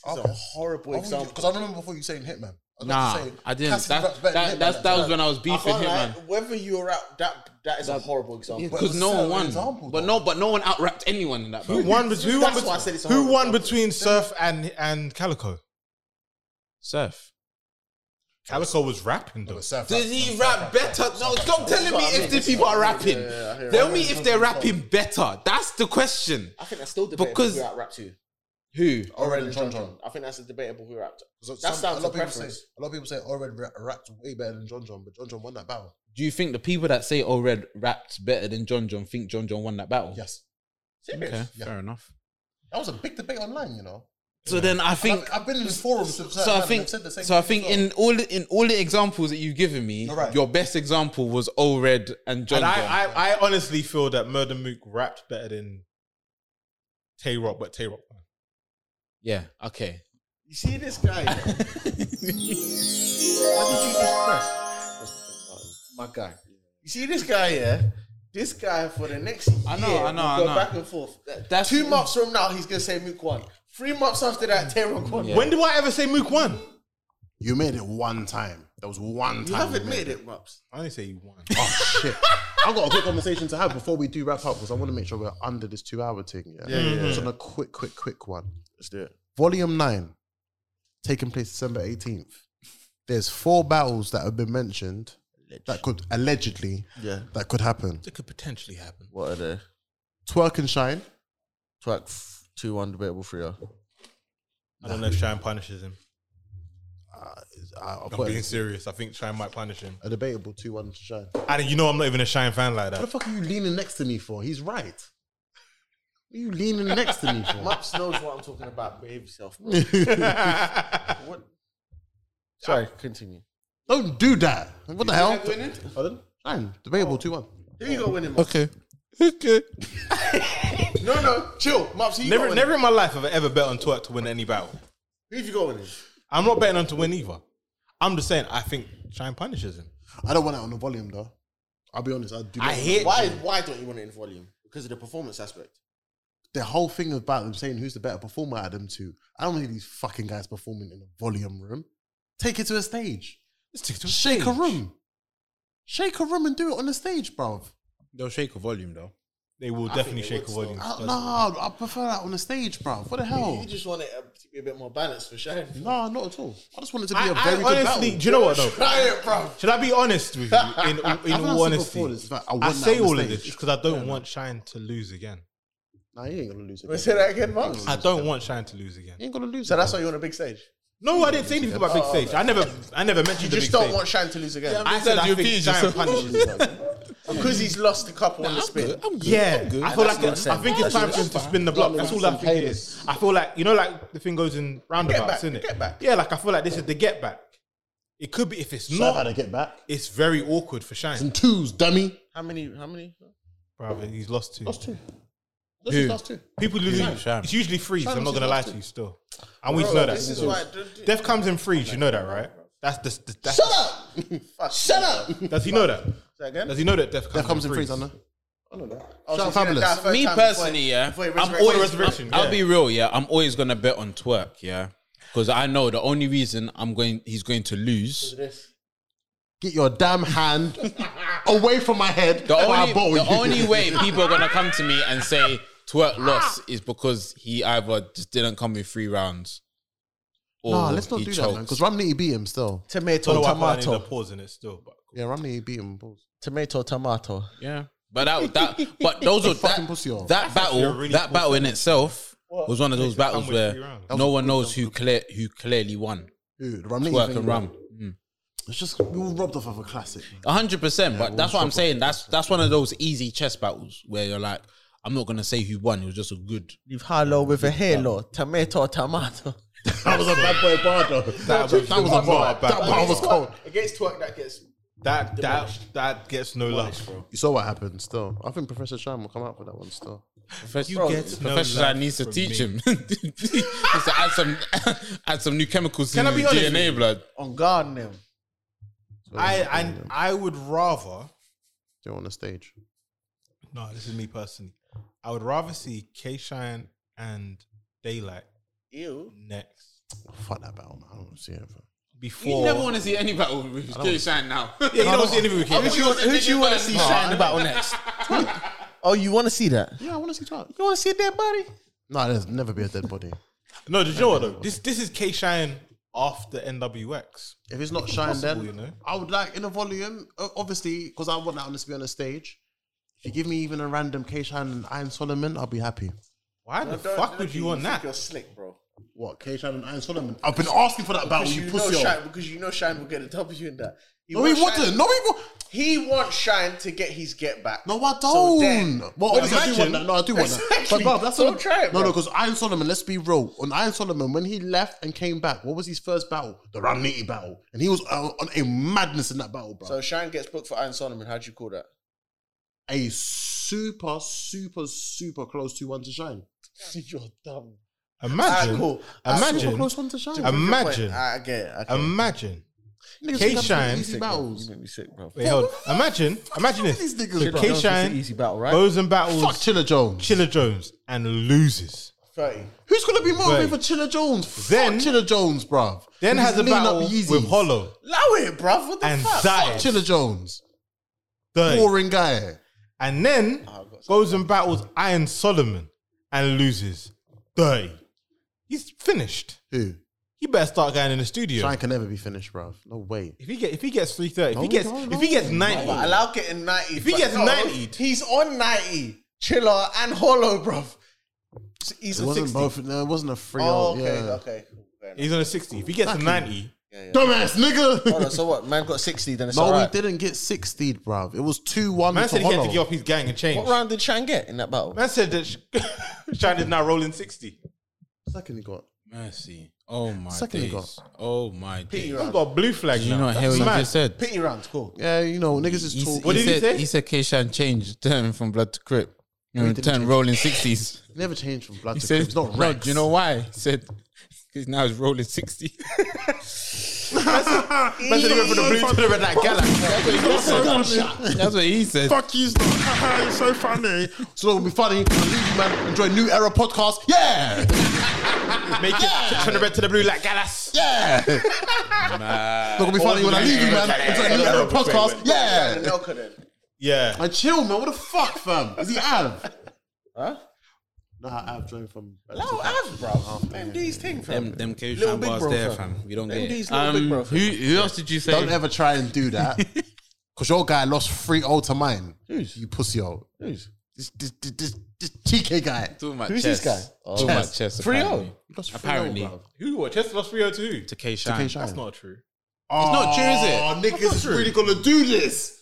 It's a horrible example. Because I remember before you saying Hitman. I was Nah, saying, I didn't. Cassidy raps better That, than that, Hitman that's, at the that was time. when I was I beefing can't him, man. lie, whether you're out, that that is a horrible example. But Because it's no still one an won. example, but though. no, but no one outrapped anyone in that. Who battle. won, bet- who won, That's bet- why I said it's a who horrible won example. between Surf and, and Calico? Surf. Calico was rapping though. But Surf Did raps- he rap better? No, stop telling me if these people are rapping. Tell me if they're rapping better. That's the question. I think that's still debatable Because- who out rap to. Who? Oren and John John. I think that's a debatable who out. So That some- sounds a lot of a people say preference. a lot of people say Oren ra- rapped way better than John John, but John John won that battle. Do you think the people that say "Oh, Red rapped better than John John" think John John won that battle? Yes, Okay, Yeah. fair enough. that was a big debate online. You know, So then I And think. I've, I've been in forums. with certain so I men and think. they've said the same So I thing think as well. in all in all the examples that you've given me, You're right. your best example was "Oh, Red and And John John. I, I, I honestly feel that Murder Mook rapped better than Tay Rock, but Tay Rock. won. yeah. Okay. You see this guy? Why did you just press? My guy. You see this guy, yeah? This guy for the next I know, year I know, will I go know. back and forth. That's- Two months from now, he's gonna say Mook one. Three months after that, Terok one. Yeah. When do I ever say Mook won? you made it one time. There was one You time haven't you made it, Mops. I only say he won. Shit. I've got a quick conversation to have before we do wrap up because I want to make sure we're under this two hour thing. Yeah. yeah, Just on a quick, quick, quick one. Let's do it. Volume nine, taking place December 18th. There's four battles that have been mentioned that could allegedly Yeah. that could happen. It could potentially happen. What are they? Twerk and Shine. Twerk f- two one debatable three. uh. I don't know if Shine punishes him. I- Uh, I'll I'm put being it serious. I think Shine might punish him. a debatable two one to Shine. What And you know, I'm not even a Shine fan like the that. fuck are you leaning next to me for? He's right. What are you leaning next to me for? Mops knows what I'm talking about. Behave yourself. bro. What? Sorry, continue. Don't do that. What the hell? winning? Pardon? Shine. Debatable two one. Who you got winning? Mops? Okay. Okay. No, no, chill, Mops. Who you got Never, winning? never in my life have I ever bet on Twerk to win any battle. Who you got winning? I'm not betting on to win either. I'm just saying I think Shine punishes him. I don't want it on the volume though. I'll be honest. I do. Not I hate Why? Why don't you want it in volume? Because of the performance aspect. the whole thing about them saying who's the better performer out of them two. I don't need these fucking guys performing in a volume room. Take it to a stage. Shake a room. Shake a room and do it on the stage, bruv. They'll shake a volume though. They will definitely shake a volume. I, nah, I prefer that on the stage, bruv. What the hell? You just want it uh, to be a bit more balanced for Shine. Nah, not at all. I just want it to be I, a I very good honestly, battle. do you know what though? Try it, bro. Should I be honest with you? In, in I've all answered honesty, before this, in fact, I, I won that say on all of stage. this because I don't want Shine to lose again. Nah, you ain't gonna lose Wanna it. say that again, Mark? I don't want Shine to lose again. You ain't gonna lose So it. that's why you want a big stage. No, I didn't say anything about big stage. I never, I never mentioned You the just big don't stage. want Shine to lose again I said I You think repeated Shine yourself. punishes. because he's lost a couple on the spin. I'm good. Yeah, I'm good. I feel That's like what it, I'm I think it's time for him to spin the block. That's all I think it is. I feel like you know, like the thing goes in roundabouts, back, isn't it? get back. Yeah, like I feel like this is the get back. It could be if it's Shine how not. to get back. It's very awkward for Shine. And twos, dummy. How many? How many? Brother, he's lost two. That's two. That's his last two. People lose. Shine. It's usually threes. I'm not Shine gonna lie to you. Still, I want you to know that. this is So, why- Death comes in threes. You know that, right? That's the. the- that's, Shut up! Fuck. Shut up. Does he know that? Again? Does he know that Death comes, That comes in in threes? threes, I know. Oh, Shout so out you did that Fabulous. first Me time before- personally, yeah, before he I'm resurrected. always. resurrection, I'll yeah. be real, yeah. I'm always gonna bet on twerk, yeah, because I know the only reason I'm going, he's going to lose. Get your damn hand away from my head. The or I only, bottle the you. only way people are gonna come to me and say twerk loss is because he either just didn't come with three rounds. or Nah, let's not he do that, man. choked. Because Romney beat him still. Don't know Tomato, why I need a tomato, pause in it still, but Yeah, Romney beat him. Balls. tomato, tomato. Yeah, but that that but those You were fucking that, pussy hole. that battle really that battle in itself What? was one of those Come battles with three where rounds. no one knows who clear who clearly won. Dude, Romney Twerk and rum. It's just we all robbed off of a classic. man. hundred percent. But we'll that's what I'm stop saying. That's that's one of those easy chess battles where you're like, I'm not gonna say who won. It was just a good. Leave Harlow with a halo. Tomato, tomato. That was a bad boy bar though. That, was, that was a bar. That bar was cold. Against twerk, that gets. that that that gets no love. You saw what happened still. I think Professor Sham will come out for that one still. Professor, You get no Professor love Zhai needs to from teach me. him. needs to add some add some new chemicals Can to I be his honest DNA, blood. On guard them. I and I would rather They're on the stage. no, this is me personally. I would rather see K Shine and Daylight Ew. next Fuck that battle, man. I don't want to see it. fam. before You never want to see any battle with K Shine now. Yeah, you don't see anything with K. Who do you, who do you want to see shine about next? oh, you want to see that? Yeah, I want to see that. You want to see a dead body? No, there's never be a dead body. No, the Joe though. This this is K Shine after NWX. If it's not shine, possible, then you know. I would like in a volume, o- obviously, because I want that one to be on the stage. If you give me even a random K Shine and Iron Solomon, I'll be happy. Why the fuck would you want that? slick, bro. What K Shine and Iron Solomon? I've been asking for that battle, Because you, you, know pussy. Shine, because you know Shine will get a W in that. He No, he wants Shine- wouldn't. No, he wouldn't. He wants Shine to get his get back. No, I So don't. then- well, But obviously, I do want imagine- that. No, I do want that. Exactly. bruv, that's Don't not- try it, No, no, bruv. because Iron Solomon, let's be real. On Iron Solomon, when he left and came back, what was his first battle? The Ramniti battle. And he was uh, on a madness in that battle, bro. So Shine gets booked for Iron Solomon. How do you call that? a super, super, super close 2 1 to shine. You're dumb. Imagine, Alright, cool. Super imagine, close 1 to shine. imagine, Ah, I get it. Okay. imagine. Niggas K-Shine- think I'm doing Sick, Easy battles. You make me sick, bro. Wait, hold. on. Imagine, imagine this. K Shine goes and battles Fuck Chiller Jones. Chiller Jones and loses. 30. Who's going to be motivated Right. for Chiller Jones? Then- Fuck Chiller Jones, bruv. Then With has his a lean-up battle Yeezys. with Hollow Allow it, bro. What the and fuck? Fuck dies. Chiller Jones. Third. Boring guy. And then goes and battles Iron Solomon and loses. Day. He's finished. Who? He better start going in the studio. Shine can never be finished, bruv. No way. If he get if he gets three thirty, if he No, gets no, if he gets no. ninety, But allow getting 90. If he but gets no, 90'd. he's on 90. Chiller and Hollow, bro. He's It on wasn't 60. both. No, it wasn't a free. oh, okay, yeah. okay. Fair enough. he's on a sixty. If he gets to ninety, Dumbass Hold on, nigga. so what? Man got 60, then it's no, Oh, alright. we didn't get 60, bruv. It was 2 1 man said to he had Hollow. to give up his gang and change. What round did Shine get in that battle? Man said that Shine is now rolling sixty. Second he got. Mercy. Oh my Second he days. Oh my Pity days. He's round. got a blue flag Did you now. not hear That's what you mad. just said? Pity round, cool. Yeah, you know, niggas is He, talk. What he did he said, say? He said K-Shan changed turn from blood to crip. You know, didn't turn change. rolling 60s. Never changed from blood He to said, said, It's not no, red. do you know why? He said, because now he's rolling 60. Man said he went from the blue to the red like Galaxy. That's what he said. Fuck you, it's so funny. So it'll be funny. Leave you, man. Enjoy New Era podcast. Yeah, Make it turn the red to the blue like Galaxy. yeah. It's not gonna be funny when I leave you, man. Enjoy New Era podcast. And Yeah. Elka then. Yeah. And chill, man. What the fuck, fam? Is he Av? Huh? Nah, Av joined from. No, Av, bro. Man, do his thing, fam. Them, them K Little Shine Big bars Bro there, fam. fam. We don't Them get these it. Little Big Um, Bro who, fam. who else did you say? Don't ever try and do that. Because your guy lost 3 0 to mine. You pussy hole. This, this, this, this, this TK guy. Talking about Who's chess. this guy? oh? Talking about 3-0. chess. apparently. You lost 3-0, Apparently. bruv. Who what? Chester lost three oh to who? To K TK Shine. Shine. That's not true. not true, is it? Oh, niggas is really going to do this.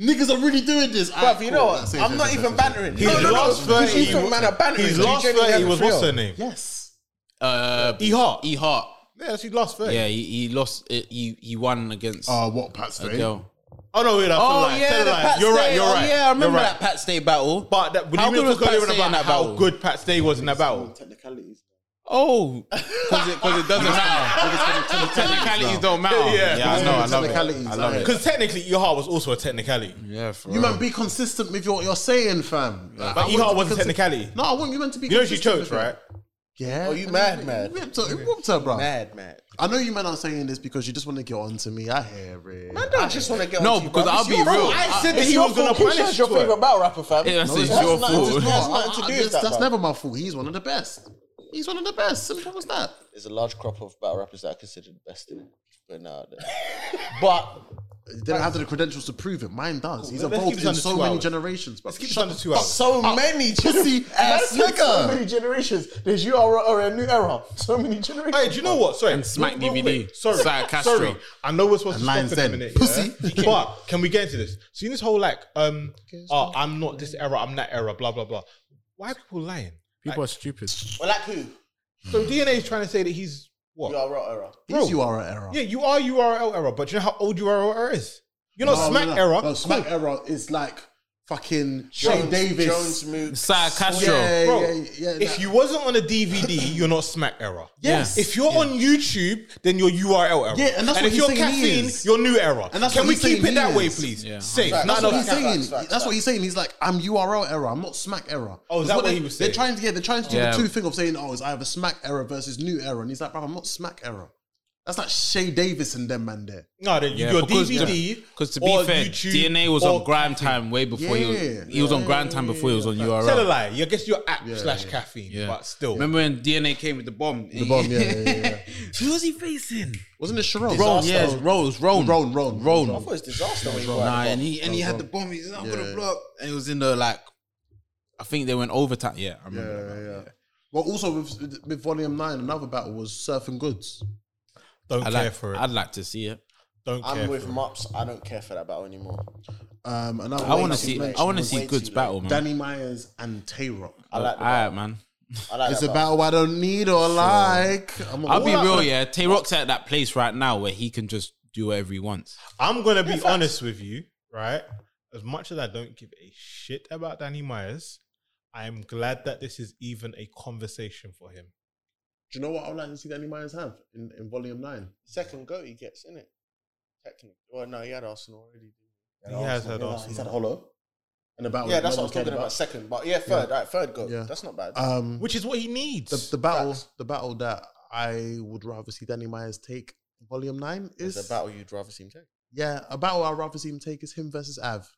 Niggas are really doing this. Bruv, you know what? I'm not even bantering. His last because you 30 talking about bantering. His You last genuinely thirty had was three what's on. her name? Yeah, Yes. Uh, E Hart. E Hart. that's his last thirty. Yeah, he, he lost. uh, He, he won against Uh, what, Pat's a doing? girl. Oh no, wait, that's a Oh lie. yeah, Tell a the lie. Pat You're Stay. right. You're oh, right. Yeah, I remember You're right. that Pat Stay battle. But that, How how good good was Pat earlier Stay about in that how battle? good Pat Stay was in that battle? Technicalities. oh, because it, 'cause it doesn't matter. Technicalities don't matter. Yeah. Yeah, I know. I love Technicalities, it. I love yeah. it. Mm. Because technically, Ihar was also a technicality. Yeah, for You man, be consistent with your, your saying, fam. Like, I E But want you Ihar to was a consi- technicality. No, I want you man to be You know she consistent choked, with it. right? Yeah. Oh, you mad, mad. He ripped her, he ripped her, bruv. Mad, mad. I know you man aren't saying this because you just want to get on to me. I hear it. Man, don't just want to get No, onto you, because bruv. I'll It's be your real. fault. I- I said that it's he your was going fault. to punish Keisha's your your favorite fault. battle rapper, fam. Yeah, that's No, it. it It's has your nothing to- fault. It has nothing to do That's, with that. that's bruv. never my fault. He's one of the best. He's one of the best. Simple as that. There's a large crop of battle rappers that I consider the best in it. But now, but they don't have the credentials to prove it. Mine does. He's Let's keep evolved this in under so two many hours. generations. But keep this shut under the two fuck hours. So up. many pussy That's ass nigga. So many generations. There's you are a new era. So many generations. Hey, do you know what? Sorry, and Smack DVD. Sorry, Sorry, Castro. sorry. I know we're supposed And to Lion's stop in a Den. minute, yeah? but can we get into this? Seeing this whole like, um, oh, I'm not this era, I'm that era, blah blah blah. Why are people lying? People are stupid. Well, like who? So DNA is trying to say that he's what? You are a era. Bro. He's URL error. Yeah, you are URL era, but you know how old URL era is. You know, smack era. Oh, No, smack cool. error is like fucking Shane Jones- Davis. Jones moved. Sir Castro. Yeah, Bro, yeah, yeah, if you wasn't on a DVD, you're not smack era. Yes. If you're on YouTube, then you're URL era. Yeah, and that's what if he's you're saying he caffeine, is. you're new era. And that's Can what we he's keep saying it he that way, is. please? Yeah. Safe. Right, No, that's no, That's what he's no. Facts, saying. facts, facts, That's what facts. he's saying. He's like, I'm URL error. I'm not smack error. Oh, is That's that what they, he was They're saying? trying to yeah, they're trying to do Yeah. the two thing of saying, oh, it's either smack error versus new error, and he's like, bro, I'm not smack error. That's like Shay Davis and them man there. No, that Yeah, your because- DVD. Because to be or fair, YouTube DNA was or on Grime Time way before he Yeah. was. He was on Grime Time before he was on URL. Tell a lie. I guess your app Yeah, slash yeah. caffeine, Yeah. but still. Remember when DNA came with the bomb? The bomb, yeah, yeah, yeah, yeah. Who was he facing? Wasn't it Sharon? Roan, yes, Rose, Roan, Roan, Roan, Roan. I thought it was disaster when you were Nah, at and the he and he had the bomb. He's like, I'm gonna blow up, and it was in the like. I think they went overtime. Yeah, Yeah, I remember. that. yeah, yeah. Well, also with, with Volume Nine, another battle was Surfing Goods. Don't I care like, for it. I'd like to see it. Don't bar. care I'm with for it. Mops. I don't care for that battle anymore. Um, another I want to one see. that was I want to mentioned see way Goods too battle, was man. Danny Myers and Tay Rock. I like the Alright, battle. man. I like It's that a battle I don't need or like. I'm I'll be all real, up. yeah. Tay Rock's at that place right now where he can just do whatever he wants. I'm gonna be honest with you, right? As much as I don't give a shit about Danny Myers, I am glad that this is even a conversation for him. Do you know what I would like to see Danny Myers have in, in Volume Nine? Second goat he gets, isn't it? Technically. Well, no, he had Arsenal already. He has had Yeah, Arsenal. He's had Hollow. And Oh, the battle. Yeah, that that's no what I was talking one cared about. Second, but yeah, third. Right, third goat. Yeah. That's not bad. Um, Which is what he needs. the, the battle, the battle that I would rather see Danny Myers take Volume Nine It's is a battle you'd rather see him take. Yeah, a battle I'd rather see him take is him versus Av.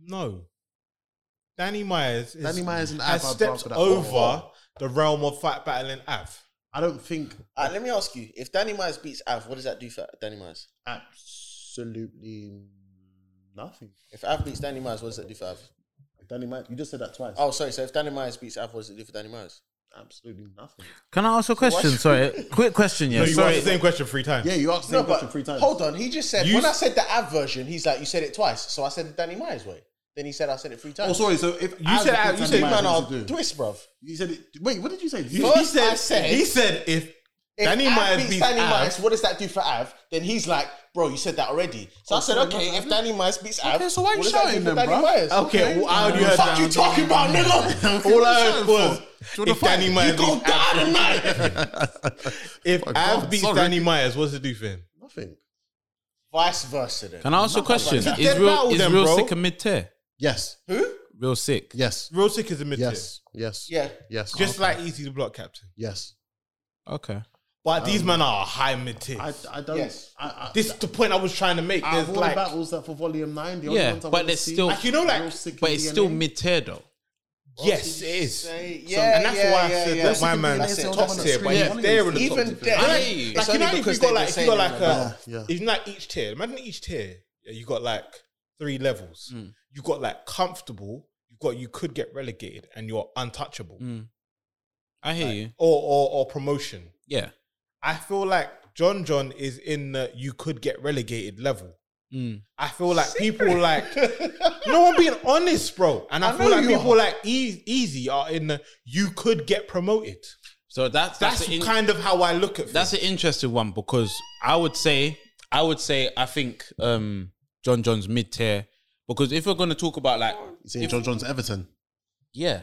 no. Danny Myers is, Danny Myers and has Av, I'd rather stepped that. over the realm of fight battling Av. I don't think All right, let me ask you: If Danny Myers beats Av, what does that do for Danny Myers? absolutely nothing. If Av beats Danny Myers, what does that do for Av? Danny Myers, you just said that twice. Oh, sorry. So if Danny Myers beats Av, what does it do for Danny Myers? Absolutely nothing. Can I ask a question? Sorry, quick question. Yeah, no, you sorry. asked the same question three times. Yeah, you asked the same question three times. hold on. He just said You when I s- said the Av version, he's like, "You said it twice." So I said the Danny Myers way. Then he said, "I said it three times." Oh, sorry. So if You said Av- you said you said you man Myers, are what does it do? twist, bruv. you said it. Wait, what did you say? He- You, First he said, I said- he said if, If Danny Av Myers beats beats Danny Av- Myers, what does that do for Av? Then he's like, "Bro, you said that already." So I said, sorry, "Okay, my if bad. Danny Myers beats Av, Okay, so why you what does that do shouting for then, Danny bruv? Myers?" Okay, well, I already heard Fuck you that. talking about, nigga? All I heard What you was shouting if Danny You Myers go beats Av, die tonight. if Av God, beats sorry. Danny Myers, what's it do for him? nothing. Vice versa. Then. Can I ask a question? Just Is get real battle is then, real bro. sick a mid tier? Yes, Who? Real sick. yes, Real sick is a mid yes, yes, Yeah. yes, Just like easy to block captain. yes. Okay. But these men are high mid I, tier. I don't. Yes. I, I, This is the point I was trying to make. out of There's all the like battles that for Volume Nine, the Yeah, only ones I but want to it's see. still- Like, you know, like- Real Sick But in it's DNA. still mid tier though. yes, it is. Yeah, and that's yeah, why I yeah, said yeah. that my Basically, man that's is it. top tier, but Yeah. he's there in the Even top tier. then, I like- it's like you only know, if because you got like they've been you got saying like it a, Yeah, yeah. even like each tier. Imagine each tier, yeah, you got like three levels. You got like comfortable. You got you could get relegated, and you're untouchable, I hear you. or or or promotion. Yeah. I feel like John John is in the you could get relegated level. Mm. I feel like people like no, I'm being honest, bro. And I, I feel know like you people are. like e- Easy are in the you could get promoted. So that's That's, that's, an in- kind of how I look at that's things. an interesting one because I would say I would say I think um John John's mid tier because if we're gonna talk about like You see, John John's Everton. yeah,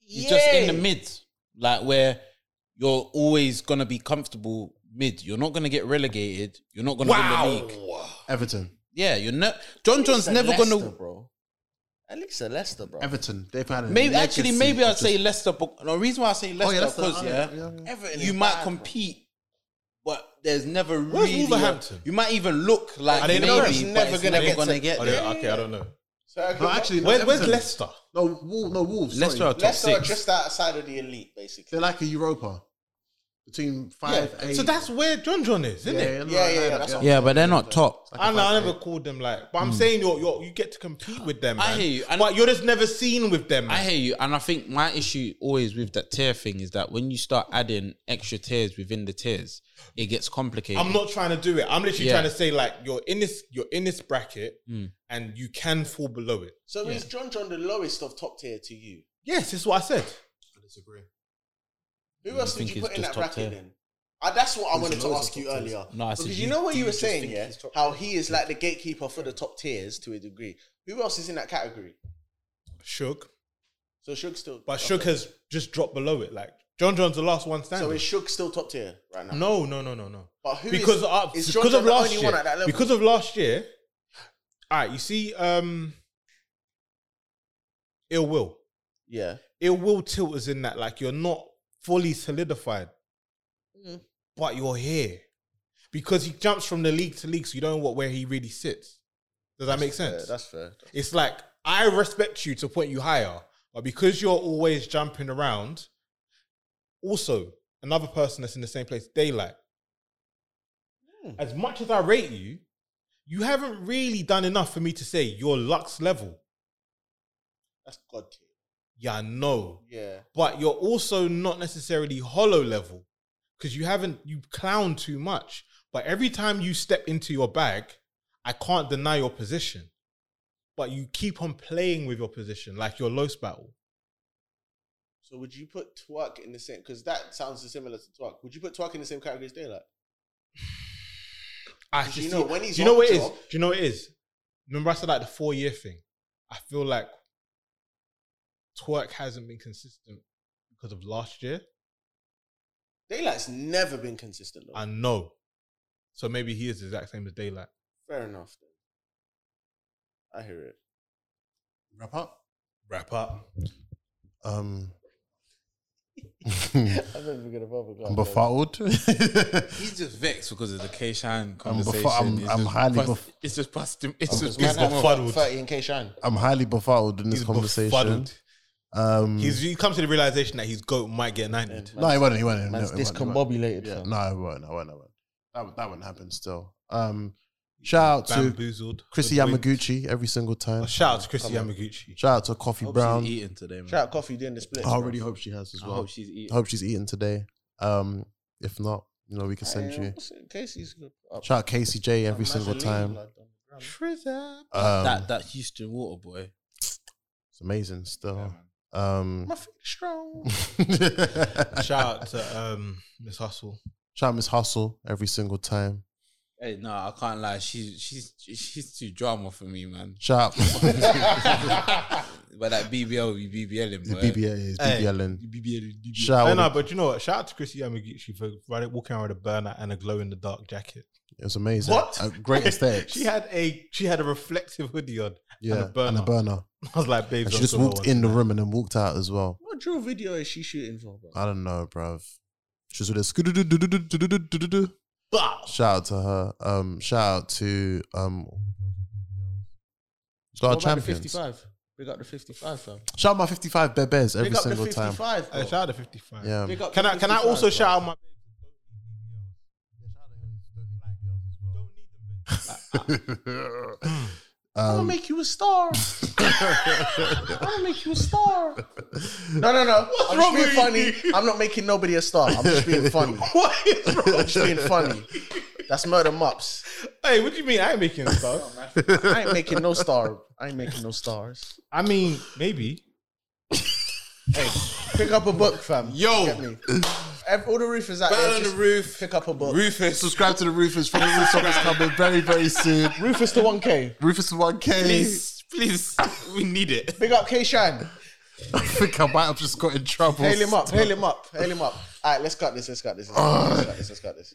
he's just in the mid like where you're always gonna be comfortable mid. You're not gonna get relegated. You're not gonna win the league. Wow. Everton. Yeah, you're not. John John's At least never a Leicester, gonna. bro. At least a Leicester, bro. Everton. They've had a Maybe legacy actually, maybe I'd of say just- Oh, Leicester. But the reason why I say Leicester Leicester, because oh, yeah, yeah, yeah, yeah. Everton you is might bad, bro. compete, but there's never Where's really. Wolverhampton? You might even look like Are they maybe, never- but never it's gonna never get gonna to- get Oh, there. yeah, okay, I don't know. No, actually, Where- where's Everton- Leicester? No, Wol- no Wolves. Leicester sorry. are top Leicester are six. just outside of the elite, basically. They're like a Europa between five, eight. So that's where John John is, isn't yeah, it? like Yeah, yeah, that, yeah, that's what- Yeah, but they're not top. I, know, I never called them like, but Hmm. I'm saying you're, you're you get to compete with them. Man. I hear you, and- but you're just never seen with them. I Man. hear you, and I think my issue always with that tier thing is that when you start adding extra tiers within the tiers, it gets complicated. I'm not trying to do it. I'm literally Yeah. Hmm. trying to say like you're in this you're in this bracket and you can fall below it. So is John John the lowest of top tier to you? Yes, that's what I said. I disagree. Who else did think you it's put in that just top bracket tier? then? Uh, that's what I Who's wanted the to lowest ask of you top tiers? earlier. No, I said because you- you know what you were just saying, think yeah? he's top How he is like the gatekeeper for the top tiers to a degree. Who else is in that category? Shug, So Shug's still. but okay. Shug has just dropped below it. Like John John's the last one standing. So is Shug still top tier right now? no, no, no, no, no. But who because is- uh, is John because John of the last only year, one at that level? because of last year. All right, you see, um, ill will, Yeah. ill will tilt is in that like you're not fully solidified, Mm. but you're here because he jumps from the league to league, so you don't know what where he really sits. Does that make sense? Yeah, that's fair. It's like I respect you to point you higher, but because you're always jumping around, also another person that's in the same place, daylight. As much as I rate you, you haven't really done enough for me to say your lux level. That's God tier. Yeah, no, Yeah. but you're also not necessarily hollow level because you haven't you clown too much. But every time you step into your bag, I can't deny your position. But you keep on playing with your position like your lowest battle. So would you put twerk in the same? Because that sounds similar to twerk. Would you put twerk in the same category as daylight? I Because just you know see- when he's do you know on what it is? job- Do you know what it is? Remember I said like the four year thing. I feel like twerk hasn't been consistent because of last year. Daylight's never been consistent though. I know. So maybe he is the exact same as daylight. Fair enough. Then. I hear it. Wrap up. Wrap up. Um, I'm never gonna bother. I'm befuddled. He's just vexed because of the K Shine I'm befo- conversation. I'm- It's I'm just highly bust- bef- It's just busting. It's just He's pissing him off. befuddled. Thirty in K Shine. I'm highly befuddled in this He's conversation. befuddled. Um, He's he comes to the realization that his goat might get knighted. no, he won't. He won't. Man's no, he won't, he won't. discombobulated. Yeah, fam. no, I won't. I won't. I won't. That would- that wouldn't happen. Still. Um, shout out to Bamboozled. Chrissy Hoodwinked. Yamaguchi every single time. Oh, shout out to Chrissy Yamaguchi. Shout out to Coffee Hope Brown. she's eating today, man. Shout out coffee doing the split. I really hope she has as I well. hope she's eating. hope she's eating today. Um, if not, you know we can send you. Casey's good. Oh, Shout out Casey J every single Mazzolini time. blood on the ground. Um, that that Houston water boy. it's amazing still. Um, My feet are strong. shout Shout out to um, Miss Hustle. out Miss Hustle every single time. Hey, no, I can't lie. She's she's she's too drama for me, man. Shout out But that BBL, you BBLing, boy. BBA is Hey. BBLing. BBL, Shout No, out. no, but you know what? Shout out to Chrissy Yamaguchi for riding, walking around with a burner and a glow in the dark jacket. it was amazing. What? A great aesthetic. She had a she had a reflective hoodie on. yeah, and a burner. And a burner. I was like, babe, And she don't just throw walked her in the one. room and then walked out as well. What drill video is she shooting for, bro? I don't know, bruv. She's with a scoo Shout out to her. Um, shout out to um, she's got What our about the champions. 55? Big up the 55, fam. Shout out my fifty-five bebes every Big up the single time. 55, Uh, bro. shout out to 55. Yeah, Big up Can the I can I 55, also bro. shout out my I'm gonna um, make you a star. I'm gonna make you a star. No, no, no. I'm just being funny. I'm not making nobody a star. I'm just being funny. what is wrong? I'm just being funny. That's murder mops. Hey, what do you mean I ain't making this stuff? I ain't making no star. I ain't making no stars. I mean, maybe. Pick up a book, fam. Yo. Get me. Ev- All the roofers out Bell there. on the just roof. Pick up a book. Rufus. subscribe to the Rufus. From the Rooftop is coming very very soon. Roofers to 1K. Rufus one K. Please, please, we need it. Big up K Shine. I think I might have just got in trouble. Hail him up. Hail him up. Hail him up. All right, let's cut this. Let's cut this. Let's cut this. Let's cut this. Let's cut this.